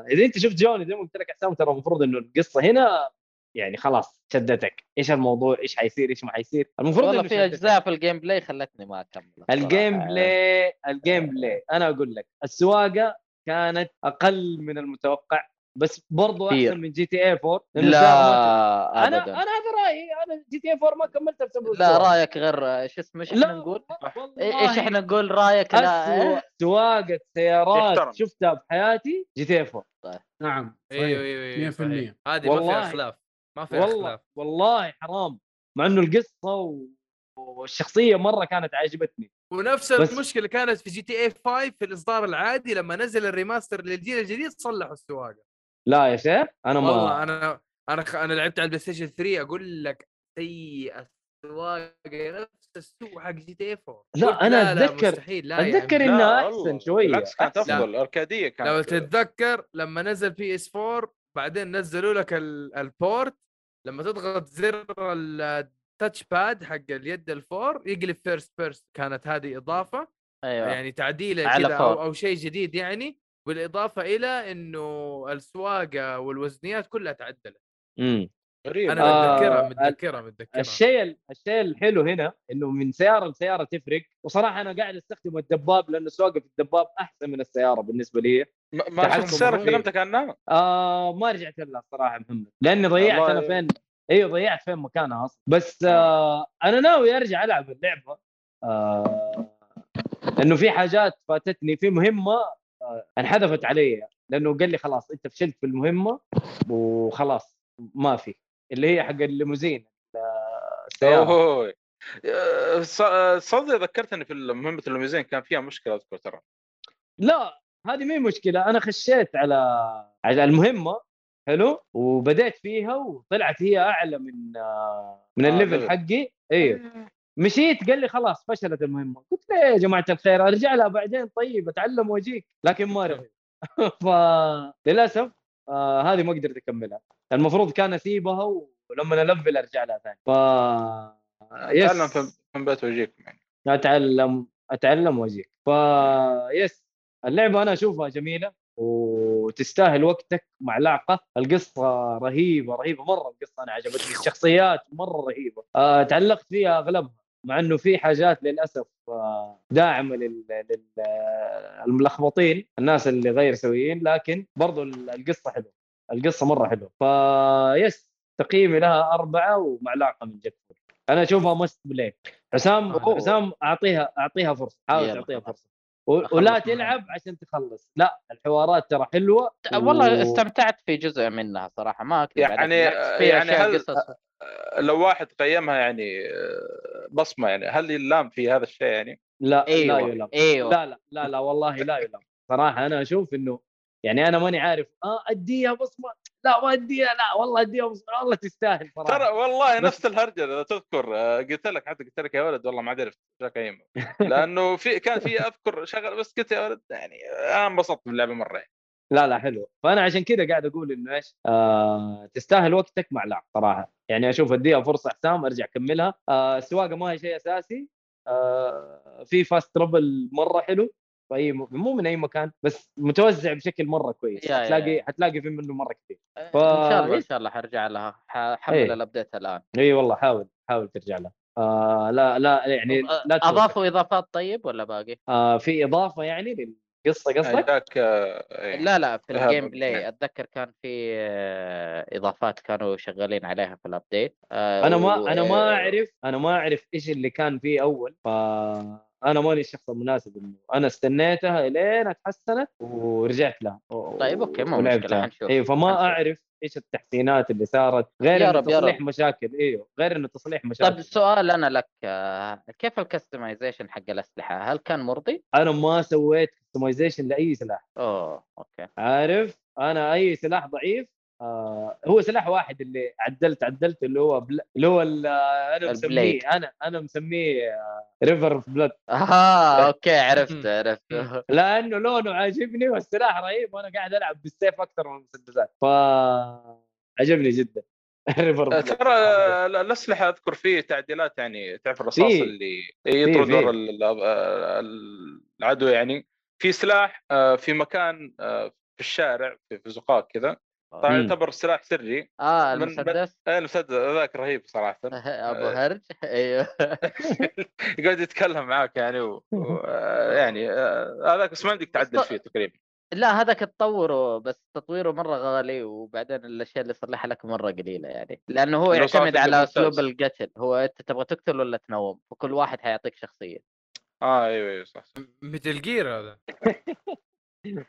اذا انت شفت جوني زي ما قلت لك حسام ترى المفروض انه القصه هنا يعني خلاص شدتك ايش الموضوع ايش حيصير ايش ما حيصير المفروض
والله
انه
في
شدتك.
اجزاء في الجيم بلاي خلتني ما اكمل الصراحة.
الجيم
يعني.
بلاي الجيم بلاي
إيه.
انا اقول لك السواقه كانت اقل من المتوقع بس برضو
كثير.
احسن من جي تي اي 4 لأنه فيها متعة.
لا
انا
ابدا
انا هذا رايي انا جي تي اي 4 ما كملتها بسبب
لا
السواقة.
رايك غير ايش اسمه ايش احنا
لا
نقول إيه،
والله
ايش احنا نقول رايك لا إيه،
أسوأ سواقه سيارات
يحترم.
شفتها بحياتي جي تي إيه اي 4
نعم
ايوه
صحيح.
ايوه ايوه
100%.
صحيح. هذه ما
والله.
فيها خلاف ما فيها
والله
خلاف
والله حرام مع انه القصه و... والشخصيه مره كانت عاجبتني
ونفس
بس-
المشكله كانت في جي تي اي 5 في الاصدار العادي لما نزل الريماستر للجيل الجديد صلحوا السواقه
لا يا شيخ انا
والله
ما
انا انا خ- انا لعبت على البلاي ستيشن 3 اقول لك سيئه السواقه نفس السوق حق جي تي اي 4
لا،
قلت
أنا
لا
أتذكر-
مستحيل لا يا
اتذكر
عمي.
لا،
انها
والله.
احسن شويه
بالعكس كانت
أحسن.
افضل اركاديه كانت
لو تتذكر لما نزل بي اس 4 بعدين نزلوا لك ال- البورت لما تضغط زر التاتش باد حق اليد الفور يقلب فيرست بيرس كانت هذه اضافه
أيوة.
ايوه
يعني تعديله
على
كذا او,
فور.
أو شيء جديد يعني بالاضافه الى انه السواقه والوزنيات كلها تعدلت
أمم.
غريب
انا
آه،
متذكرها
ال-
متذكرها متذكرها
الشيء ال- الشيء الحلو هنا انه من سياره لسياره تفرق وصراحه انا قاعد استخدم الدباب لانه سواقه الدباب احسن من السياره بالنسبه لي
ما- ما
تعال
شفت السياره
مرور.
كلمتك عنها
آه ما رجعت لها الصراحه يا محمد لاني ضيعت
والله
انا
إيه.
فين ايوه ضيعت فين مكانها اصلا بس آه انا ناوي ارجع العب اللعبه آه انه في حاجات فاتتني في مهمه آه انحذفت علي لانه قال لي خلاص انت فشلت في المهمه وخلاص ما في اللي هي حق الليموزين آه، السياره
اوه آه، ص- آه، صدق ذكرتني في مهمه الميزان كان فيها مشكله اذكر ترى
لا هذه مي مشكله انا خشيت على على المهمه حلو وبدأت فيها وطلعت هي اعلى من آه، من
آه،
الليفل
level.
حقي ايوه مشيت قال لي خلاص فشلت المهمه قلت له يا جماعه الخير ارجع لها بعدين طيب اتعلم واجيك لكن ما (laughs) رحت فللاسف آه هذه ما قدرت اكملها المفروض كان اسيبها ولما الفل ارجع لها ثاني ف يس.
تعلم فين- فين بيت وجيكم يعني
اتعلم اتعلم واجيك ف يس اللعبه انا اشوفها جميله وتستاهل وقتك معلقه القصه رهيبه رهيبه مره القصه انا عجبتني الشخصيات مره رهيبه آه، تعلقت فيها اغلبها مع انه في حاجات للاسف آه، داعمه لل... لل... آه، الملخبطين الناس اللي غير سويين لكن برضو ال- القصه حلوه القصه مره حلوه فيس تقييمي لها اربعه ومعلقه من جد انا اشوفها مست بلاي حسام
أوه.
حسام اعطيها اعطيها فرصه حاول
يلا.
تعطيها فرصه و- ولا
أخلص
تلعب عشان تخلص لا الحوارات ترى حلوه
والله
و-
استمتعت في جزء منها صراحه ما اكذب عليك،
يعني-
بالعكس فيها
يعني
أشياء
هل-
قصص
آه، لو واحد قيمها يعني آه، بصمه يعني هل يلام في هذا الشيء يعني؟
لا لا
ايوه
يلام
ايوه
لا لا لا لا والله لا يلام صراحه انا اشوف انه يعني انا ماني عارف اه اديها بصمه لا ما اديها لا والله اديها بصمه والله تستاهل صراحه
ترى والله
بس-
نفس الهرجه اذا تذكر آه، قلت لك حتى قلت لك يا ولد والله ما عاد عرفت شاك
(laughs)
ايمن لانه في كان في اذكر شغل بس قلت يا ولد يعني انا انبسطت باللعبه مره
لا لا حلو فانا عشان كذا قاعد اقول انه ايش آه تستاهل وقتك مع لعب صراحه يعني اشوف اديها فرصه حسام ارجع اكملها آه السواقه ما هي شيء اساسي آه في فاست ترابل مره حلو في اي م... مو من اي مكان بس متوزع بشكل مره كويس
يا- يا-
حتلاقي حتلاقي في منه مره كثير ف-
ان شاء الله ان شاء الله حرجع لها ححمل
إيه.
الابديت الان
اي والله حاول حاول ترجع لها آه لا لا يعني
آه،
لا تفوتك.
اضافوا اضافات طيب ولا باقي؟
آه في اضافه يعني للقصه قصدك؟
ذاك آه، إيه.
لا لا في
إيهاب،
الجيم بلاي
نعم.
اتذكر كان في آه، اضافات كانوا شغالين عليها في الابديت آه،
انا
و-
ما انا ما
إيه.
اعرف انا ما اعرف ايش اللي كان فيه اول فانا ماني الشخص المناسب انه انا استنيتها لين اتحسنت ورجعت لها و-
طيب، أوكي، ما
ولعبتها.
مشكلة، حنشوف.
ايوه فما
حنشوف.
اعرف ايش التحسينات اللي صارت غير
يا
إنه
رب، يا
تصليح
رب.
مشاكل ايوه غير انه تصليح مشاكل
طب سؤال انا لك آه، كيف الكستمايزيشن حق الاسلحه هل كان مرضي؟
انا ما سويت كستمايزيشن لاي سلاح
اوه اوكي
عارف انا اي سلاح ضعيف آه هو سلاح واحد اللي عدلت عدلت اللي هو بل... اللي هو ال- آه، انا مسميه
البليد.
انا انا مسميه آه، ريفر بلاد
(laughs)
اه اوكي عرفت عرفت
لانه لونه عاجبني والسلاح رهيب وانا قاعد العب بالسيف اكثر من المسدسات ف عجبني (laughs) جدا الريفر
آه،
بليد.
ترى آه، الاسلحه اذكر فيه تعديلات يعني تعرف الرصاص
فيه.
اللي يطرد
فيه.
ورا ال- ال- العدو يعني في سلاح آه، في مكان آه، في الشارع في في زقاق كذا طبعا
مم.
يعتبر سلاح سري أه،
اه
طيب، من-
المسدس (laughs)
آه، المسدس ذاك رهيب صراحه
ابو هرج (laughs) ايوه
(laughs) يقعد يتكلم معاك يعني و... و... آه، يعني آه، هذاك بس ما عندك تعدل فيه تقريبا
لا هذاك تطوره بس تطويره مره غالي وبعدين الاشياء اللي يصلحها لك مره قليله يعني لانه هو
لو
يعتمد
صار
على
فكرة ممتاز.
اسلوب القتل هو انت تبغى تقتل ولا تنوم وكل واحد حيعطيك شخصيه
اه ايوه ايوه صح صح.
مثل جير هذا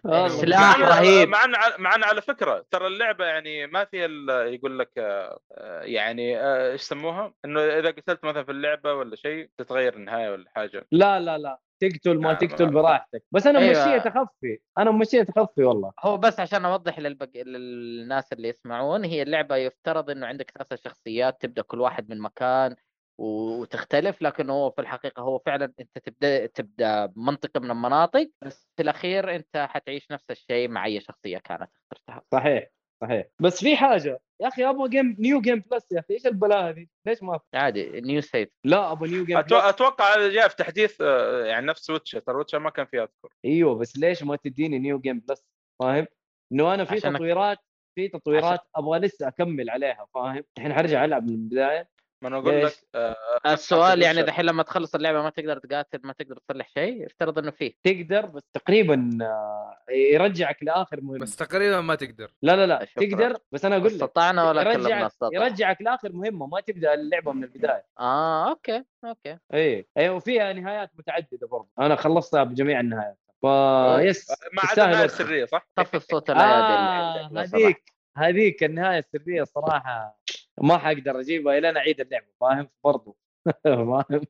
والله.
سلاح
مع إنه-
رهيب.
مع انه مع انه على فكره ترى اللعبه يعني ما فيها ال- يقول لك آه، آه، يعني آه، ايش يسموها؟ انه اذا قتلت مثلا في اللعبه ولا شيء تتغير النهايه ولا حاجه
لا لا لا تقتل ما
آه،
تقتل
ما-
براحتك بس انا
أيوة.
ممشيه تخفي انا ممشيه تخفي والله
هو بس عشان اوضح للبق... للناس اللي يسمعون هي اللعبه يفترض انه عندك ثلاثه شخصيات تبدا كل واحد من مكان و- وتختلف لكن هو في الحقيقه هو فعلا انت تبدا تبدا بمنطقه من المناطق بس في الاخير انت حتعيش نفس الشيء مع اي شخصيه كانت اخترتها
صحيح صحيح بس في حاجه يا اخي ابغى جيم نيو جيم بلس يا اخي ايش البلاهه دي؟ ليش ما في؟
عادي نيو سيف
لا ابغى نيو جيم
أتو-
بلس
اتوقع هذا جاء في تحديث آه، يعني نفس ويتشر ترى ويتشر ما كان فيها اذكر
ايوه بس ليش ما تديني نيو جيم بلس؟ فاهم؟ انه انا في
عشانك-
تطويرات في تطويرات ابغى لسه اكمل عليها فاهم؟ الحين حرجع العب من البدايه
ما انا اقول
ليش؟
لك آه،
السؤال يعني
الشر.
دحين لما تخلص اللعبه ما تقدر تقاتل ما تقدر تصلح شيء افترض انه فيه
تقدر بس تقريبا آه، يرجعك لاخر مهمه
بس تقريبا ما تقدر
لا لا لا
شكراً.
تقدر بس انا اقول لك
استطعنا ولا كلنا
يرجعك
استطاع
يرجعك لاخر مهمه ما تبدا اللعبه من البدايه
اه اوكي اوكي
اي اي وفيها نهايات متعدده برضه انا خلصتها بجميع النهايات فا
أوه.
يس
آه، ما عدا
تستاهل
النهاية
وقتك.
السريه صح؟
طفي
(laughs)
الصوت
آه
العادي لو سمحت.
هذيك هذيك النهايه السريه صراحه ما حقدر اجيبها الى انا اعيد اللعبه فاهم برضه (laughs) فاهم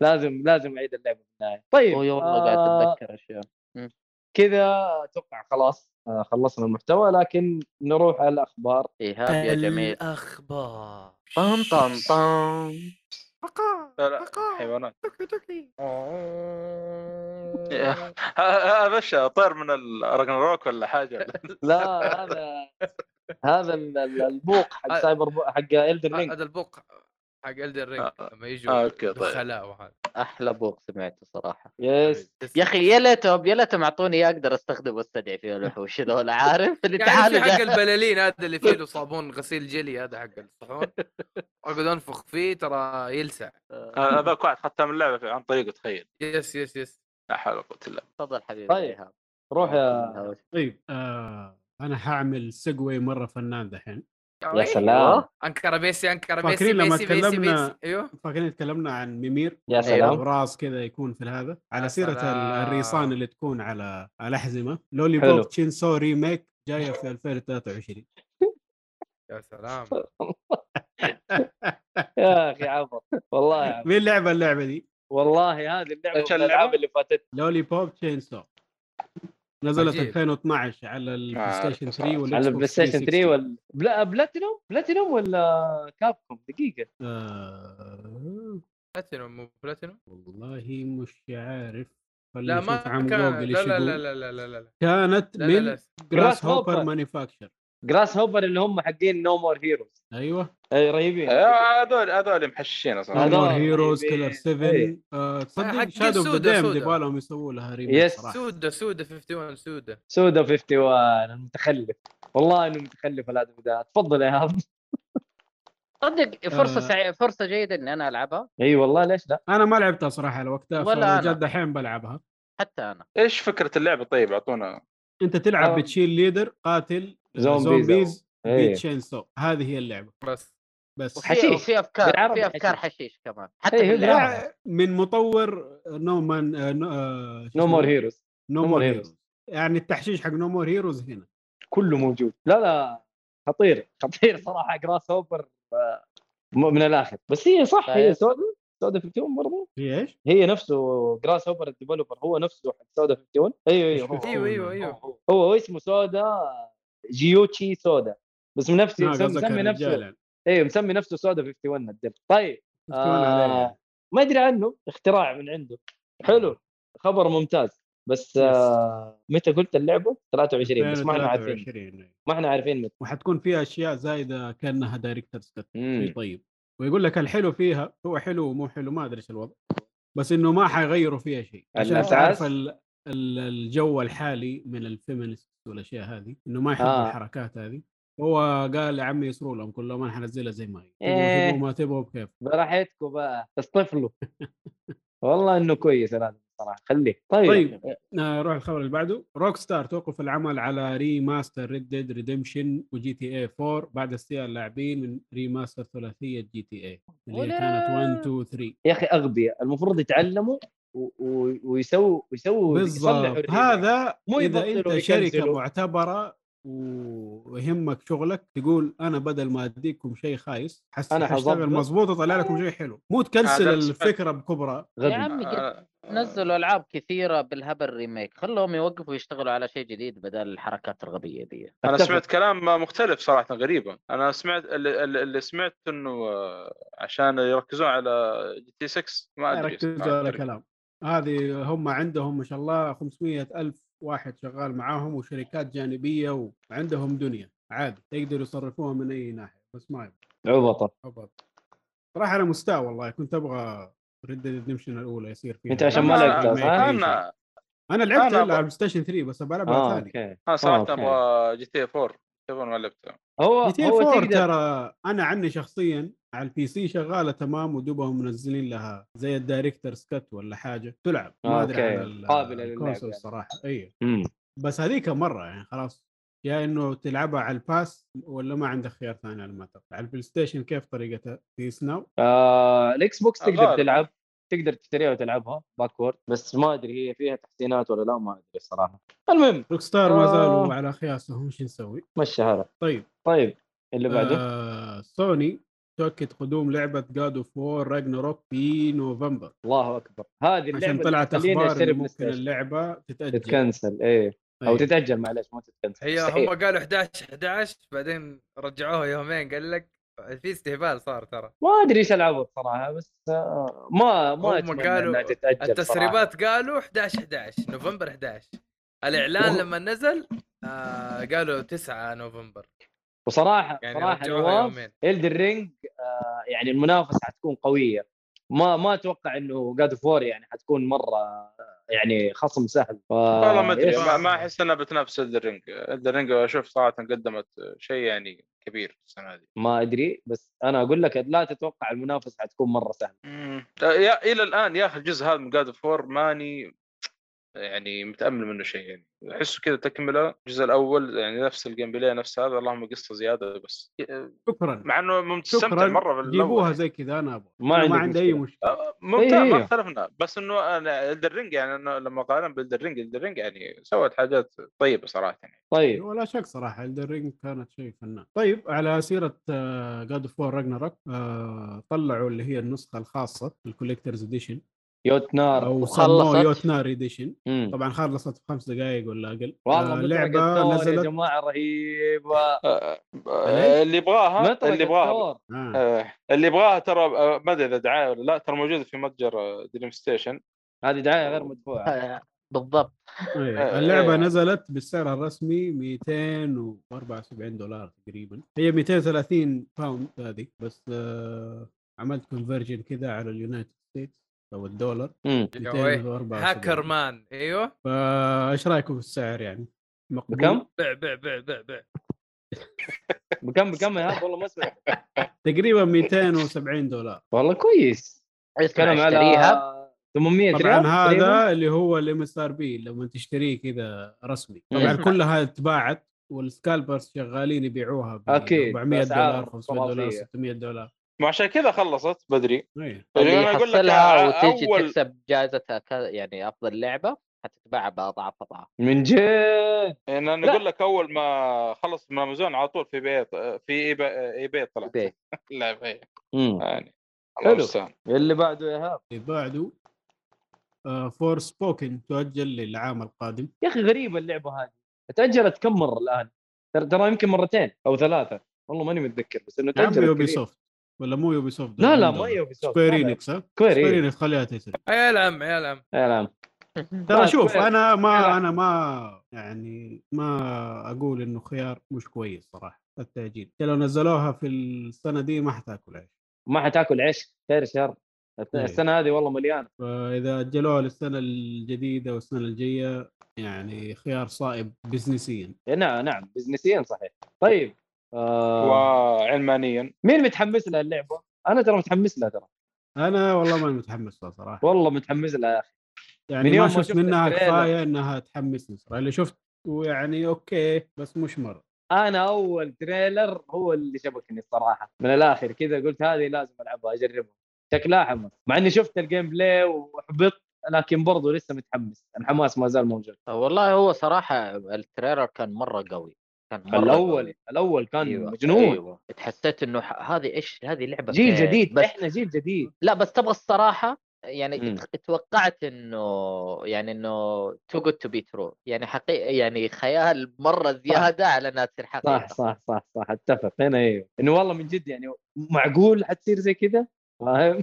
لازم لازم اعيد اللعبه في النهايه طيب
أوه، يا والله قاعد
آه
اتذكر اشياء
كذا اتوقع خلاص آه خلصنا المحتوى لكن نروح على الاخبار
ايهاب إيه، يا جميل
الاخبار
طن طن طن
لا لا حيوانات
حيوانات
هذا ايش طير من الراجناروك ولا حاجه
(laughs) لا هذا هذا ال- ال- البوق حق سايبر بو... حق الدر لينك
هذا البوق حق الدر رينج
آه.
لما
آه،
يجوا
أوكي، طيب.
دخلاء وهذا
احلى بوق سمعته صراحه
يس
يا اخي يا ليتهم يا ليتهم اعطوني إياه اقدر استخدمه واستدعي فيه الوحوش ذول عارف
(laughs)
اللي
يعني في حق
تعالوا
البلالين هذا اللي فيه له صابون غسيل جلي هذا حق الصحون اقعد انفخ فيه ترى يلسع
هذاك واحد ختم اللعبه عن طريقه تخيل
يس يس يس
لا حول ولا قوه الا بالله.
تفضل حبيبي إيه،
طيب.
إيهاب.
روح يا
طيب آه انا حاعمل سيجواي مره فنان دحين
أيوه.
يا سلام
انكر بيسي انكر بيسي
فاكرين لما
بيسي- بيسي-
تكلمنا-
بيسي. ايوه
فاكرين تكلمنا عن ميمير
يا سلام
راس كذا يكون في هذا
يا
على سيره
سلام.
ال- الريصان اللي تكون على على الاحزمه لولي
حلو.
بوب تشين سو ريميك جايه في 2023
يا سلام
يا اخي عبر والله يا عبر.
مين لعب اللعبه دي؟
والله هذه اللعبه
إيش
من
اللعبة؟
الالعاب اللي فاتت
لولي بوب تشين سو نزلت
عجيب. آه،
2012 على البلاي ستيشن 3 ولا
على البلاي ستيشن 3 ولا بلا بلاتينوم بلاتينوم ولا كابكوم دقيقه
آه
بلاتينوم مو بلاتينوم
والله مش عارف
لا ما كان لا لا لا لا لا لا لا
كانت
لا لا
من
لا
جراس
Grass
هوبر
Hopper.
مانيفاكتشر
جراس هوبر اللي هم حقين نو مور هيروز
ايوه
اي رهيبين (laughs)
آه، هذول هذول محشين
نو
هذول
صراحه
مور
رهيبين.
هيروز كيلر
آه، إيه.
7 آه، تصدق
آه، حق
شادو اوف
سودا-
ديم
سودا.
يبغى لهم يسووا لها ريميك
يس.
صراحه
سودا سودا 51 سودا
سودا 51 المتخلف والله انه متخلف الادمي ده تفضل يا هاب
صدق فرصه
آه.
سعي... فرصه جيده اني انا العبها
اي والله ليش لا
انا ما لعبتها صراحه على وقتها
ولا
ولا
أنا.
جد الحين بلعبها
حتى انا
ايش فكره اللعبه طيب اعطونا
انت تلعب
آه.
بتشيل ليدر قاتل
زومبيز
زومبيز
إيه.
بيت شين سو هذه هي اللعبه
بس
بس
حشيش.
وفي افكار
بالعربي
في افكار
حشيش.
حشيش كمان
إيه،
حتى
هي
في اللعبة.
بالعربي.
آه، من مطور آه، نو مان آه،
نو مور هيروز
نو
No
مور
More
هيروز يعني التحشيش حق نو مور هيروز هنا
كله موجود لا لا خطير خطير صراحه جراس هوبر آه، م- من الاخر بس هي صح
طيب.
هي سودا سودا 51 برضه
في ايش؟
هي نفسه جراس هوبر الديفلوبر هو نفسه حق سودا 51 ايوه ايوه هو-
ايوه ايوه ايوه
هو, هو, هو اسمه سودا جيوتشي سودا بس من نفسه
آه، قصدك
مسمي
الرجال
نفسه
يعني.
ايوه مسمي نفسه سودا 51 الدب طيب
مفتون عليه.
آه ما ادري عنه اختراع من عنده حلو خبر ممتاز بس
Yes.
آه متى قلت اللعبه 23 بس ما احنا عارفين
2023.
ما احنا عارفين متى
وحتكون فيها اشياء زايده كانها دايركترز كت
مم.
طيب ويقول لك الحلو فيها هو حلو ومو حلو ما ادري ايش الوضع بس انه ما حيغيروا فيها شيء عشان
الأساس؟
تعرف ال- ال- الجو الحالي من الفيمينست والاشياء هذه انه ما يحبوا
آه.
الحركات هذه هو قال يا عمي يسروا لهم كلهم انا حنزلها زي ما هي
إيه.
تبغوا تبغوا ما تبغوا بكيف
براحتكم بقى اصطفلوا (laughs) والله انه كويس الان صراحه خليه طيب
طيب آه، نروح الخبر اللي بعده روك ستار توقف العمل على ريماستر ريد ديد ريديمشن وجي تي اي 4 بعد استياء اللاعبين من ريماستر ثلاثيه جي تي اي اللي هي
ولا.
كانت 1 2 3
يا اخي اغبياء المفروض يتعلموا و- و- ويسووا ويسووا يصلحوا
بالضبط
الريميك.
هذا
مو
اذا
يبطلوا
انت شركه
يكنسلوا.
معتبره ويهمك شغلك تقول انا بدل ما اديكم شيء خايس حس
أنا
حشتغل
حظبط.
مظبوط اطلع لكم شيء حلو مو
هذا
تكنسل
السبب.
الفكره بكبرى
يا
غبي
عمي قد
آه، آه،
نزلوا العاب كثيره بالهبل ريميك خلوهم يوقفوا يشتغلوا على شيء جديد بدل الحركات الغبيه دي
انا
أتفق.
سمعت كلام مختلف صراحه غريبه انا سمعت اللي, اللي سمعت انه آه، عشان يركزون على جي تي 6 ما ادري
ركزوا على كلام هذه هم عندهم ما شاء الله 500 ألف واحد شغال معاهم وشركات جانبيه وعندهم دنيا عادي يقدروا يصرفوها من اي ناحيه بس ما يبغوا.
عبطه
عبط صراحه انا مستاء والله كنت ابغى ريد ريدمشن الاولى يصير فيها
أنت عشان ما
آه،
أنا-
لعبتها، صح؟
أي شيء.
انا
انا لعبت
أنا
الا
أبغى-
على البلاي ستيشن 3 بس بلعبها
اه
آه ثاني
اوكي
انا صراحه
أوكي.
ابغى جي تي 4 تبغى ما لعبتها
هو
جي تي
هو
4
تقدر
ترى انا عني شخصيا على البي سي شغاله تمام ودوبهم منزلين لها زي الدايركتر سكت ولا حاجه تلعب ما
آه،
ادري عن
أوكي.
ال-
قابلة للعب
الكونسول
يعني.
الصراحه اي
مم.
بس هذيك مره يعني خلاص يا انه تلعبها على الباس ولا ما عندك خيار ثاني على ما اتوقع على البلاي ستيشن كيف طريقتها بيس ناو
آه، الاكس بوكس تقدر
غالب.
تلعب تقدر تشتريها وتلعبها باكورد بس ما ادري هي فيها تحسينات ولا لا ما ادري الصراحه المهم
روك ستار ما زالوا
آه.
على خياسهم شو نسوي
مشي هذا
طيب
طيب اللي بعده آه.
آه سوني تؤكد قدوم لعبه جاد اوف وور راجناروك في نوفمبر
الله اكبر هذه اللعبه
عشان
اللي
طلعت
تخليني
اخبار
أشتري
إنه
بلاي
ممكن
ستيشن.
اللعبه تتاجل
تتكنسل ايه او
أي.
تتاجل معلش مو تتكنسل
طيب. هي
مستحيل.
هم قالوا 11 11 بعدين رجعوها يومين قال لك في استهبال صار ترى
ما ادري ايش العبوا صراحه بس آه، ما ما
هم
اتمنى
قالوا
انها تتاجل صراحة.
التسريبات قالوا 11 11 نوفمبر 11 الاعلان لما نزل آه قالوا 9 نوفمبر
وصراحه
يعني
صراحه
رجعوها
نواف
يومين
الدر رينج آه يعني المنافسه حتكون قويه ما ما اتوقع انه جاد اوف يعني حتكون مره آه، يعني خصم سهل ف...
والله ما ادري
يس.
ما- ما احس انها بتنافس الدرينج الدرينج اشوف صراحه قدمت شيء يعني كبير السنه دي
ما ادري بس انا اقول لك لا تتوقع المنافسه حتكون مره سهله
مم. يا الى الان يا اخي الجزء هذا من جاد اوف وور ماني يعني متامل منه شيء يعني احسه كذا تكمله الجزء الاول يعني نفس الجيم بلاي نفس هذا اللهم قصه زياده بس
شكرا
مع انه مستمتع
شكرا
مره بالاول
جيبوها زي كذا انا ابغى
ما
أنا ما
عندك
عندي اي
مشكلة.
مشكله
ممتع
إيه.
ما اختلفنا بس انه انا الدرينج يعني أنا لما قارن بالدرينج الدرينج يعني سوت حاجات طيبه صراحه يعني
طيب
ولا شك صراحه الرينج كانت شيء فنان طيب على آه، سيره آه، جاد اوف وور راجناروك طلعوا اللي هي النسخه الخاصه الكوليكترز اديشن
يوت نار
او
وخلصت.
سموه يوت نار اديشن
مم.
طبعا خلصت في خمس دقائق ولا اقل
والله
آه،
متعة
لعبه
الثور يا
نزلت
جماعه رهيبه
آه،
إيه؟
آه، اللي يبغاها
متعة
اللي يبغاها
الثور.
آه.
آه، اللي يبغاها ترى آه، ما ادري اذا دعايه ولا لا ترى موجوده في متجر آه، دريم ستيشن
هذه دعايه غير
(laughs)
مدفوعه
آه، بالضبط
إيه.
آه،
اللعبه
إيه.
نزلت بالسعر الرسمي 274 دولار تقريبا هي 230 باوند هذه بس آه عملت كونفرجن كذا على اليونايتد ستيتس او الدولار
مم.
يا ويل.
274
هاكر مان ايوه
فايش رايكم في السعر يعني؟ مقبول
بكم؟
بع بع بع بع بع
بكم بكم يا هاب والله ما سمعت
تقريبا 270 دولار
والله كويس
اسمع
تكلم على
اشتريها
800
طبعا
ريال تقريباً.
هذا اللي هو الام اس ار بي لما تشتريه كذا رسمي طبعا
مم.
كلها اتباعت والسكالبرز شغالين يبيعوها ب
أكيد،
400
بأسعار
دولار 500 دولار
خرافية.
600 دولار
وعشان كذا خلصت بدري
إيه.
اللي
يعني أنا أقول لك
يحصلها
آه،
وتجي
أول-
تكسب جائزتها ك- يعني افضل لعبه حتتباع باضعاف اضعاف
من جد
يعني انا
لا.
اقول لك اول ما خلص من امازون على طول في بيت في ايباي ايباي طلعت
إيباي.
اللعبه هي.
مم.
يعني الله
حلو.
يستاهل
اللي بعده يا هاب
اللي بعده فور سبوكن آه، تؤجل للعام القادم
يا اخي غريبه اللعبه هذه تاجلت كم مره الان ترى ترى يمكن مرتين او ثلاثه والله ماني متذكر بس انه
يا عم
تاجلت
يوبي
كثير.
سوفت ولا مو يوبي سوفت
لا لا ما يوبي سوفت
سكوير انكس ها سكوير
كويري
انكس خليها تسرق
يا العم يا العم
يا نعم لا،
ترى شوف
Square.
انا
لا.
ما انا ما يعني ما اقول انه خيار مش كويس صراحه التاجيل حتى لو نزلوها في السنه دي ما حتاكل عيش
ما حتاكل عيش خير شر الت-
إيه.
السنه هذه والله مليانه
فاذا اجلوها للسنه الجديده والسنه الجايه يعني خيار صائب بزنسيا
إيه، نعم نعم بزنسيا صحيح طيب آه
وعلمانيا
مين متحمس لها اللعبه؟ انا ترى متحمس لها ترى
انا والله ما متحمس لها صراحه
والله متحمس لها يا اخي
يعني
من يوم
ما
ما
شفت
شفت
منها
التريلر.
كفايه انها تحمسني صراحه اللي شفت ويعني اوكي بس مش مره
انا اول تريلر هو اللي شبكني الصراحه من الاخر كذا قلت هذه لازم العبها اجربها شكلها حمس مع اني شفت الجيم بلاي وحبطت لكن برضو لسه متحمس الحماس ما زال موجود
والله هو صراحه التريلر كان مره قوي كان مرة قوي.
الاول الاول كان
أيوة،
مجنون
ايوه تحسيت انه ح- هذه ايش هذه لعبه
جيل
فين؟
جديد
بس
احنا جيل جديد
لا بس تبغى الصراحه يعني
مم.
ت- توقعت انه يعني انه تو جود تو بي ترو يعني حقيقه يعني خيال مره زياده على انها تصير حقيقه
صح صح صح صح اتفق هنا ايوه انه والله من جد يعني معقول حتصير زي كذا فاهم؟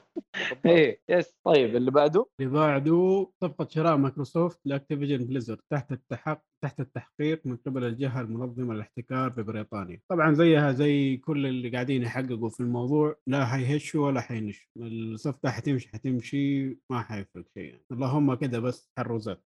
إيه.
ايه يس طيب اللي بعده
اللي بعده صفقة شراء مايكروسوفت لاكتيفيجن بليزر تحت التحق تحت التحقيق من قبل الجهة المنظمة للاحتكار ببريطانيا، طبعا زيها زي كل اللي قاعدين يحققوا في الموضوع لا حيهشوا ولا حينشوا، الصفقة حتمشي حتمشي ما حيفرق شيء يعني. اللهم كذا بس حروزات.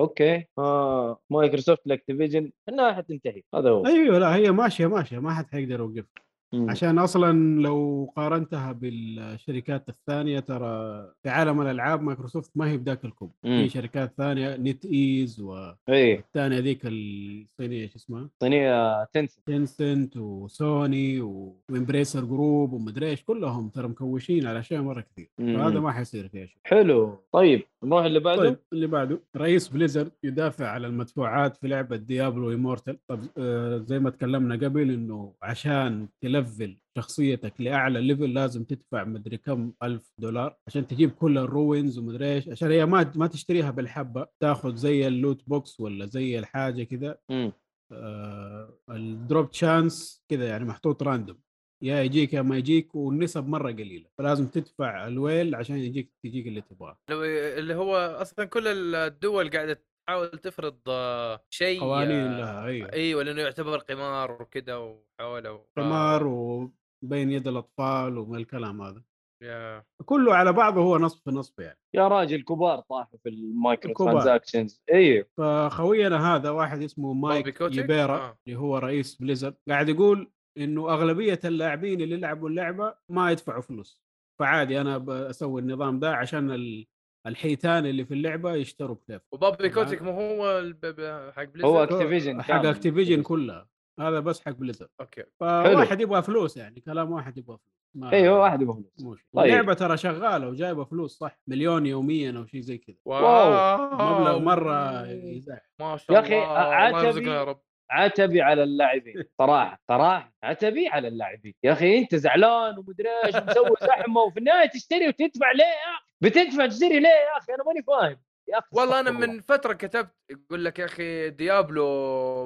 اوكي آه مايكروسوفت لاكتيفيجن انها حتنتهي هذا هو
ايوه لا هي ماشية ماشية ما حد حيقدر يوقفها.
مم.
عشان اصلا لو قارنتها بالشركات الثانيه ترى في عالم الالعاب مايكروسوفت ما هي بذاك الكوب
مم.
في شركات ثانيه نت ايز والثانيه
ايه
ذيك الصينيه ايش اسمها
صينيه تنسن
تنسنت وسوني و- وامبريسر جروب ومدري ايش كلهم ترى مكوشين على اشياء مره كثير
مم.
فهذا ما حيصير فيها شيء
حلو طيب نروح اللي بعده
طيب اللي بعده رئيس بليزر يدافع على المدفوعات في لعبه ديابلو ايمورتال طب آه زي ما تكلمنا قبل انه عشان تلفل شخصيتك لاعلى ليفل لازم تدفع مدري كم الف دولار عشان تجيب كل الروينز ومدري ايش عشان هي ما ما تشتريها بالحبه تاخذ زي اللوت بوكس ولا زي الحاجه كذا
مم.
آه الدروب تشانس كذا يعني محطوط راندوم يا يجيك يا ما يجيك والنسب مره قليله فلازم تدفع الويل عشان يجيك تجيك اللي تبغاه
لو- اللي هو اصلا كل الدول قاعده تحاول تفرض آه، شيء
قوانين
آه،
لها ايوه
ايوه لانه يعتبر قمار وكذا وحوله و-
قمار وبين يد الاطفال ومن الكلام هذا
يا-
كله على بعضه هو نصف في نصف يعني
يا راجل كبار طاحوا في المايكرو
كبار.
ترانزاكشنز ايوه
فخوينا هذا واحد اسمه
بوبي
مايك
كوتيك؟
ليبيرا
آه.
اللي هو رئيس بليزر قاعد يقول انه اغلبيه اللاعبين اللي يلعبوا اللعبه ما يدفعوا فلوس فعادي انا بسوي النظام ده عشان ال- الحيتان اللي في اللعبه يشتروا بلاي
وبابي كوتك ما هو الب- ب- حق بليزر
هو اكتيفيجن
حق اكتيفيجن كلها هذا بس حق بليزر
اوكي
فواحد يبغى فلوس يعني كلام واحد يبغى فلوس ما-
إيه،
ايوه واحد يبغى فلوس
مو شيء.
طيب.
اللعبه ترى شغاله وجايبه فلوس صح مليون يوميا او شيء زي كذا
واو آه،
مبلغ مره يزعل
ما شاء
يا أخي، آه،
الله الله
عجبي-
يرزقنا يا رب
عتبي على
(laughs)
اللاعبين صراحه صراحه عتبي على اللاعبين يا اخي انت زعلان ومدري ايش مسوي زحمه وفي النهايه تشتري وتدفع ليه يا اخي بتدفع تشتري ليه يا اخي انا ماني فاهم يا أخي
والله انا
استغفر الله.
من فتره كتبت يقول لك يا اخي ديابلو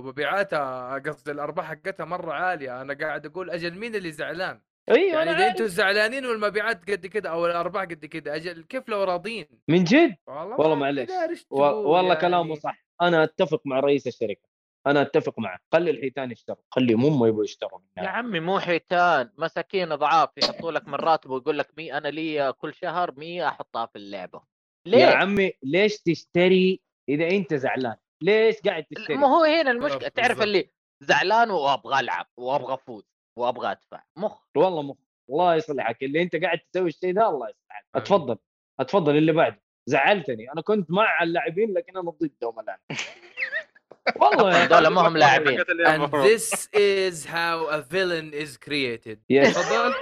مبيعاتها قصدي الارباح حقتها مره عاليه انا قاعد اقول اجل مين اللي زعلان؟
ايوه
يعني
انا
اذا
عارف.
انتم زعلانين والمبيعات قد كده او الارباح قد كده اجل كيف لو راضين؟
من جد
والله
والله
ما
معليش.
أدري إيش
و-
تقول
والله
يعني.
كلامه صح انا اتفق مع رئيس الشركه انا اتفق معه خلي الحيتان يشتروا خلي هم يبغوا يشتروا
يا عمي مو حيتان مساكين ضعاف يحطوا لك من راتبه ويقول لك 100 انا لي كل شهر 100 احطها في اللعبه
يا
ليه؟
عمي ليش تشتري اذا انت زعلان ليش قاعد تشتري
ما هو هنا المشكله
بالضبط.
تعرف اللي زعلان وابغى العب وابغى افوز وابغى ادفع مخ
والله مخ الله يصلحك اللي انت قاعد تسوي الشيء ده الله يصلحك اتفضل اتفضل اللي بعده زعلتني انا كنت مع اللاعبين لكن انا ضدهم الان والله يا
هذول ما هم لاعبين
And this is how a villain is created
يس
تفضل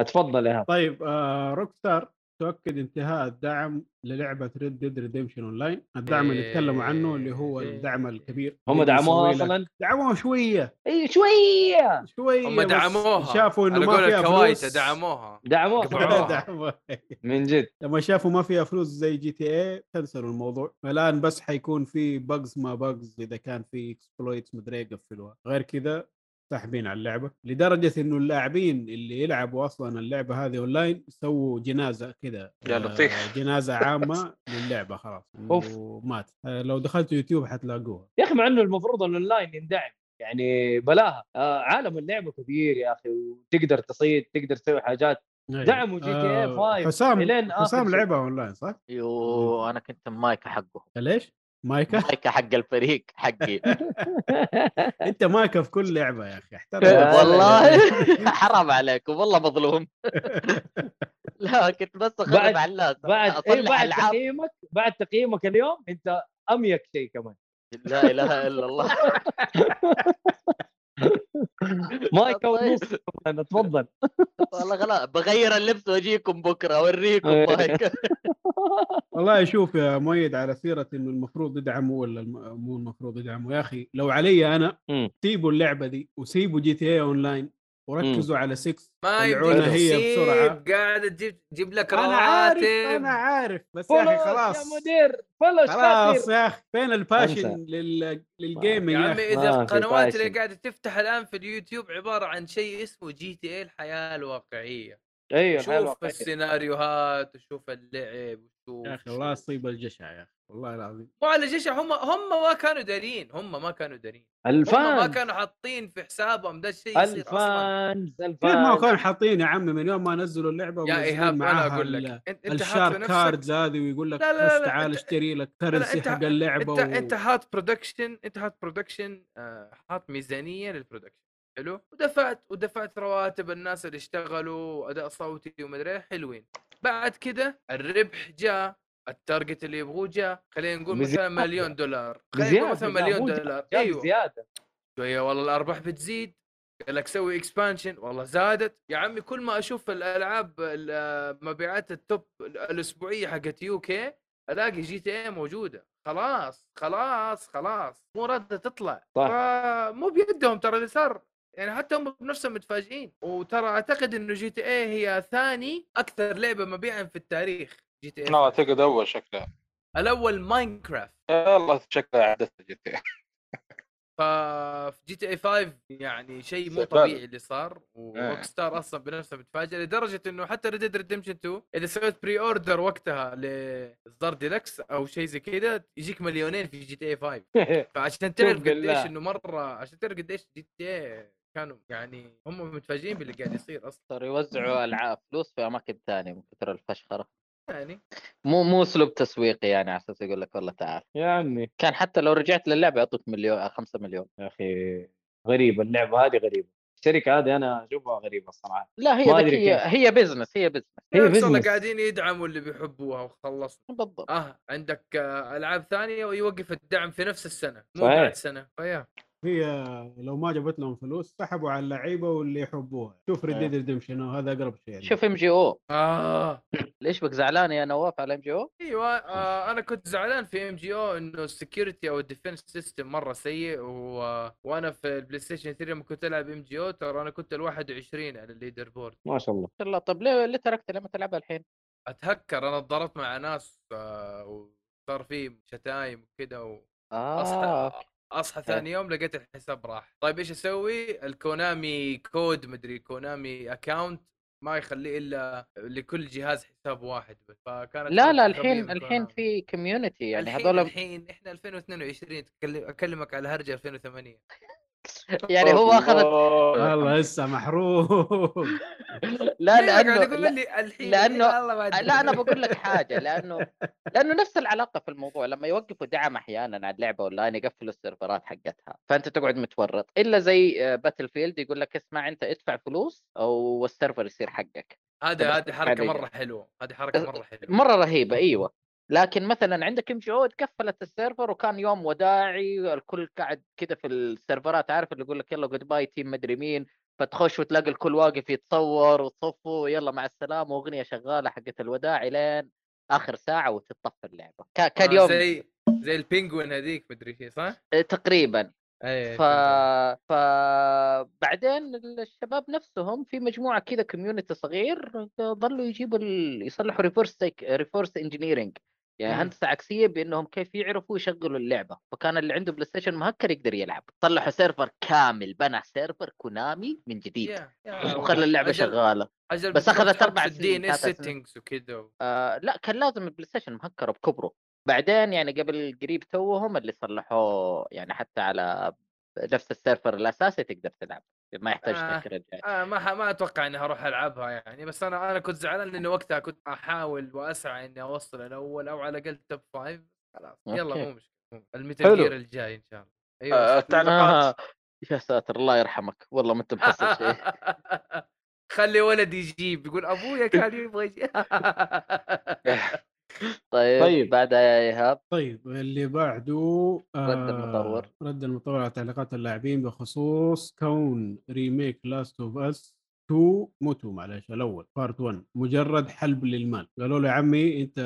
اتفضل يا هاب
طيب آه روك ستار تؤكد انتهاء الدعم للعبه ريد ديد ريديمشن اونلاين الدعم اللي تكلموا عنه اللي هو الدعم الكبير
إيه. هم
اللي
دعموها
مسوي لك-
اصلا
دعموها شويه
اي شويه
شويه
هم
بس
دعموها
شافوا انه
على قول
ما فيها
الكوايت
فلوس (laughs)
دعموها
دعموها
قطعوها.
دعموها
من جد
لما شافوا ما فيها فلوس زي جي تي اي كنسلوا الموضوع الان بس حيكون في بجز ما بجز اذا كان في اكسبلويتس مدري يقفلوها غير كذا ساحبين على اللعبه لدرجه انه اللاعبين اللي يلعبوا اصلا اللعبه هذه اونلاين سووا جنازه كذا
يا لطيف.
آه، جنازه عامه للعبه خلاص
أوف.
ومات آه، لو دخلتوا يوتيوب حتلاقوها
يا اخي مع انه المفروض الاونلاين يندعم يعني بلاها آه عالم اللعبه كبير يا اخي وتقدر تصيد تقدر تسوي حاجات نعم.
أيوة.
دعموا إيه GTA
آه،
5
حسام
الين اخر
حسام
شيء.
لعبها اونلاين صح؟
يو انا كنت مايكا
(laughs)
حقهم
ليش؟ مايكا
مايكا حق الفريق حقي
انت مايكا في كل لعبه يا اخي احترم
لا، لا،
والله
(laughs)
حرام عليك والله
(laughs)
مظلوم لا كنت بس
بعد-
اخرب على الناس
بعد إيه
اصلح
بعد
العاب
تقييمك بعد تقييمك اليوم انت اميك شيء كمان
لا اله الا الله
(laughs) مايك
طيب.
ونص كمان تفضل
والله خلاص بغير اللبس واجيكم بكره اوريكم
إيه.
مايكا
والله شوف يا مؤيد على سيره انه المفروض يدعموا ولا الم- مو المفروض يدعموا يا اخي لو علي انا
مم.
سيبوا اللعبه دي وسيبوا جي تي اي اونلاين وركزوا على 6
ما
طلعونا
يبدون
هي بسرعة.
قاعده تجيب تجيب لك
انا عارف انا
رواتب
عارف بس يا
فلوس
اخي
يا
خلاص
مدير فلوس
خلاص
خلاص
يا اخي فين الباشن
أنسى.
لل... للجيمنج
يا
يا
عمي
اخي
اذا
ما في
القنوات اللي
فاشن.
قاعده تفتح الان في اليوتيوب عباره عن شيء اسمه جي تي اي الحياه الواقعيه أيوة،
ايوه حلوة.
شوف السيناريوهات وشوف اللعب وشوف
يا اخي والله تصيب الجشع يا اخي والله العظيم
مو على جيش هم هم ما كانوا دارين هم ما كانوا دارين هم ما
الفانز
كانوا حاطين في حسابهم ده الشيء يصير اصلا
الفانز
كيف ما
الفانز
كانوا حاطين يا عمي من يوم ما نزلوا اللعبه
طيب. يا
ومنزلين
ايهاب انا
معاها
اقول
ال-
لك انت انت حاط في
الشارك
نفسك
كاردز هذه ويقول لك
لا، لا، لا،
بس تعال
أنت-
اشتري لك كرسي
أنت-
حق اللعبه
انت
و...
انت حاط برودكشن انت حاط برودكشن آه، حاط ميزانيه للبرودكشن حلو ودفعت ودفعت رواتب الناس اللي اشتغلوا واداء صوتي ومدري إيه، حلوين بعد كده الربح جاء التارجت اللي يبغوه جاء خلينا نقول مثلا
بزيادة.
مليون دولار خلينا
بزياده
نقول مثلا
لا،
مليون
مو زيادة،
دولار
جاب
ايوه
زياده
شويه والله الارباح بتزيد قال لك سوي اكسبانشن والله زادت يا عمي كل ما اشوف الالعاب ال- مبيعات التوب الاسبوعيه حقت يو كي الاقي جي تي اي موجوده خلاص خلاص خلاص مو راضيه تطلع
صح.
مو بيدهم ترى اللي صار يعني حتى هم بنفسهم متفاجئين وترى اعتقد انه جي تي اي هي ثاني اكثر لعبه مبيعا في التاريخ جي تي
لا
اي
اعتقد اول شكلها
الاول ماينكرافت
والله شكلها عدتها جت
ففي جي تي اي 5 يعني شيء مو
فعلا.
طبيعي اللي صار
إيه.
وروك ستار اصلا بنفسها متفاجئه لدرجه انه حتى ريد ديد ريدمشن 2 اذا سويت بري اوردر وقتها لاصدار ديلكس او شيء زي كذا يجيك مليونين في جي تي اي
(laughs)
5 فعشان تعرف قديش
بالله.
انه مره عشان تعرف قديش جي تي اي كانوا يعني هم متفاجئين باللي قاعد يصير اصلا
صاروا يوزعوا العاب فلوس في اماكن ثانيه من كثر الفشخره
يعني
مو مو اسلوب تسويقي يعني على اساس يقول لك والله تعال
يا عمي
كان حتى لو رجعت للعبه يعطوك مليون 5 مليون
يا اخي غريبه اللعبه هذه غريبه الشركه هذه انا اشوفها غريبه الصراحه
لا هي
ما أدري
ذكيه هي بزنس هي بزنس
هي
بالعكس والله
بزنس
قاعدين يدعموا اللي بيحبوها وخلصنا
بالضبط
آه، اه عندك آه، العاب ثانيه ويوقف الدعم في نفس السنه مو
صحيح.
بعد سنه فيا
هي لو ما جابت لهم فلوس سحبوا على اللعيبه واللي يحبوها شوف
إيه.
ريد ريدمشن وهذا اقرب شيء يعني.
شوف ام جي او
اه
ليش بك زعلان يا نواف على ام جي او؟
ايوه آه انا كنت زعلان في ام جي او انه السكيورتي او الديفنس سيستم مره سيء و... وانا في البلاي ستيشن 3 لما كنت العب ام جي او ترى انا كنت ال 21 على الليدر بورد
ما شاء الله
الله طب ليه ليه تركت لما تلعبها الحين؟
اتهكر انا اتضاربت مع ناس آه وصار في شتايم وكذا و...
اه
اصحى اصحى ثاني يوم لقيت الحساب راح طيب ايش اسوي الكونامي كود مدري كونامي اكاونت ما يخليه الا لكل جهاز حساب واحد بس فكانت
لا لا
غبية من
الحين الحين
كونامي.
في كوميونتي يعني
الحين-
هذول
الحين احنا 2022 تكلم اكلمك على هرجه 2008
(laughs) يعني هو اخذ آه.
والله لسه محروق
لا
ليه أيوة، قاعد
لانه
يقول
لا-
لي الحين
لأنه-
الله ما أدري.
لا انا بقول لك حاجه
(laughs)
لانه لانه نفس العلاقه في الموضوع لما يوقفوا دعم احيانا على اللعبه اونلاين يقفلوا السيرفرات حقتها فانت تقعد متورط الا زي باتل فيلد يقول لك اسمع انت ادفع فلوس او السيرفر يصير حقك
هذا
(laughs)
(laughs) هذه حركه
هذه.
مره حلوه هذه حركه مره حلوه
مره رهيبه ايوه لكن مثلا عندك ام جي او تقفلت السيرفر وكان يوم وداعي الكل قاعد كذا في السيرفرات عارف اللي يقول لك يلا جود باي تيم مدري مين فتخش وتلاقي الكل واقف يتصور وتصفوا يلا مع السلامه واغنيه شغاله حقت الوداع لين اخر ساعه وتطفي اللعبه كا- كان
آه،
يوم
زي زي البينجوين هذيك مدري شيء صح؟
تقريبا
اي
ف... ف بعدين الشباب نفسهم في مجموعه كذا كوميونتي صغير ظلوا يجيبوا ال... يصلحوا ريفورس تيك... ريفورس انجينيرنج يعني
مم.
هندسه عكسيه بانهم كيف يعرفوا يشغلوا اللعبه فكان اللي عنده بلاي ستيشن مهكر يقدر يلعب صلحوا سيرفر كامل بنى سيرفر كونامي من جديد
آه،
وخلى اللعبه شغاله بس أخذت أربع
دي
سنين،
ان اس
ثلاث سنين.
سيتنجز وكذا
آه لا كان لازم البلاي ستيشن مهكر بكبره بعدين يعني قبل قريب توهم اللي صلحوه يعني حتى على نفس السيرفر الاساسي تقدر تلعب ما يحتاج
آه.
تهكر الجهاز
آه ما ح- ما اتوقع اني هروح العبها يعني بس انا انا كنت زعلان لانه وقتها كنت احاول واسعى اني اوصل الاول او على الاقل توب فايف خلاص يلا
أوكي.
مو مشكله الميتال
حلو.
جير الجاي ان شاء الله أيوة،
آه،
آه
التعليقات
يا ساتر الله يرحمك والله ما انت محصل شيء
خلي ولدي يجيب يقول
(laughs)
ابويا كان يبغى (laughs) يجيب
طيب,
طيب.
بعدها يا ايهاب
طيب اللي بعده
رد المطور.
آه، رد المطور على تعليقات اللاعبين بخصوص كون ريميك لاست اوف اس 2 مو 2 معلش الاول بارت 1 مجرد حلب للمال قالوا له يا عمي انت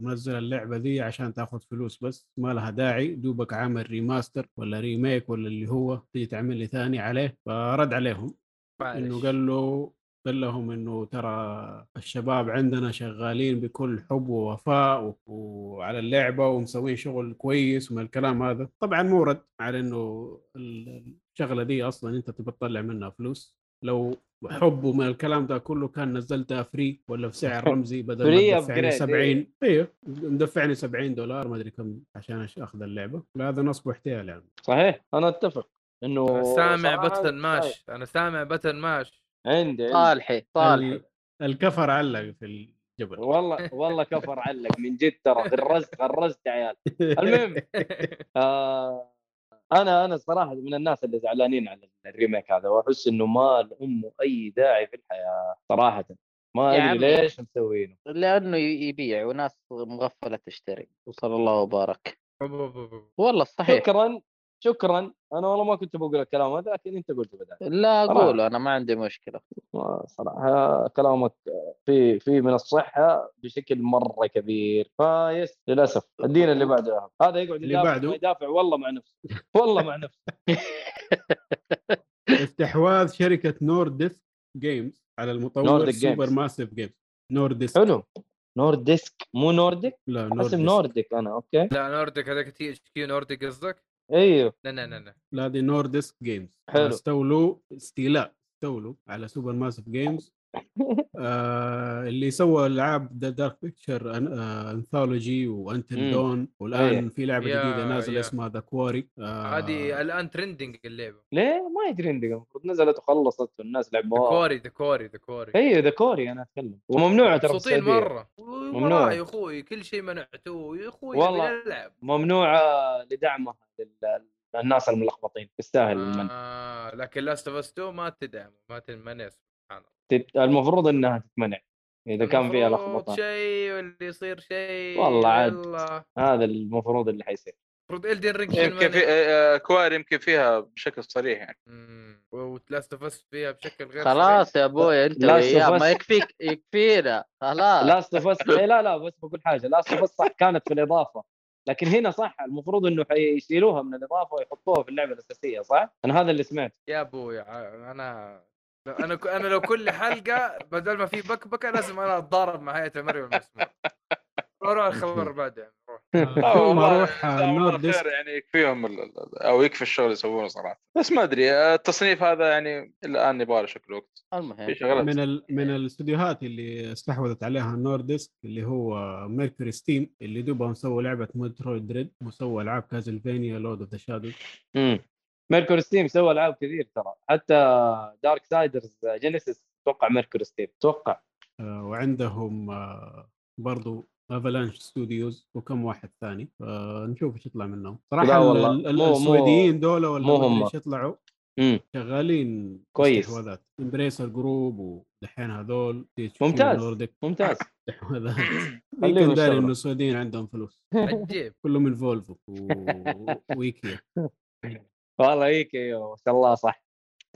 منزل اللعبه دي عشان تاخذ فلوس بس ما لها داعي دوبك عامل ريماستر ولا ريميك ولا اللي هو تيجي تعمل لي ثاني عليه فرد عليهم انه قال له قال لهم انه ترى الشباب عندنا شغالين بكل حب ووفاء و- وعلى اللعبه ومسوين شغل كويس ومن الكلام هذا طبعا مو رد على انه ال- الشغله دي اصلا انت تبي تطلع منها فلوس لو
أيوة.
حب ومن الكلام ده كله كان نزلتها فري
(laughs)
ولا بسعر رمزي بدل
Free
ما تدفعني
upgrade، إيه.
70 ايوه مدفعني 70 دولار ما ادري كم عشان أش- اخذ اللعبه لا هذا نصب واحتيال يعني
صحيح انا اتفق انه
سامع
صراحة
بطل ماش انا سامع بطل ماش
عندي عندي.
صالحي صالحي
ال- الكفر علق في الجبل
والله والله كفر علق من جد ترى غرزت غرزت يا عيال المهم آه انا انا صراحه من الناس اللي زعلانين على الريميك هذا واحس انه ما لامه اي داعي في الحياه صراحه ما
يا
ادري
عمي.
ليش مسوينه
لانه ي- يبيع وناس مغفله تشتري وصلى الله وبارك والله صحيح
شكرا شكرا انا والله ما كنت بقول الكلام هذا لكن انت قلته بدل
لا
طبعاً.
اقوله انا ما عندي مشكله
صراحه كلامك في في من الصحه بشكل مره كبير فيس للاسف الدين اللي بعده يا عم. هذا يقعد
اللي
يدافع
بعده.
ما يدافع والله مع نفسه والله مع نفسه
استحواذ شركه نورديسك جيمز على المطور
نورديك
سوبر
جيمز.
ماسيف جيمز نورديسك
حلو نورديسك مو نورديك
لا
اسم
نورديسك
نورديك انا اوكي
لا نوردك هذاك تي اتش كيو نوردك قصدك؟
ايوه
لا لا لا لا
لا دي نورديسك جيمز
حلو.
استولوا استيلاء استولوا على سوبر ماسيف
(laughs)
جيمز آه اللي سوى العاب ذا دارك بيكتشر انثولوجي وانتل
مم.
آه، دون والان
إيه.
في لعبه
يا-
جديده نازله
يا.
اسمها آه، ذا كواري
هذه الان ترندنج اللعبه
ليه ما يدري عندك المفروض نزلت وخلصت والناس
ذا
لعبوها
كوري ذا كوري ذا كوري
ايوه ذا كوري انا اتكلم وممنوعه ترى في
مبسوطين
السعودية.
مره
ممنوع.
والله يا اخوي كل شيء منعتوه يا اخوي
والله.
والله نلعب
ممنوعه آه، لدعمها لل- للناس الملخبطين تستاهل المن
آه لكن لاست اوف اس 2 ما تدعم ما تنمنع سبحان الله
تت- المفروض انها تتمنع اذا كان فيها
المفروض
لخبطه
شيء واللي يصير شيء
والله عاد.
يلا.
هذا المفروض اللي حيصير
المفروض الدن رينج
يمكن في آه، كواري يمكن فيها بشكل صريح يعني
ولاست اوف اس فيها بشكل غير
خلاص يا ابوي انت
Last of
وياه
Us.
ما يكفيك يكفينا خلاص
لاست اوف اس لا لا بس بقول حاجه لاست اوف اس صح كانت في الاضافه لكن هنا صح المفروض انه حيشيلوها من الاضافه ويحطوها في اللعبه الاساسيه صح؟ انا هذا اللي سمعت
يا ابوي ع- انا لو- انا ك- انا لو كل حلقه بدل ما في بكبكه لازم انا اتضارب مع هيئه المرئي والمسموع روح الخبر بعدين
(laughs)
روح
لا،
كل ما
والله
اروح
آه،
جزاهم الله
نورد ديسك
خير يعني يكفيهم ال- ال- او يكفي الشغل اللي يسوونه صراحه بس ما ادري آه، التصنيف هذا يعني الان يبغى له شكل وقت في
المهم
شغلات
من ال... من الاستديوهات اللي استحوذت عليها نوردسك اللي هو ميركوري ستيم اللي دوبهم سووا لعبه مترويد دريد وسووا العاب كازلفينيا لورد اوف ذا شادو
ميركور ستيم سوى العاب كثير ترى حتى دارك سايدرز جينيسيس اتوقع ميركور ستيم اتوقع
وعندهم آه، برضو افالانش ستوديوز وكم واحد ثاني فنشوف ايش يطلع منهم
لا
صراحه
والله،
ال- ال-
مو- مو-
السويديين دول ولا
مو
ما أدري
هم.
ايش يطلعوا
مم.
شغالين
كويس.
استحواذات امبريسر جروب ودحين هذول THQ
ممتاز.
نوردك
ممتاز (laughs)
استحواذات
خليهم
يمكن داري
يشتغلوا.
انه السعوديين عندهم فلوس
عجيب
كلهم انفولفو
(laughs)
و... وايكيا
والله هيك ايوه ما شاء الله صح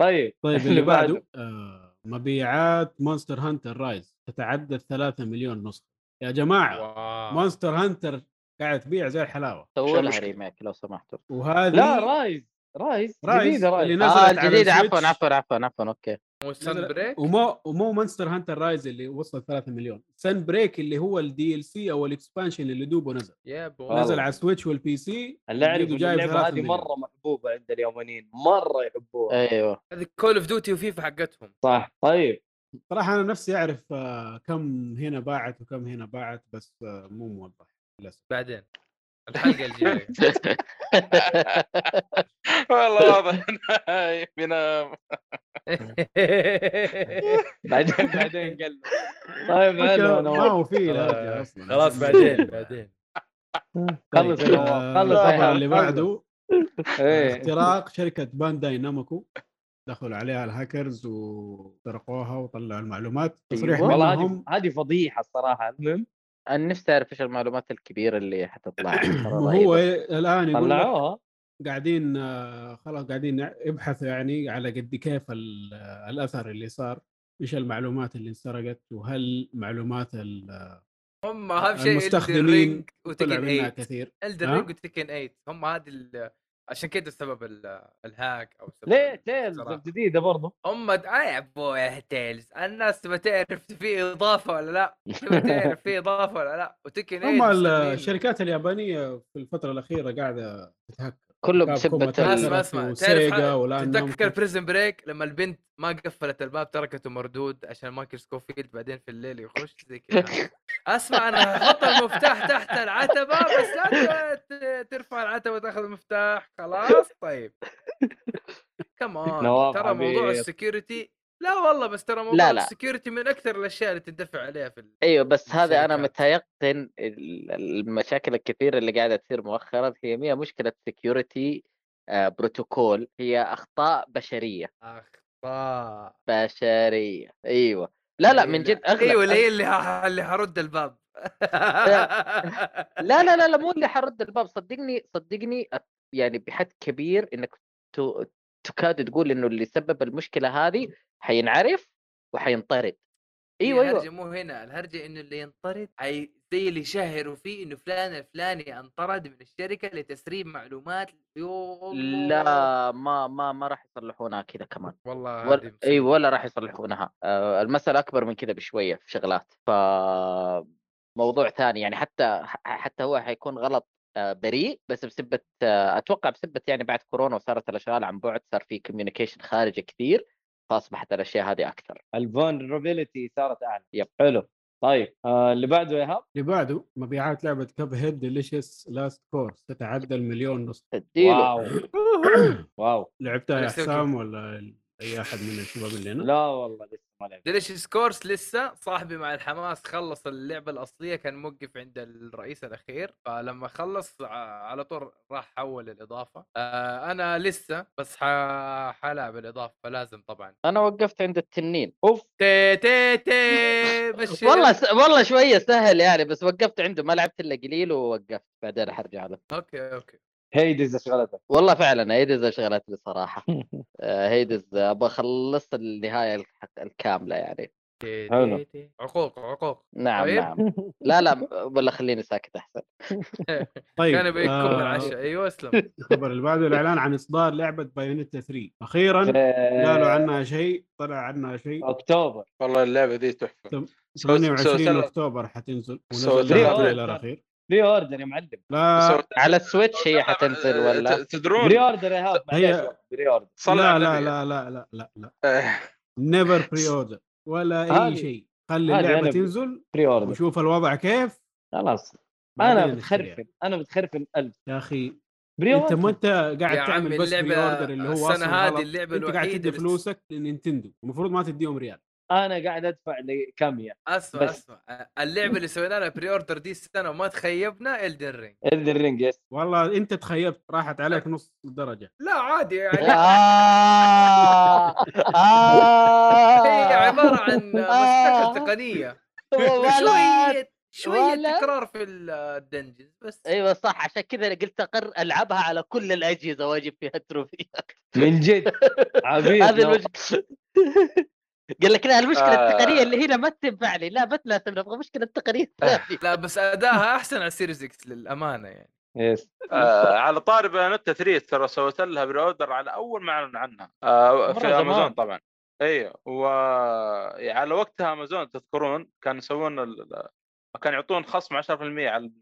طيب
طيب
اللي
اللي
بعده.
بعده آه مبيعات مونستر هانتر رايز تتعدى 3 مليون نسخه يا جماعه
واو
مونستر هانتر قاعد تبيع زي الحلاوه
سووا
شو
لها
المشكلة؟
ريميك لو سمحتوا
وهذه
لا رايز رايز
رايز
جديده
اللي
رايز
نزلت
اه
على
الجديد عفوا
السويتش.
عفوا عفوا عفوا اوكي
مو سن بريك
ومو ومو مونستر هانتر رايز اللي وصل 3 مليون سن بريك اللي هو الدي ال سي او الاكسبانشن اللي دوبه نزل
يا ابوي
والله.
نزل على السويتش والبي سي
اللي اعرف
جديد
إن
وجايب
اللعبه
3
هذه
مليون.
مره محبوبه عند اليمنيين مره يحبوها
ايوه
هذه كول اوف ديوتي وفيفا حقتهم
صح طيب
صراحه انا نفسي اعرف آه، كم هنا باعت وكم هنا باعت بس آه، مو موضح للاسف
بعدين الحلقه
(laughs)
الجايه
والله واضح إنه هاي بنام
بعدين بعدين قال طيب حلو
ما
انا
هو في لهجه اصلا
آه، خلاص بعدين بعدين
طيب،
خلص يا نواف،
آه،
خلص
الخبر
يا
اللي
خلص.
بعده
إيه.
اختراق شركه بانداي نامكو دخلوا عليها الهاكرز وسرقوها وطلعوا المعلومات تصريح
أيوة.
والله هذه
منهم
هذه فضيحه الصراحه المهم
انا نفسي اعرف ايش المعلومات الكبيره اللي حتطلع ترى
(coughs) وهو
رهيبة.
الان يقول لك
طلعوها
قاعدين آه، خلاص قاعدين يبحثوا يعني على قد كيف ال- آه، الاثر اللي صار ايش المعلومات اللي انسرقت وهل معلومات ال-
هم اهم شيء
المستخدمين
المستخدمين
طلع
وتكن
منها
8
كثير
الدر
ها؟
رينج وتكن 8 هم هذه ال- عشان كذا سبب ال- الهاك او سبب
ليه
ال-
تيلز
الصراع.
جديده برضه
هم د- آه يا ابوي تيلز الناس تبى تعرف في اضافه ولا لا تبى تعرف في اضافه ولا لا وتكن 8
هم ال-
مستخدمين.
الشركات اليابانيه في الفتره الاخيره قاعده تتهكر
كله
كابكوم
بسبه
ما
أتاك.
ال-
اسمع اسمع
وسيجا
تعرف ح-
والآن
تتذكر
نامكو.
بريزن بريك لما البنت ما قفلت الباب تركته مردود عشان مايكل سكوفيلد بعدين في الليل يخش زي كذا اسمع انا هحط المفتاح تحت العتبه بس انت ت- ترفع العتبه وتاخذ المفتاح خلاص طيب كمان
(laughs)
نواف
ترى موضوع
عبيط.
السكيورتي لا والله بس ترى موضوع
لا لا.
السكيورتي من اكثر الاشياء اللي تدفع عليها في ال...
ايوه بس هذا انا
الشركات.
متيقن ال- المشاكل الكثيره اللي قاعده تصير مؤخرا هي مية مشكله سكيورتي بروتوكول هي اخطاء بشريه
اخطاء
بشريه ايوه لا لا من جد اغلب
ايوه اللي هي اللي ه- اللي هرد الباب (laughs)
لا لا لا لا مو اللي حرد الباب صدقني صدقني أت- يعني بحد كبير انك ت- تكاد تقول انه اللي سبب المشكله هذه حينعرف وحينطرد ايوه
الهرجه
ايوه
مو هنا الهرجه انه اللي ينطرد اي زي اللي شهروا فيه انه فلان الفلاني انطرد من الشركه لتسريب معلومات يو الله.
لا ما ما ما راح يصلحونها كذا كمان
والله هذه
ولا
مصيبة.
اي ولا راح يصلحونها آه، المساله اكبر من كذا بشويه في شغلات ف موضوع ثاني يعني حتى ح- حتى هو حيكون غلط آه، بريء بس بسبه آه، اتوقع بسبه يعني بعد كورونا وصارت الاشغال عن بعد صار في كوميونيكيشن خارجي كثير فاصبحت الاشياء هذه اكثر
الفولنربيلتي صارت اعلى
يب.
حلو طيب آه اللي بعده يا هاب
اللي بعده مبيعات لعبه كاب هيد ديليشيس لاست كورس تتعدى المليون نسخه
اديله
واو واو
لعبتها يا
لسه
حسام ولا اي احد من الشباب اللي هنا؟
لا والله لسه ما لعبت
ديليشيس كورس لسه صاحبي مع الحماس خلص اللعبه الاصليه كان موقف عند الرئيس الاخير فلما خلص ع- على طول راح حول الاضافه آه انا لسه بس ح... حلعب الاضافه فلازم طبعا
انا وقفت عند التنين
اوف
تي تي تي بشير.
والله س... والله شويه سهل يعني بس وقفت عنده ما لعبت الا قليل ووقفت بعدين حرجع له
اوكي اوكي
هيدز شغلتك
والله فعلا هيدز شغلتني صراحه آه، هيدز آه، ابغى اخلص النهايه الحق- الكامله يعني
حلو.
عقوق عقوق
نعم
طيب.
نعم لا لا ولا خليني ساكت احسن
طيب
كان بيكون
آه،
العشاء ايوه اسلم
الخبر (laughs) اللي بعده الاعلان عن اصدار لعبه بايونيتا 3 اخيرا قالوا عنها شيء طلع عنها شيء
اكتوبر
والله اللعبه ذي تحفه سو-
28
سو-
اكتوبر حتنزل
سو-
ونزل
سو-
لها
سو-
تريلر اخير
بري اوردر يا معلم
لا
على السويتش هي حتنزل
(laughs)
ولا
تدرون
بري اوردر يا هاب
هي-
معليش، بري اوردر
صلى
لا
على
لا
النبي.
لا لا لا لا لا
آه،
نيفر بري اوردر ولا
هذه-
اي شيء خلي
هذه
اللعبه
أنا-
تنزل
بري اوردر
وشوف الوضع كيف
خلاص انا
بعدين نشتريها.
بتخرفن انا بتخرفن الف
يا اخي
بري
انت
اوردر
ما انت قاعد
يا عمي
تعمل بس بري
اللعبة
اوردر اللي هو
السنة
أصلاً
هذه
غلط.
اللعبة
انت قاعد
الوحيدة
تدي
اللي-
فلوسك لنينتندو المفروض ما تديهم ريال
انا قاعد ادفع لكاميا
اسمع
بس.
اسمع اللعبه اللي سوينا لها بري اوردر دي السنه وما تخيبنا الدن رينج
الدر رينج يس
والله انت تخيبت راحت عليك نص الدرجه
لا عادي يعني
آه، (laughs) آه.
(laughs) هي عباره
(laughs)
عن
آه.
مشاكل تقنيه
ولا-
شويه شويه
ولا-
تكرار في الدنجنز بس
ايوه صح عشان كذا انا قلت اقر العبها على كل الاجهزه واجيب فيها تروفيات
(laughs) من
(laughs)
جد عبيد
هذا
لو-
المشكله (laughs) قال لك لا المشكله
آه.
التقنيه اللي هنا ما تنفع لي لا ما تناسب نبغى مشكله التقنيه الثانيه
لا بس اداها احسن على السيريز اكس للامانه يعني
يس
آه، على طار بيانوتا 3 ترى سويت لها بري اوردر على اول ما اعلن عنها آه،
مرة
في
زمان.
امازون طبعا ايوه وعلى يعني وقتها امازون تذكرون كانوا يسوون ال- كانوا يعطون خصم 10% على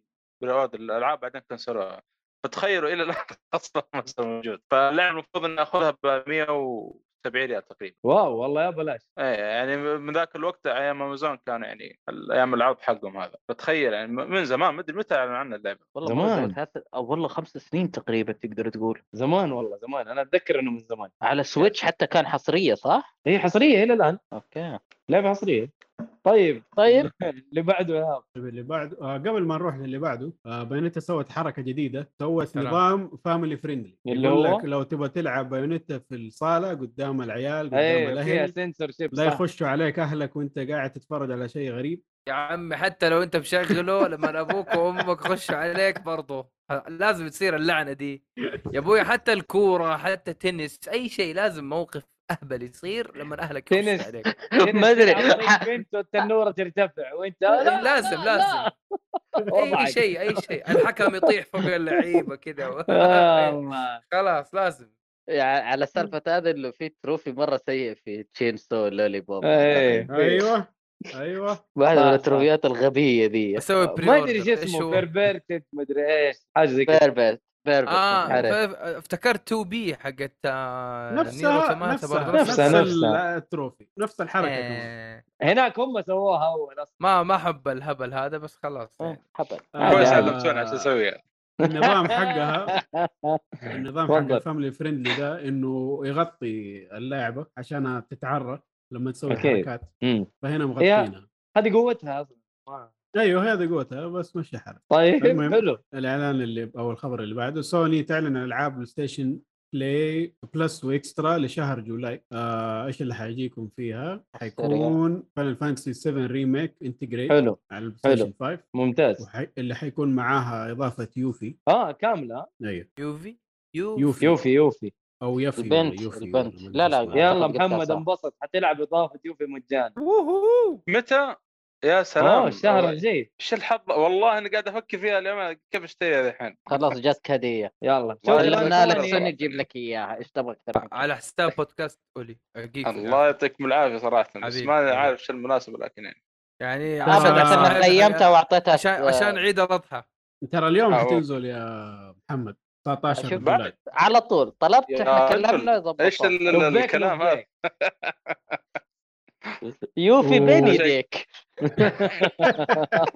بري اوردر الالعاب بعدين كنسلوها فتخيلوا الى (laughs) الان خصم امازون موجود فاللعبه المفروض اني اخذها ب 170 ريال تقريبا
واو والله يا بلاش
ايه يعني من ذاك الوقت ايام امازون كان يعني ايام العرض حقهم هذا فتخيل يعني من زمان ما ادري متى اعلن عنها اللعبه
والله
زمان.
زمان ثلاث او والله خمس سنين تقريبا تقدر تقول
زمان والله زمان انا اتذكر انه من زمان
على سويتش حتى كان حصريه صح؟
هي حصريه الى الان
اوكي
لعبه حصريه طيب
طيب
(laughs) اللي بعده يا هاب
طيب اللي بعده آه قبل ما نروح للي بعده آه بايونيتا سوت حركه جديده سوت
سلام.
نظام فاميلي فريندلي
اللي
يقول
هو؟
لك لو تبغى تلعب بايونيتا في الصاله قدام العيال قدام
ايه فيها
الاهل
سنسور شيب
لا يخشوا عليك اهلك وانت قاعد تتفرج على شيء غريب
يا عمي حتى لو انت مشغله لما ابوك وامك يخشوا عليك برضو لازم تصير اللعنه دي يا ابوي حتى الكوره حتى تنس اي شيء لازم موقف اهبل يصير لما اهلك يخشوا
تنس. (laughs)
عليك
(laughs) ما ادري (laughs)
بنت والتنوره ترتفع وانت
إيه، لازم لازم
(laughs) وضعك.
اي شيء اي شيء الحكم يطيح فوق اللعيبه
(laughs)
كذا
الله
(laughs) خلاص لازم
يعني على سالفه هذا انه في تروفي مره سيء في تشين سو لولي بوب
ايه
ايوه ايوه
واحده
صح،
إيه. من
صح.
التروفيات الغبيه ذي
اسوي
ما ادري ايش
pre-order. إيش
اسمه
هو؟
بيرفيرتد مدري ايش حاجه زي كذا
بيربت بيربت
آه،
اه ف- افتكرت 2 بي حقت آه، نيرو
نفسها
توماتا
نفسها
برضو.
نفس
نفسها، نفسها.
التروفي نفس الحركه كمان.
إيه.
هناك هم سووها اول اصلا
ما ما احب الهبل هذا بس خلاص يعني.
حبل
آه،
كويس
آه.
هذا مسوين عشان اسويها
النظام حقها
(laughs)
النظام حق
تفضل.
الفاميلي فريندلي ده انه يغطي اللعبه عشانها تتعرق لما تسوي
أوكي.
حركات
مم.
فهنا مغطينها
هذه قوتها اصلا ما-
ايوه هذه قوتها بس مشي حالك
طيب
المهم.
حلو
الاعلان اللي او الخبر اللي بعده سوني تعلن عن العاب بلاي ستيشن بلاي بلس واكسترا لشهر جولاي آه، ايش اللي حيجيكم فيها؟ حيكون فاينل فانتسي 7 ريميك انتجريت
حلو
على البلاي ستيشن 5
ممتاز
وحي... اللي حيكون معاها اضافه يوفي
اه كامله
ايوه
يوفي يوفي
يوفي
يوفي يوفي
او يفي
البنت-
ولا يوفي
البنت.
ولا ما أدري
لا، لا،
اسمها.
يلا
أعتقد قلتها
محمد
صح.
انبسط حتلعب اضافه يوفي مجانا
متى؟ يا سلام
اه الشهر الجاي
ايش الحظ والله اني قاعد افكر فيها اليوم كيف اشتريها الحين
خلاص جاتك هديه
يلا شوف
والله
لما
طلبنا لك
تكون-
سنة تجيب لك اياها ايش تبغى اكثر
آه،
من كذا؟
على حساب بودكاست اولي أرقيك في
الله
العافية.
يعطيكم العافيه صراحه بس
حبيبي،
ما
حبيبي.
عارف شو المناسبه لكن يعني
يعني
أبد،
عشان-
عشان
عشان-
قيمتها واعطيتها
عشان عشان عيد الاضحى
ترى اليوم
أو-
حتنزل يا محمد 19
أشوف.
جولاي
على طول طلبت
يا
احنا
رجل.
كلمنا ظبطت
ايش ال- ال-
لبيك
الكلام هذا
لبيك.
يوفي بين
أوه.
يديك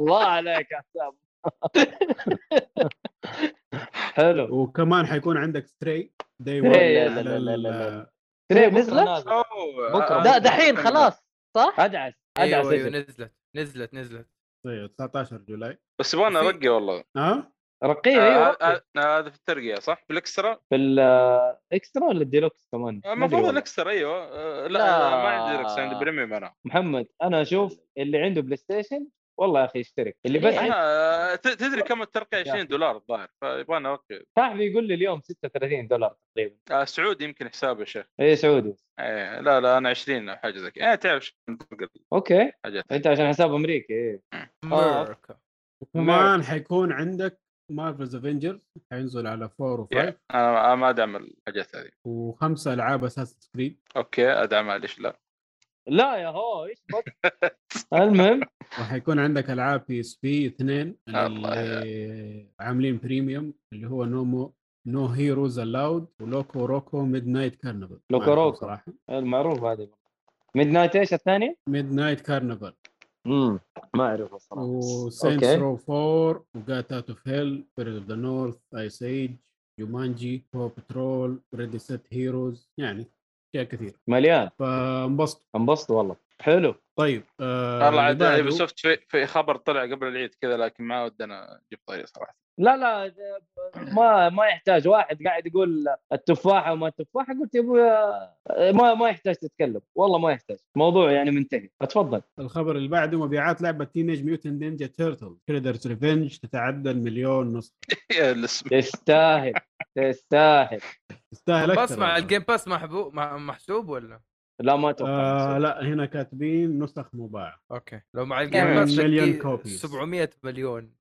الله عليك يا حسام حلو
وكمان حيكون عندك ستري داي
لا، لا،
لا، لا، لا، لا.
تري
نزلت؟
بكرة نازل.
أوه،
بكرة.
آه،
لا دحين
آه،
خلاص صح؟
ادعس ادعس
أيوة،
ايوه ايوه
أجل.
نزلت نزلت نزلت
19 طيب، جولاي
بس يبغانا
في-
ارقي
إيه،
والله
ها
رقيه
آه،
ايوه
آه، آه، هذا في الترقيه صح؟ في الاكسترا؟
في الاكسترا ولا الديلوكس كمان
آه،
ما أدري
المفروض
والله.
الاكسترا ايوه آه، لا
لا.
ما عندي الاكسترا عندي بريميوم انا
محمد انا اشوف اللي عنده بلاي ستيشن والله يا اخي اشترك اللي
ليه؟
إيه،
بس
أنا- آه، ت- تدري كم الترقية 20 دولار الظاهر فيبغانا اوكي
صاحبي يقول لي اليوم 36 دولار تقريبا
آه، سعودي يمكن حسابه يا شيخ
اي سعودي
إيه، لا لا انا 20 او حاجه زي كذا يعني تعرف شو الفرق
اوكي
الحاجات
انت عشان حساب امريكي ايه
امريكا
كمان حيكون عندك مارفلز افنجرز حينزل على 4 و5
انا أنا ما ادعم الحاجات هذه
وخمسه العاب اساس كريد
اوكي ادعمها ليش لا
لا يا هو ايش
(laughs)
بك؟ المهم
وحيكون عندك العاب بي اس بي اثنين
الله
اللي عاملين بريميوم اللي هو نومو نو هيروز الاود ولوكو روكو ميد نايت كارنفال
لوكو روكو. المعروف هذه ميد نايت ايش الثانيه؟
ميد نايت كارنفال
امم ما اعرفه صراحه
وسينس
أوكي.
رو 4 وجات اوت اوف هيل بيرد اوف ذا نورث ايس ايج جومانجي هو بترول ريدي سيت هيروز يعني اشياء كثير
مليان
فانبسطوا
انبسط والله حلو
طيب آه
والله عاد
إيه
اللي بعده-
يوبي سوفت في, في خبر طلع قبل العيد كذا لكن ما ودنا نجيب طريقه صراحه
لا لا ده- ما ما يحتاج واحد قاعد يقول التفاحه وما التفاحه قلت يا ابويا ما ما يحتاج تتكلم والله ما يحتاج موضوع يعني منتهي اتفضل
الخبر اللي بعده مبيعات لعبه تينيج ميوتن نينجا تيرتل كريدرز ريفنج تتعدى المليون نسخه
(laughs) يا الاسم
تستاهل تستاهل
تستاهل اكثر
بسمع
والله.
الجيم باس محبو مع- محسوب ولا؟
لا ما اتوقع
آه لا هنا كاتبين نسخ مباعة
اوكي لو مع الجيم
يعني
باس
مليون
تجي
كوبيز.
700 مليون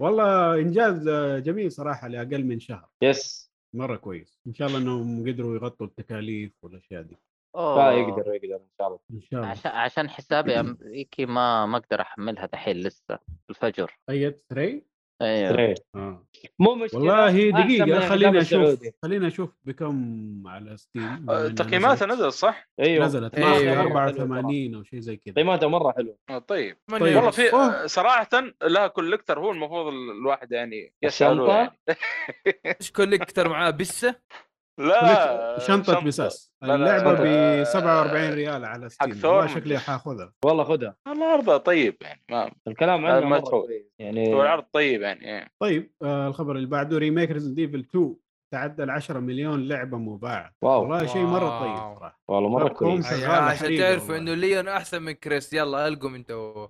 والله انجاز آه، جميل صراحه لاقل من شهر
يس
مره كويس ان شاء الله انهم قدروا يغطوا التكاليف والاشياء دي
لا
أوه.
آه، يقدر يقدر ان شاء الله
ان شاء الله
عشان عشان حسابي امريكي ما ما اقدر احملها دحين لسه الفجر
ايد
طيب،
ثري
ايوه
آه.
إيه. مو مشكله
والله
أحسن من
دقيقه
الحساب
خلينا اشوف
السعودي.
خلينا اشوف بكم على ستيم
آه، تقييماتها نزلت صح؟
ايوه
نزلت إيه،
أيوه.
ما أدري،
أيوه.
84 او شيء زي كذا
قيماتها مره حلوه
آه، طيب
طيب.
والله في
أوه.
آه، صراحه لها كولكتر هو المفروض ال- الواحد يعني يساله
الشنطة؟
يعني
ايش كوليكتر معاه بسه؟
لا
شنطه بساس
لا، لا،
اللعبه
آه،
ب 47 ريال على ستيم
حق ثور.
والله شكلي حاخذها
والله خذها
الله يرضى طيب يعني ما
الكلام
هذا
عنه
ما
ما
تفوت.
كويس يعني
هو العرض طيب يعني إيه.
طيب آه الخبر اللي بعده ريميك ريزنت ايفل 2 تعدى ال 10 مليون لعبه مباعه
واو
والله شيء
واو.
مره طيب صراحه
والله مره
فابكم
كويس
شغالة
عشان
حريقة
تعرفوا
والله.
انه ليون احسن من كريس يلا القم
(laughs)
(laughs) انتوا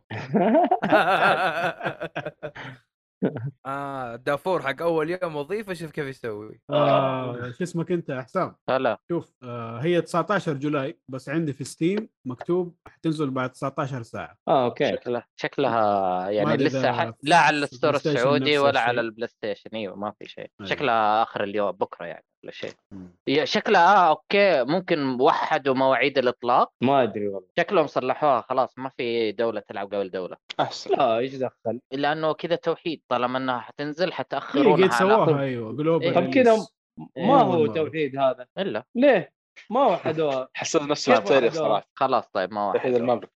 اه دافور حق اول يوم وظيفه شوف كيف يسوي
آه شو اسمك انت يا حسام
هلا
شوف آه هي 19 جولاي بس عندي في ستيم مكتوب حتنزل بعد 19 ساعه
اه اوكي
شكلها شكلها
ما
يعني
أدري إذا
لسه ح...
في
لا على الستور
البلاي ستيشن
السعودي
نفس
ولا على
الشيء.
البلاي ستيشن ايوه ما في شيء
أيوة.
شكلها اخر اليوم بكره يعني ولا شيء يا شكلها آه اوكي ممكن وحدوا مواعيد الاطلاق
ما ادري والله
شكلهم صلحوها خلاص ما في دوله تلعب قبل دوله
احسن
لا ايش آه، دخل
الا انه كذا توحيد طالما انها حتنزل
إيه
حتاخرونها
قد
على
سواها
سواها
ايوه جلوبال
إيه.
طب كذا
ريليس.
ما إيه، هو
إيه، والله.
توحيد هذا
الا
ليه ما
(laughs)
وحدوها
حسيت نفسي مع
كيف
التاريخ
واحد
صراحه
خلاص طيب ما
توحيد
واحد
المملكه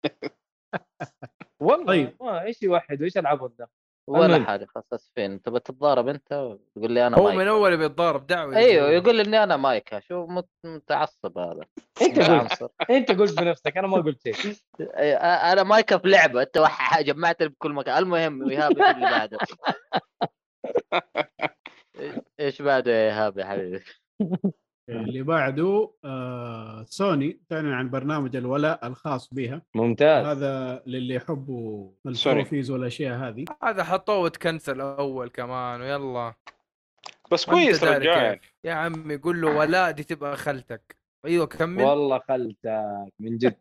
والله
طيب.
ما ايش يوحد وايش العبط
(laughs)
ده
ولا
المهم.
حاجه خلاص فين تبى تتضارب انت تقول لي انا
هو من
مايكا
اول بيتضارب دعوه
أيوه،
ايوه يقول لي اني انا مايكا شو مت- متعصب هذا
انت
نعم.
قلت
عنصر.
انت قلت بنفسك انا ما قلت شيء
(laughs)
إيه، أ- انا مايكا في لعبه انت وح- جمعتني بكل مكان المهم ايهاب إيش اللي بعده إيه- ايش بعده يا ايهاب يا حبيبي
إيه، اللي بعده آه سوني تعلن عن برنامج الولاء الخاص بها
ممتاز
هذا للي يحبوا
سوني.
التروفيز والاشياء هذه
هذا حطوه وتكنسل اول كمان ويلا
(laughs) بس
ما أنت
كويس
داري
رجعوا يعني
كيف. يا عمي قول له ولا دي تبقى خلتك ايوه كمل
والله خلتك من
(laughs)
جد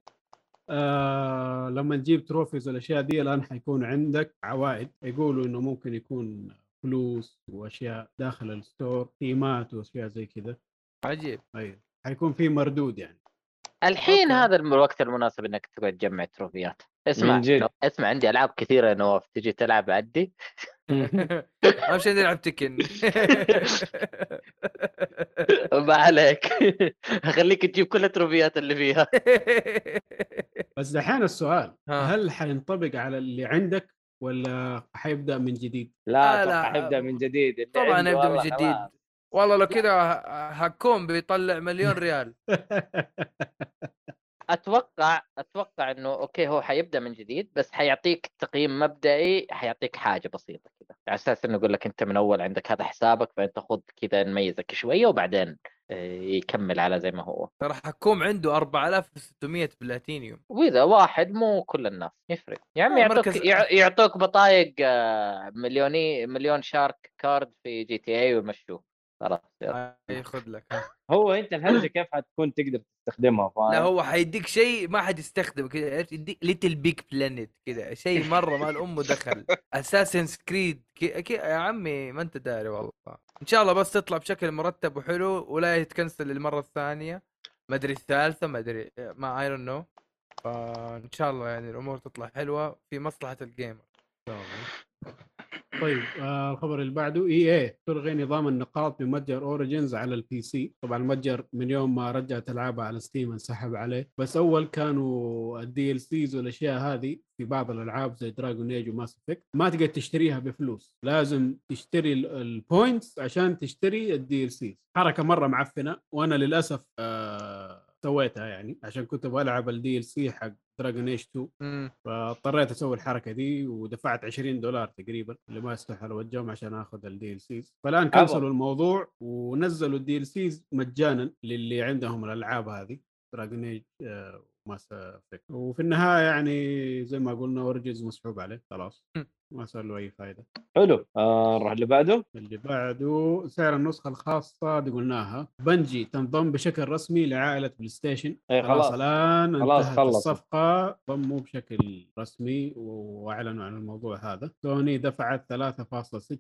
آه لما تجيب تروفيز والاشياء دي الان حيكون عندك عوائد يقولوا انه ممكن يكون فلوس واشياء داخل الستور تيمات واشياء زي كذا
عجيب
ايوه حيكون في مردود يعني
الحين
أوكي.
هذا الم- الوقت المناسب انك تقعد تجمع تروفيات اسمع
من جد.
لو- اسمع عندي العاب كثيره يا نواف تجي تلعب عندي
اهم شيء نلعب تكن (laughs)
ما عليك (laughs) اخليك تجيب كل التروفيات اللي فيها
بس دحين السؤال
آه.
ها.
هل حينطبق على اللي عندك ولا حيبدا من جديد؟
لا
لا،
اتوقع
لا.
حبدا من جديد اللي
طبعا
عنده
نبدا من
والله
جديد
خلاص.
والله لو كذا هكوم بيطلع مليون
(laughs)
ريال
اتوقع اتوقع انه اوكي هو حيبدا من جديد بس حيعطيك تقييم مبدئي حيعطيك حاجه بسيطه كذا على اساس انه يقول لك انت من اول عندك هذا حسابك فانت خذ كذا نميزك شويه وبعدين آه، يكمل على زي ما هو
ترى حكوم عنده 4600 بلاتينيوم
واذا واحد مو كل الناس يفرق يا عمي يعطوك
مركز-
يع- يعطوك بطايق آه، مليوني مليون شارك كارد في جي تي اي ويمشوه خلاص
آه،
يلا.
ياخذ لك ها.
هو انت الهرجه كيف حتكون تقدر تستخدمها فاهم
لا هو حيديك شيء ما حد يستخدمه كذا عرفت يديك ليتل بيج بلانيت كذا شيء مره مال امه دخل اساسن سكريد يا عمي ما انت داري والله ان شاء الله بس تطلع بشكل مرتب وحلو ولا يتكنسل للمره الثانيه ما ادري الثالثه ما ادري ما اي دونت نو فان شاء الله يعني الامور تطلع حلوه في مصلحه الجيمر
(laughs) طيب آه الخبر اللي بعده اي اي تلغي نظام النقاط بمتجر اوريجنز على البي سي طبعا المتجر من يوم ما رجعت العابها على ستيم انسحب عليه بس اول كانوا الدي ال سيز والاشياء هذه في بعض الالعاب زي دراجون ايج وماس افكت ما تقدر تشتريها بفلوس لازم تشتري البوينتس عشان تشتري الدي ال سيز حركه مره معفنه وانا للاسف آه سويتها يعني عشان كنت ابغى العب الدي ال سي حق دراجون ايج 2 فاضطريت اسوي الحركه دي ودفعت 20 دولار تقريبا اللي ما يستحل وجههم عشان اخذ الدي ال سيز فالان
عبط.
كنسلوا الموضوع ونزلوا الدي ال سيز مجانا للي عندهم الالعاب هذه دراجون ايج ماس افكت وفي النهايه يعني زي ما قلنا اورجنز مسحوب عليه خلاص
مم.
ما صار له اي فائده
حلو آه نروح اللي بعده
اللي بعده سعر النسخه الخاصه دي قلناها بنجي تنضم بشكل رسمي لعائله بلاي ستيشن
اي
خلاص
إيه، خلاص
الان
خلاص
انتهت
خلص.
الصفقه ضموا بشكل رسمي واعلنوا عن الموضوع هذا سوني دفعت 3.6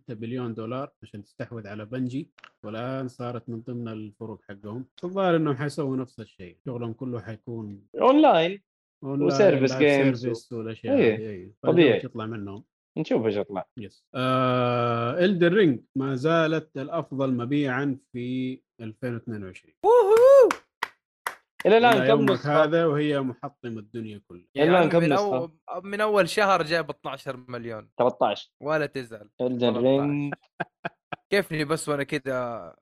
بليون دولار عشان تستحوذ على بنجي والان صارت من ضمن الفروق حقهم الظاهر انهم حيسووا نفس الشيء شغلهم كله حيكون
اونلاين
أونلاين،
وسيرفيس
لايف
جيمز
سيرفيس والاشياء
إيه،
هذه، إيه.
طبيعي.
فالدوج يطلع منهم
نشوف ايش يطلع
يس آه الدر رينج ما زالت الافضل مبيعا في 2022
الى الان
إلى
كم
يومك
نسخه
هذا وهي محطمه الدنيا كلها
يلا
يعني
نكمل
من, أو... من اول شهر جاب 12 مليون
13
ولا تزعل
الدن رينج
كيفني بس وانا كذا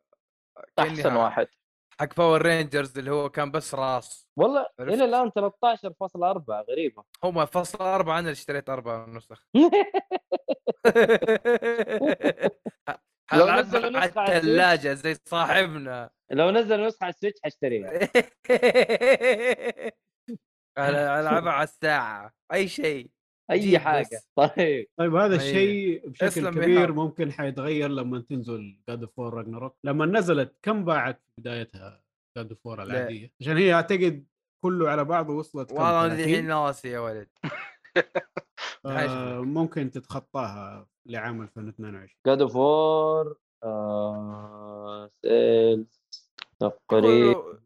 كأني
احسن
ح-
واحد
حق باور رينجرز اللي هو كان بس راس
والله
عرفت.
الى الان 13.4 غريبه
هو ما فصل أربعة أنا اللي اشتريت أربعة نسخ
(laughs) لو
حلعبها
نزلوا نسخة
على
على
الثلاجة زي صاحبنا (laughs)
لو نزل نسخه على السويتش حاشتريها
أنا ألعبها على الساعة أي شيء
اي
جيب
حاجه
بس.
(laughs) طيب
طيب هذا
أيوة.
الشيء بشكل
اسلم يا
كبير
حرب.
ممكن حيتغير لما تنزل جاد اوف وور راجناروك لما نزلت كم باعت في بدايتها جاد اوف وور العاديه عشان هي اعتقد كله على بعضه وصلت كم
والله أنا
30
الحين ناسي يا ولد
آه ممكن تتخطاها لعام 2022
جاد اوف وور آه، سيلز تقريبا
(laughs) كله-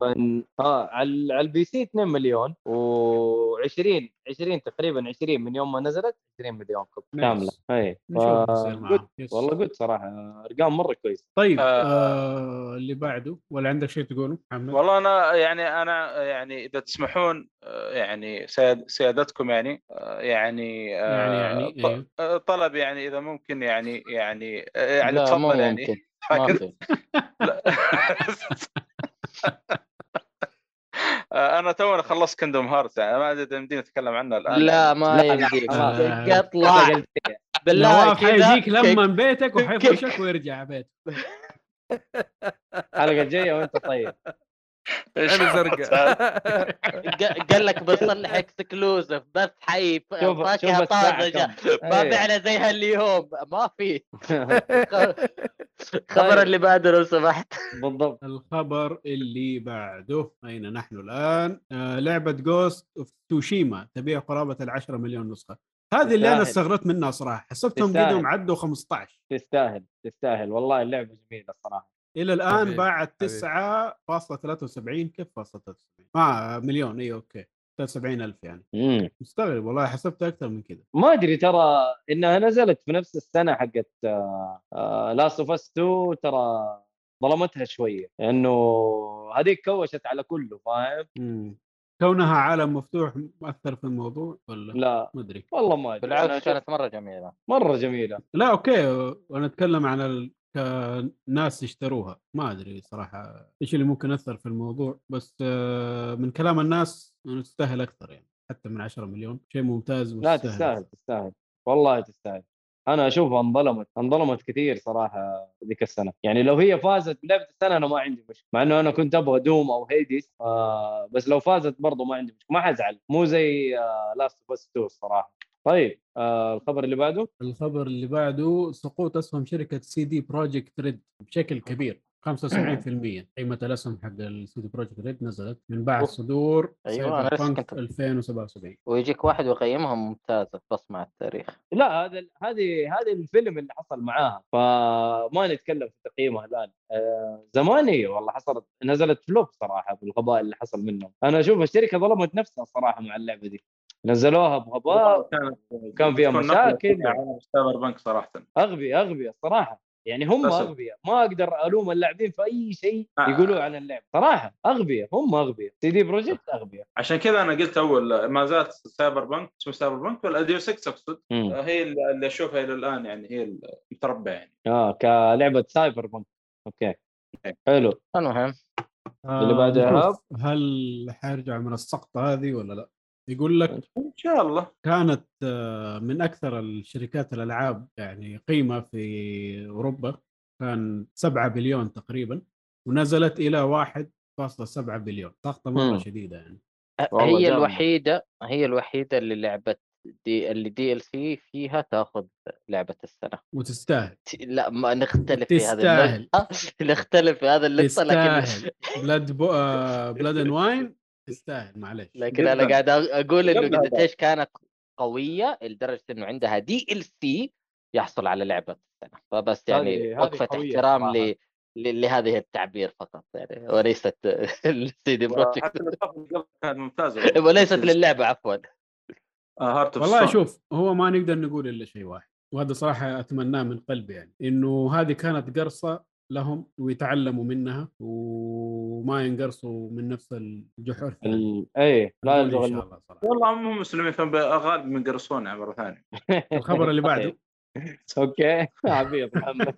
اه على على البي سي 2 مليون و20 20 تقريبا 20 من يوم ما نزلت 20 مليون كوب
Nice.
كامله اي
نشوف إيش يصير معاهم. يس.
والله آه، قلت صراحه ارقام مره كويسه
طيب
آه.
آه اللي بعده ولا عندك شيء تقوله محمد؟
والله انا يعني انا يعني اذا تسمحون آه، يعني سياد- سيادتكم يعني آه، يعني آه،
يعني يعني
ط-
إيه.
آه، طلب يعني اذا ممكن يعني يعني آه، يعني
لا،
تفضل
ما
يعني
يمكن. ما في.
لا. (laughs) آه، انا تونا خلصت كندوم هارت يعني ما ادري اذا يمديني اتكلم عنها الان
لا ما
لا، لا،
يمديك
خلاص.
اطلع بالله
نواف
كذا
حيجيك لما بيتك وحيفرشك ويرجع بيتك
الحلقه الجايه وانت طيب
(laughs)
عينه
(laughs) آه.
زرقاء
ق- قال لك بصلح اكسكلوزف بس حي ف-
شوف شوف
فاكهه
الساعه
طازجه ما
كم.
بعنا زيها اليوم ما
(laughs)
في
إيه. طيب.
خبر اللي بعده لو سمحت
بالضبط
الخبر اللي بعده اين نحن الان آه لعبه جوست اوف توشيما تبيع قرابه ال10 مليون نسخه هذه اللي انا
تستاهل.
استغربت منها صراحه حسبتهم
تستاهل.
قدهم عدوا 15
تستاهل تستاهل والله اللعبه جميله الصراحه
الى الان
حبيبي،
باعت
حبيبي.
9.73 كيف فاصلة 73 ما مليون إيه، اي اوكي 73 الف يعني
مم.
مستغرب والله حسبتها اكثر من كذا
ما ادري ترى انها نزلت في نفس السنه حقت آه، لاست اوف اس 2 ترى ظلمتها شويه لانه هذيك كوشت على كله فاهم؟
مم. كونها عالم مفتوح مؤثر في الموضوع ولا
لا
ما ادري
والله ما ادري أنا
بالعكس
أشوف
كانت مره جميله
مره جميله
لا اوكي وانا اتكلم عن ال... كناس اشتروها ما ادري صراحه ايش اللي ممكن اثر في الموضوع بس آه، من كلام الناس انه تستاهل اكثر يعني حتى من 10 مليون شيء ممتاز
لا
وتستاهل
تستاهل تستاهل والله تستاهل انا اشوفها انظلمت انظلمت كثير صراحه ذيك السنه يعني لو هي فازت بلعبه السنه انا ما عندي مشكله مع انه انا كنت ابغى دوم او هيديس آه بس لو فازت برضو ما عندي مشكله ما حزعل مو زي آه لاست اوف اس 2 الصراحه طيب آه الخبر اللي بعده
الخبر اللي بعده سقوط اسهم شركه سي دي بروجكت ريد بشكل كبير 75% قيمه الاسهم حق السي دي بروجكت ريد نزلت من بعد
أوف.
صدور
أيوة، أنا لسه
Cyberpunk
كنت-
2077
ويجيك واحد ويقيمها ممتازه بس مع التاريخ
لا هذا هذه هذا الفيلم اللي حصل معاها فما نتكلم في تقييمها الان آه زمان هي والله حصلت نزلت فلوب صراحه بالغباء اللي حصل منهم انا اشوف الشركه ظلمت نفسها صراحه مع اللعبه دي نزلوها بغباء كان فيها مشاكل.
سايبر بنك صراحه
اغبياء اغبياء الصراحه يعني هم
للأسف.
اغبياء ما اقدر الوم اللاعبين في اي شيء يقولوه عن اللعب صراحه اغبياء هم اغبياء سي دي بروجكت اغبياء
عشان كذا انا قلت اول ما زالت سايبر بنك اسمه سايبر بنك ولا ديو 6 اقصد هي اللي اشوفها الى الان يعني هي المتربع يعني
اه كلعبه سايبر بنك اوكي حلو
المهم
اللي بعده
آه، نشوف
إيهاب؟
هل حيرجعوا من السقطه هذه ولا لا؟ يقول لك
ان شاء الله
كانت آه، من اكثر الشركات الالعاب يعني قيمه في اوروبا كان 7 بليون تقريبا ونزلت الى 1.7 بليون سقطه مره
مم.
شديده يعني
والله
هي
جامد.
الوحيده هي الوحيده اللي لعبه دي اللي دي ال سي فيها تاخذ لعبه السنه
وتستاهل
ت- لا ما نختلف في هذا
تستاهل.
النقطه (laughs) نختلف في هذا اللقطه لكن
تستاهل بلاد بو... بلاد اند واين تستاهل معلش
لكن انا
جداً.
قاعد أ- اقول انه
جداً.
قد ايش كانت قويه لدرجه انه عندها دي ال سي يحصل على لعبه السنه فبس يعني
هذه- هذه
وقفه
قوية
احترام
صراحة.
ل... ل... لهذه التعبير فقط يعني وليست (laughs) السيدي
آه، حتى
بروجكت
الإضافة اللي قبل كانت آه، ممتازه
(laughs)
(laughs)
وليست للعبه عفوا
هارت اوف
والله شوف هو ما نقدر نقول الا شيء واحد وهذا صراحه اتمناه من قلبي يعني انه هذه كانت قرصه لهم ويتعلموا منها وما ينقرصوا من نفس الجحر
ال... اي لا
هذول
يلزغ
ان شاء
الم-
الله صراحه
والله هم مسلمين فغالبا من قرصونا مره ثانيه
الخبر اللي
(laughs)
بعده
اوكي عبيط
(laughs)
محمد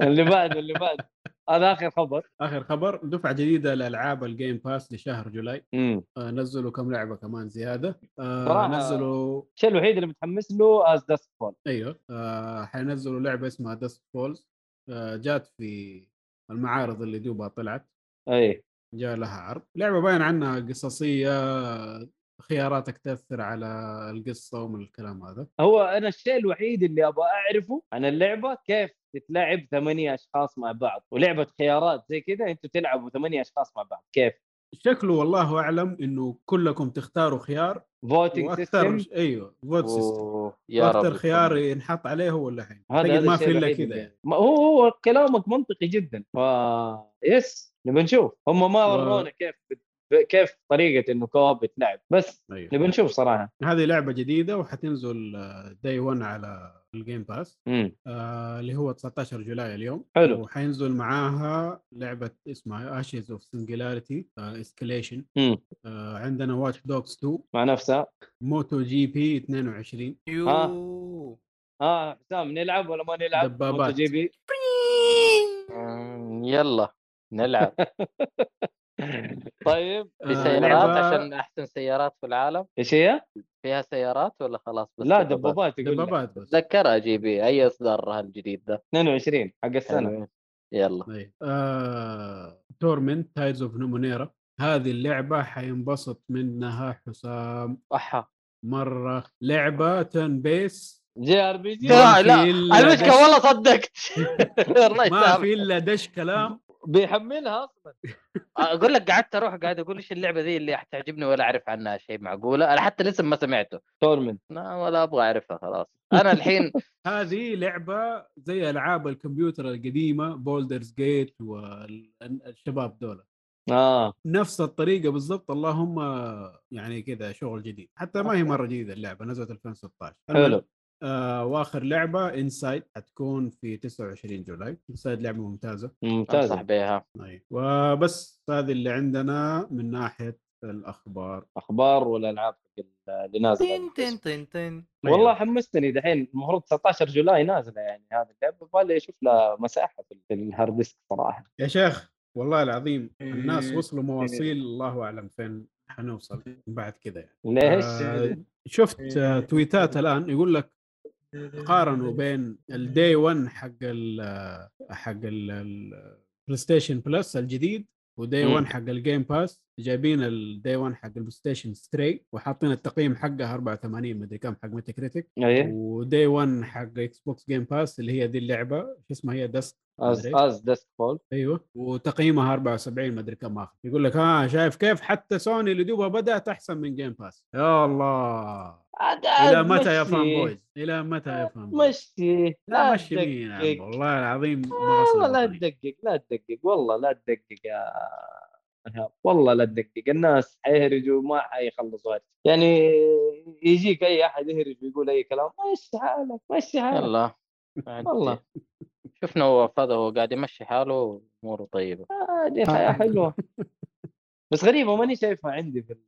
اللي بعده اللي بعده هذا اخر خبر
اخر خبر دفعه جديده لالعاب الجيم باس لشهر جولاي آه نزلوا كم لعبه كمان زياده آه
صراحة-
نزلوا
الشيء الوحيد اللي متحمس له از داست فول
ايوه آه حينزلوا لعبه اسمها دست فولز آه جات في المعارض اللي دوبها طلعت
إيه.
اي
جاء لها عرض لعبه باين عنها قصصيه خياراتك تاثر على القصه ومن الكلام هذا
هو انا الشيء الوحيد اللي ابغى اعرفه عن اللعبه كيف تتلعب ثمانية اشخاص مع بعض ولعبه خيارات زي كذا انتوا تلعبوا ثمانية اشخاص مع بعض كيف
شكله والله اعلم انه كلكم تختاروا خيار
فوتنج
واكثر
سيستم
ايوه فوت سيستم
أوه، يا رب
واكثر
يكون-
خيار ينحط عليه هو اللي حين
هذا-
أعتقد
هذا
ما
الشيء
في الا
الوحيد
كذا
اللي-
يعني
ما هو هو كلامك منطقي جدا ف... يس نبي نشوف هم ما
و-
ورونا كيف كيف طريقه انه كواب تلعب بس
أيوة.
نبي نشوف صراحه
هذه لعبه جديده وحتنزل داي 1 على الجيم باس
امم
آه، اللي هو 19 جولاي اليوم
حلو.
وحينزل معاها لعبه اسمها اشيز اوف سنجلاريتي اسكليشن
امم
آه، عندنا واتش دوجز 2
مع نفسها
موتو جي بي 22
(laughs)
يو
اه حسام نلعب ولا ما نلعب؟
دبابات.
موتو جي بي
أمم، يلا نلعب
طيب
في
آه،
سيارات
لعبة-
عشان احسن سيارات في العالم
ايش هي؟
فيها سيارات ولا خلاص بس
لا دبابات يقول لك.
دبابات بس
تذكرها جي بي اي اصدار الجديد ده
22 حق السنه
يلا
أي. طيب. آه، تورمنت تايدز اوف نومونيرا هذه اللعبه حينبسط منها حسام
احا
مره لعبه تن بيس
جي ار بي جي
لا، لا،
لا
المشكله والله صدقت (laughs) الله
ما
يسامحك
في الا دش كلام
بيحملها اصلا
اقول لك قعدت اروح قاعد اقول ايش اللعبه ذي اللي حتعجبني ولا اعرف عنها شيء معقوله انا حتى الاسم ما سمعته
تورمنت
لا ولا ابغى اعرفها خلاص انا الحين
هذه لعبه زي العاب الكمبيوتر القديمه بولدرز جيت والشباب دول آه،
اه
نفس الطريقه بالضبط اللهم يعني كذا شغل جديد حتى ما هي مره جديده اللعبه نزلت 2016
حلو
آه واخر لعبه انسايد حتكون في 29 جولاي انسايد لعبه ممتازه
ممتاز
آه،
انصح بها
أي. طيب. وبس هذه اللي عندنا من ناحيه الاخبار
اخبار والالعاب حق اللي
تن
نازله
تن تن تن
والله
أيوة.
حمستني دحين المفروض 19 جولاي نازله يعني هذه اللعبه يبغى اشوف لها مساحه في في الهارد ديسك صراحه
يا شيخ والله العظيم الناس
إيه.
وصلوا مواصيل الله اعلم فين حنوصل بعد كذا يعني.
ليش؟
إيه،
آه، شفت آه، تويتات الان يقول لك قارنوا
إيه.
بين الدي 1 حق ال حق البلاي ستيشن بلس الجديد ودي
إيه.
مم.
1 حق الجيم باس جايبين الدي 1 حق البلاي ستيشن ستري وحاطين التقييم حقها 84 مدري كم حق ميتا كريتيك
إيه.
ايه
ودي 1 حق اكس بوكس جيم باس اللي هي دي اللعبه شو اسمها هي دست
از
أدري.
از ديسك فول
ايوه وتقييمها 74 ما ادري كم اخذ يقول لك ها شايف كيف حتى سوني اللي دوبها بدات احسن من جيم باس يا الله الى متى يا فان بويز الى متى يا فان بويز
آه، مشي
لا
لا
مشي مين يا عم؟
تدقق
والله العظيم ما
والله
وصلنا
لا
طريق.
تدقق لا تدقق والله لا تدقق يا إيهاب. والله لا تدقق الناس حيهرجوا ما حيخلصوا هرج يعني يجيك اي احد يهرج ويقول اي كلام مشي حالك مشي حالك
يلا
والله
شفنا وفاء هذا هو قاعد يمشي حاله اموره طيبه
هذه
آه.
حياه
(laughs)
حلوه بس غريبه ماني شايفها عندي في ال-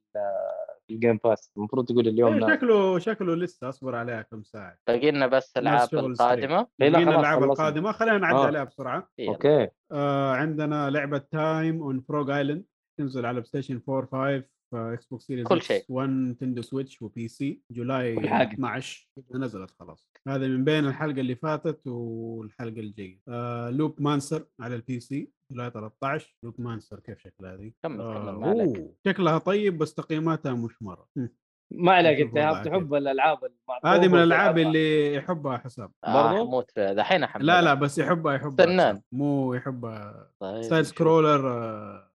في الجيم باس المفروض تقول اليوم
إيه،
لا
شكله شكله لسه اصبر عليها كم ساعه
باقي لنا بس العاب
شغل
القادمه
إيه، لا،
لقينا
خلاص
الالعاب
خلصنا.
القادمه خلينا نعدي
آه.
عليها بسرعه
يلا.
اوكي
آه عندنا لعبه تايم اون فروغ ايلاند تنزل على بلاي ستيشن 4 5 آه، اكس بوكس سيريز
كل
X،
شيء.
1 نتندو سويتش وبي سي جولاي
كل حاجة.
12 نزلت خلاص هذا من بين الحلقه اللي فاتت والحلقه الجايه آه لوب مانسر على البي سي جولاي 13 لوب مانسر كيف شكلها هذه؟
كمل كمل ما
آه
عليك
أوه، شكلها طيب بس تقييماتها مش مره هم.
ما عليك
نشوف
انت يا
وضعك
إيهاب تحب الالعاب المعطوبة
هذه من الالعاب
وتلعبها.
اللي يحبها حسام
برضه
برضو؟
آه حموت فيها. دحين احمل
لا لا بس يحبها يحبها
فنان.
حسام. مو يحبها
طيب.
سايد سكرولر آه،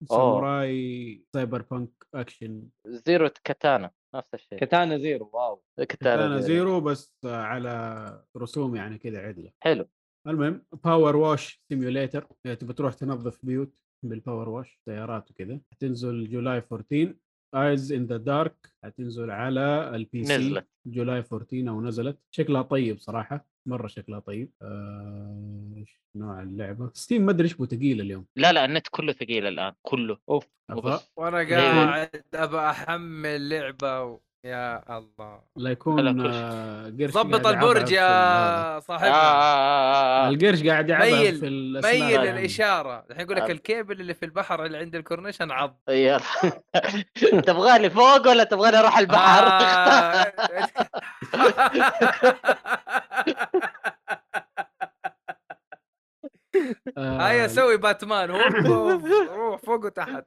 ساموراي سايبر بانك اكشن
زيرو كاتانا نفس الشيء
كتانا زيرو واو
كان زيرو بس آه، على رسوم يعني كذا عدله
حلو
المهم باور واش سيميوليتر يعني تبي تروح تنظف بيوت بالباور واش سيارات وكذا تنزل جولاي 14 ايز ان ذا دارك هتنزل على البي سي
نزلت
جولاي 14 او نزلت شكلها طيب صراحه مره شكلها طيب آه، إيش نوع اللعبه ستيم ما ادري ايش بو ثقيل اليوم
لا لا النت كله ثقيل الان كله
أفا-
إيه.
وانا قاعد ابى احمل لعبه و... يا الله
لا
هلا
يكون
كل-
آه، قرش
ضبط
قاعد يلعبها
البرج
في هذا.
يا
آه آه
صاحبنا
آه
(laughs)
آه.
القرش قاعد يلعبها
ميل-
في الأسلاك
ميل
يعني.
الاشاره الحين يقول
آه.
لك الكيبل اللي في البحر اللي عند الكورنيشن عض
يلا تبغاني فوق ولا تبغاني اروح (laughs) البحر؟
آه.
آه،
(laughs) هيا سوي باتمان وقف- روح فوق وتحت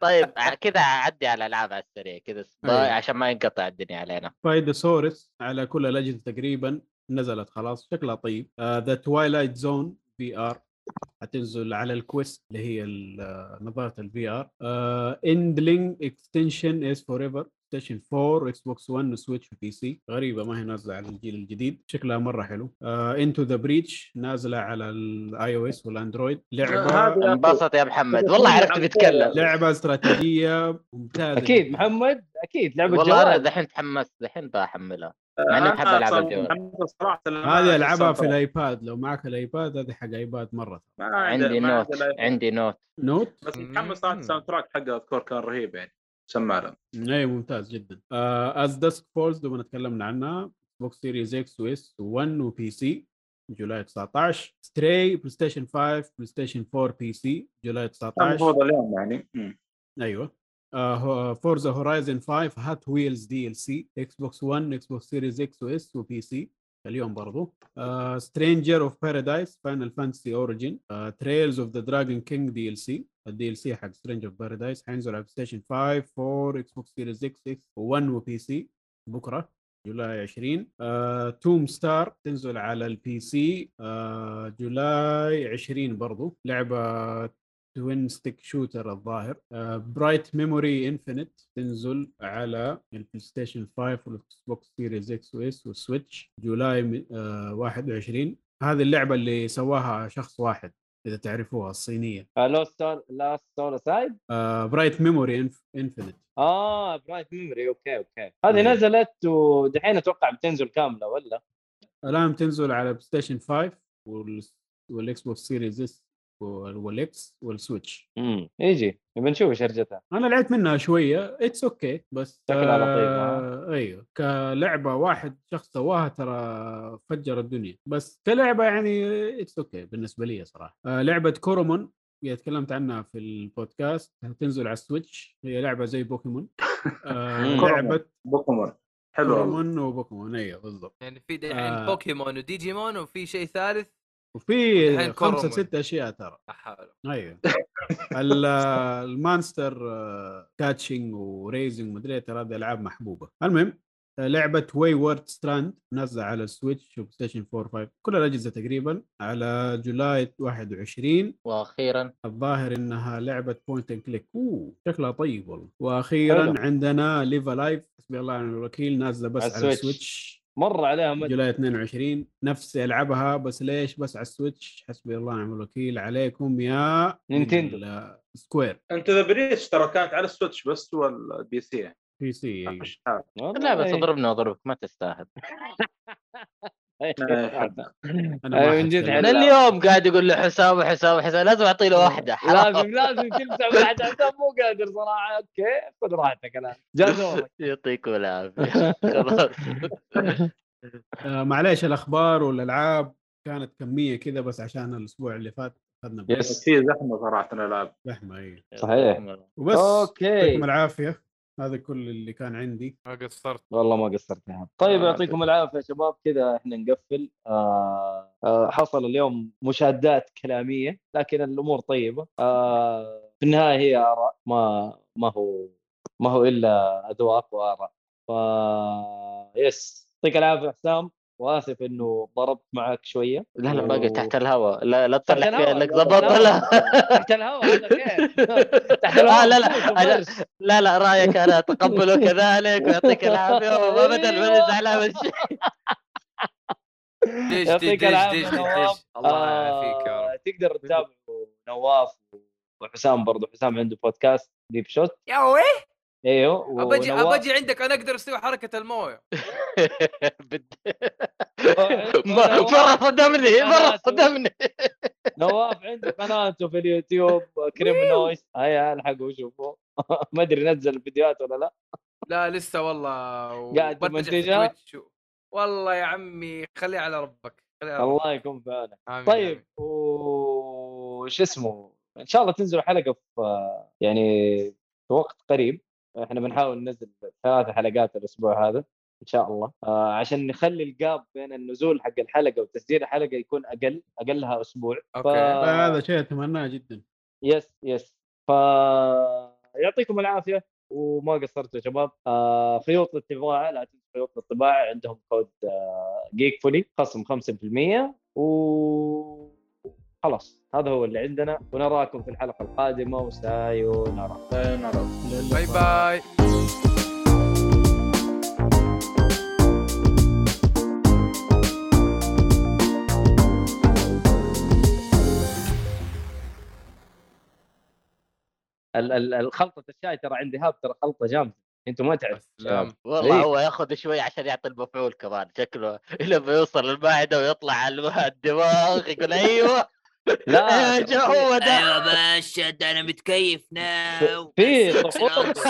طيب كذا اعدي على الالعاب على السريع كذا
إيه.
طيب،
أيوة.
عشان ما ينقطع الدنيا علينا
سبايدوسورس على كل الاجهزه تقريبا نزلت خلاص شكلها طيب ذا توايلايت زون في ار هتنزل على الكويست اللي هي ال- آه، نظاره الفي ار اندلينج اكستنشن از فور ايفر ستيشن 4 اكس بوكس 1 وسويتش وبي سي غريبه ما هي نازله على الجيل الجديد شكلها مره حلو آه، انتو ذا بريتش نازله على الاي او اس والاندرويد لعبه
هذه
انبسط يا محمد والله عرفت بيتكلم
لعبه استراتيجيه ممتازه
اكيد
جداً.
محمد اكيد لعبه
والله انا
جوال آه،
دحين تحمست دحين بحملها مع اني بحب العاب الجوال
هذه العبها في الايباد لو معك الايباد هذه حق ايباد مره
عندي نوت عندي نوت
نوت
بس متحمس صراحه الساوند تراك حقه اذكر كان رهيب يعني سماعه
اي إيه، ممتاز آه، جدا از داسك فولز دوبنا تكلمنا عنها بوكس سيريز اكس واس 1 وبي سي جولاي 19 ستري بلاي ستيشن 5 بلاي ستيشن 4 بي سي جولاي 19
المفروض اليوم يعني مم.
ايوه فورزا هورايزن 5 هات ويلز دي ال سي اكس بوكس 1 اكس بوكس سيريز اكس واس وبي سي اليوم برضو آه، سترينجر اوف بارادايس فاينل فانتسي اوريجن تريلز اوف ذا دراجون كينج دي ال سي الدي ال سي حق سترينجر اوف بارادايس حينزل على ستيشن 5 4 اكس بوكس سيريز اكس 1 وبي سي بكره جولاي 20 توم ستار تنزل على البي سي آه، جولاي 20 برضو لعبه توين ستيك شوتر الظاهر آه، برايت ميموري انفينيت تنزل على البلاي ستيشن 5 والاكس بوكس سيريز اكس واس والسويتش جولاي من- آه، 21 هذه اللعبه اللي سواها شخص واحد اذا تعرفوها آه، الصينيه
لو ستار لا ستار سايد
برايت ميموري انفينيت
اه برايت ميموري اوكي اوكي هذه
مم.
نزلت ودحين اتوقع بتنزل كامله ولا
الان بتنزل على بلاي ستيشن 5 وال- والاكس بوكس سيريز اس وال- والاكس والسويتش
امم يجي نبي نشوف ايش هرجتها
انا لعبت منها شويه اتس اوكي okay, بس
شكلها لطيف،
آه ايوه كلعبه واحد شخص سواها ترى فجر الدنيا بس كلعبه يعني اتس اوكي okay بالنسبه لي صراحه آه لعبه كورومون هي تكلمت عنها في
(laughs)
البودكاست تنزل على السويتش هي لعبه زي بوكيمون آه
مم.
لعبه
بوكيمون حلو والله.
بوكيمون وبوكيمون ايوه بالضبط
يعني في دحين
آه.
بوكيمون وديجيمون وفي شيء ثالث الحين
وفي خمسة
كورومون.
ست اشياء ترى
احاول
(laughs)
ايوه ال- المانستر آه، كاتشنج وريزنج مدري إيه، ترى هذه العاب محبوبه المهم آه، لعبة واي وورد ستراند نازلة على السويتش وبلايستيشن 4 5 كل الأجهزة تقريبا على جولاي 21
واخيرا
الظاهر انها لعبه بوينت اند كليك اوه شكلها طيب والله واخيرا
حلو.
حلو. عندنا ليف لايف حسبي الله ونعم الوكيل نازله بس
على
على السويتش,
السويتش. مر عليها مد
جولاي 22 نفس العبها بس ليش بس على السويتش حسبي الله ونعم الوكيل عليكم يا
نينتندو.
ال- سكوير
انت ذا بريتش ترى كانت على السويتش بس والبي سي يعني.
بي سي
إيه.
أيوه.
مش عارف.
اللعبه
إيه.
تضربني واضربك ما تستاهل
إيه،
انا ما
أيوة، من جد
حتكلم.
انا اليوم قاعد يقول له حساب حساب حساب لازم اعطي له واحده حرام
لازم لازم تلسع واحد عشان مو قادر صراحه اوكي خذ راحتك الان جاء دورك (laughs)
يعطيكم العافيه خلاص
آه، معليش الاخبار والالعاب كانت كميه كذا بس عشان الاسبوع اللي فات اخذنا
يس.
في زحمه صراحه الالعاب
زحمه اي
صحيح
وبس يعطيكم
اوكي
العافيه هذا كل اللي كان عندي
ما قصرت
والله ما قصرت يا عم. طيب
آه،
يعطيكم العافيه يا شباب كذا احنا نقفل آه آه حصل اليوم مشادات كلاميه لكن الامور طيبه آه في النهايه هي اراء ما ما هو ما هو الا اذواق واراء ف يس يعطيك العافيه حسام واسف انه ضربت معك شويه
لا لا
و-
باقي تحت الهواء لا لا
تحت
تطلع فيها
الهواء،
انك
تحت
ضبطت
الهواء. (laughs)
لا
تحت الهواء هذا كيف؟ تحت
آه، لا، لا، أنا-
مفرش.
لا لا رايك انا اتقبله كذلك ويعطيك العافيه
(laughs)
وما بدل ما
أيوة.
يزعل من شيء
ديش ديش
يعطيك
ديش
العافية
ديش
نواف.
ديش الله يعافيك يا
آه.
رب
آه، تقدر تتابع نواف وحسام برضو حسام عنده بودكاست ديب شوت
يا وي
ايوه
ابجي
ونواف-
ابجي عندك انا اقدر اسوي حركه المويه
(laughs) ما- مره صدمني مره صدمني
نواف عنده قناته في اليوتيوب كريم نويس هيا الحقوا شوفوا (laughs) ما ادري نزل فيديوهات ولا لا
لا لسه والله
قاعد
وبرتجع في
تمنتجها؟
تويتش و- والله يا عمي خليه على ربك خليه على ربك.
الله يكون في عونك
آمين،
طيب وش اسمه ان شاء الله تنزل حلقه في يعني في وقت قريب احنا بنحاول ننزل ثلاث حلقات الاسبوع هذا ان شاء الله آه عشان نخلي الجاب بين النزول حق الحلقه وتسجيل الحلقه يكون اقل اقلها اسبوع
أوكي.
آه.
هذا شيء اتمناه جدا
يس يس ف يعطيكم العافيه وما قصرتوا يا شباب آه خيوط الطباعه لا تنسوا خيوط الطباعه عندهم كود آه جيك فولي خصم 5% و خلاص هذا هو اللي عندنا ونراكم في الحلقه القادمه وسايونارا
سايونارا
باي باي
ال- ال- الخلطه الشاي ترى عندي هاب ترى خلطه جامده انتم ما تعرف
سلام
والله
إيه.
هو ياخذ شوي عشان يعطي المفعول كمان شكله لما يوصل المعده ويطلع على الم- الدماغ يقول (laughs) ايوه (laughs)
لا
ايوه هو ده
ايوه باشا ده انا متكيف ناو
في
بس- (laughs)
طقوس.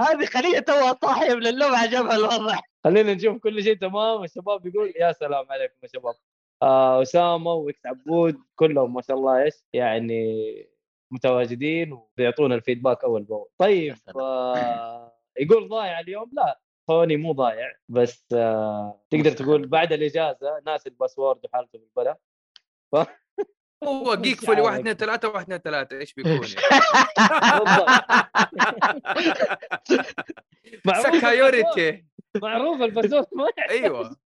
هذه خليه توها صاحيه من النوم عجبها الوضع
خلينا نشوف كل شيء تمام الشباب يقول يا سلام عليكم يا شباب آه اسامه وقت عبود كلهم ما شاء الله ايش يعني متواجدين وبيعطونا الفيدباك اول باول طيب
يا سلام.
آه يقول ضايع اليوم لا سوني مو ضايع بس آه تقدر تقول بعد الاجازه ناس الباسورد وحالته
(laughs)
بالبلا
هو جيك فولي 1 2 3 1 2
(laughs)
3 ايش بيكون يعني؟
معروف الباسورد- (laughs)
سكايورتي
معروف الباسورد ما
أيوة.
ايوه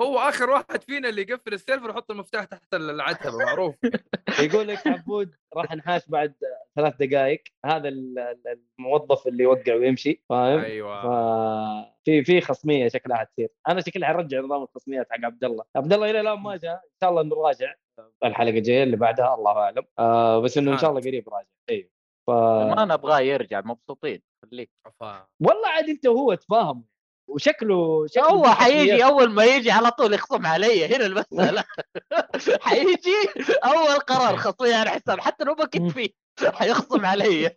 هو اخر واحد فينا اللي يقفل السيرفر يحط المفتاح تحت العتبه معروف
يقول لك عبود راح نحاش بعد ثلاث دقائق هذا ال- ال- الموظف اللي يوقع ويمشي فاهم
أيوة.
ايوه
فا- في في خصميه شكلها حتصير انا شكلي حرجع نظام الخصميات حق عبد الله عبد الله الى الان ما جاء ان شاء الله نراجع الحلقه الجايه اللي بعدها الله اعلم آه بس انه ان شاء الله قريب راجع ايوه ف...
ما نبغاه يرجع مبسوطين خليك
أفا.
والله عاد انت وهو تفاهم وشكله شكله
هو
من
حيجي
الشخصيات-
اول ما يجي على طول يخصم علي هنا (laughs) المساله حيجي اول قرار خصمي على حساب حتى لو ما كنت فيه حيخصم علي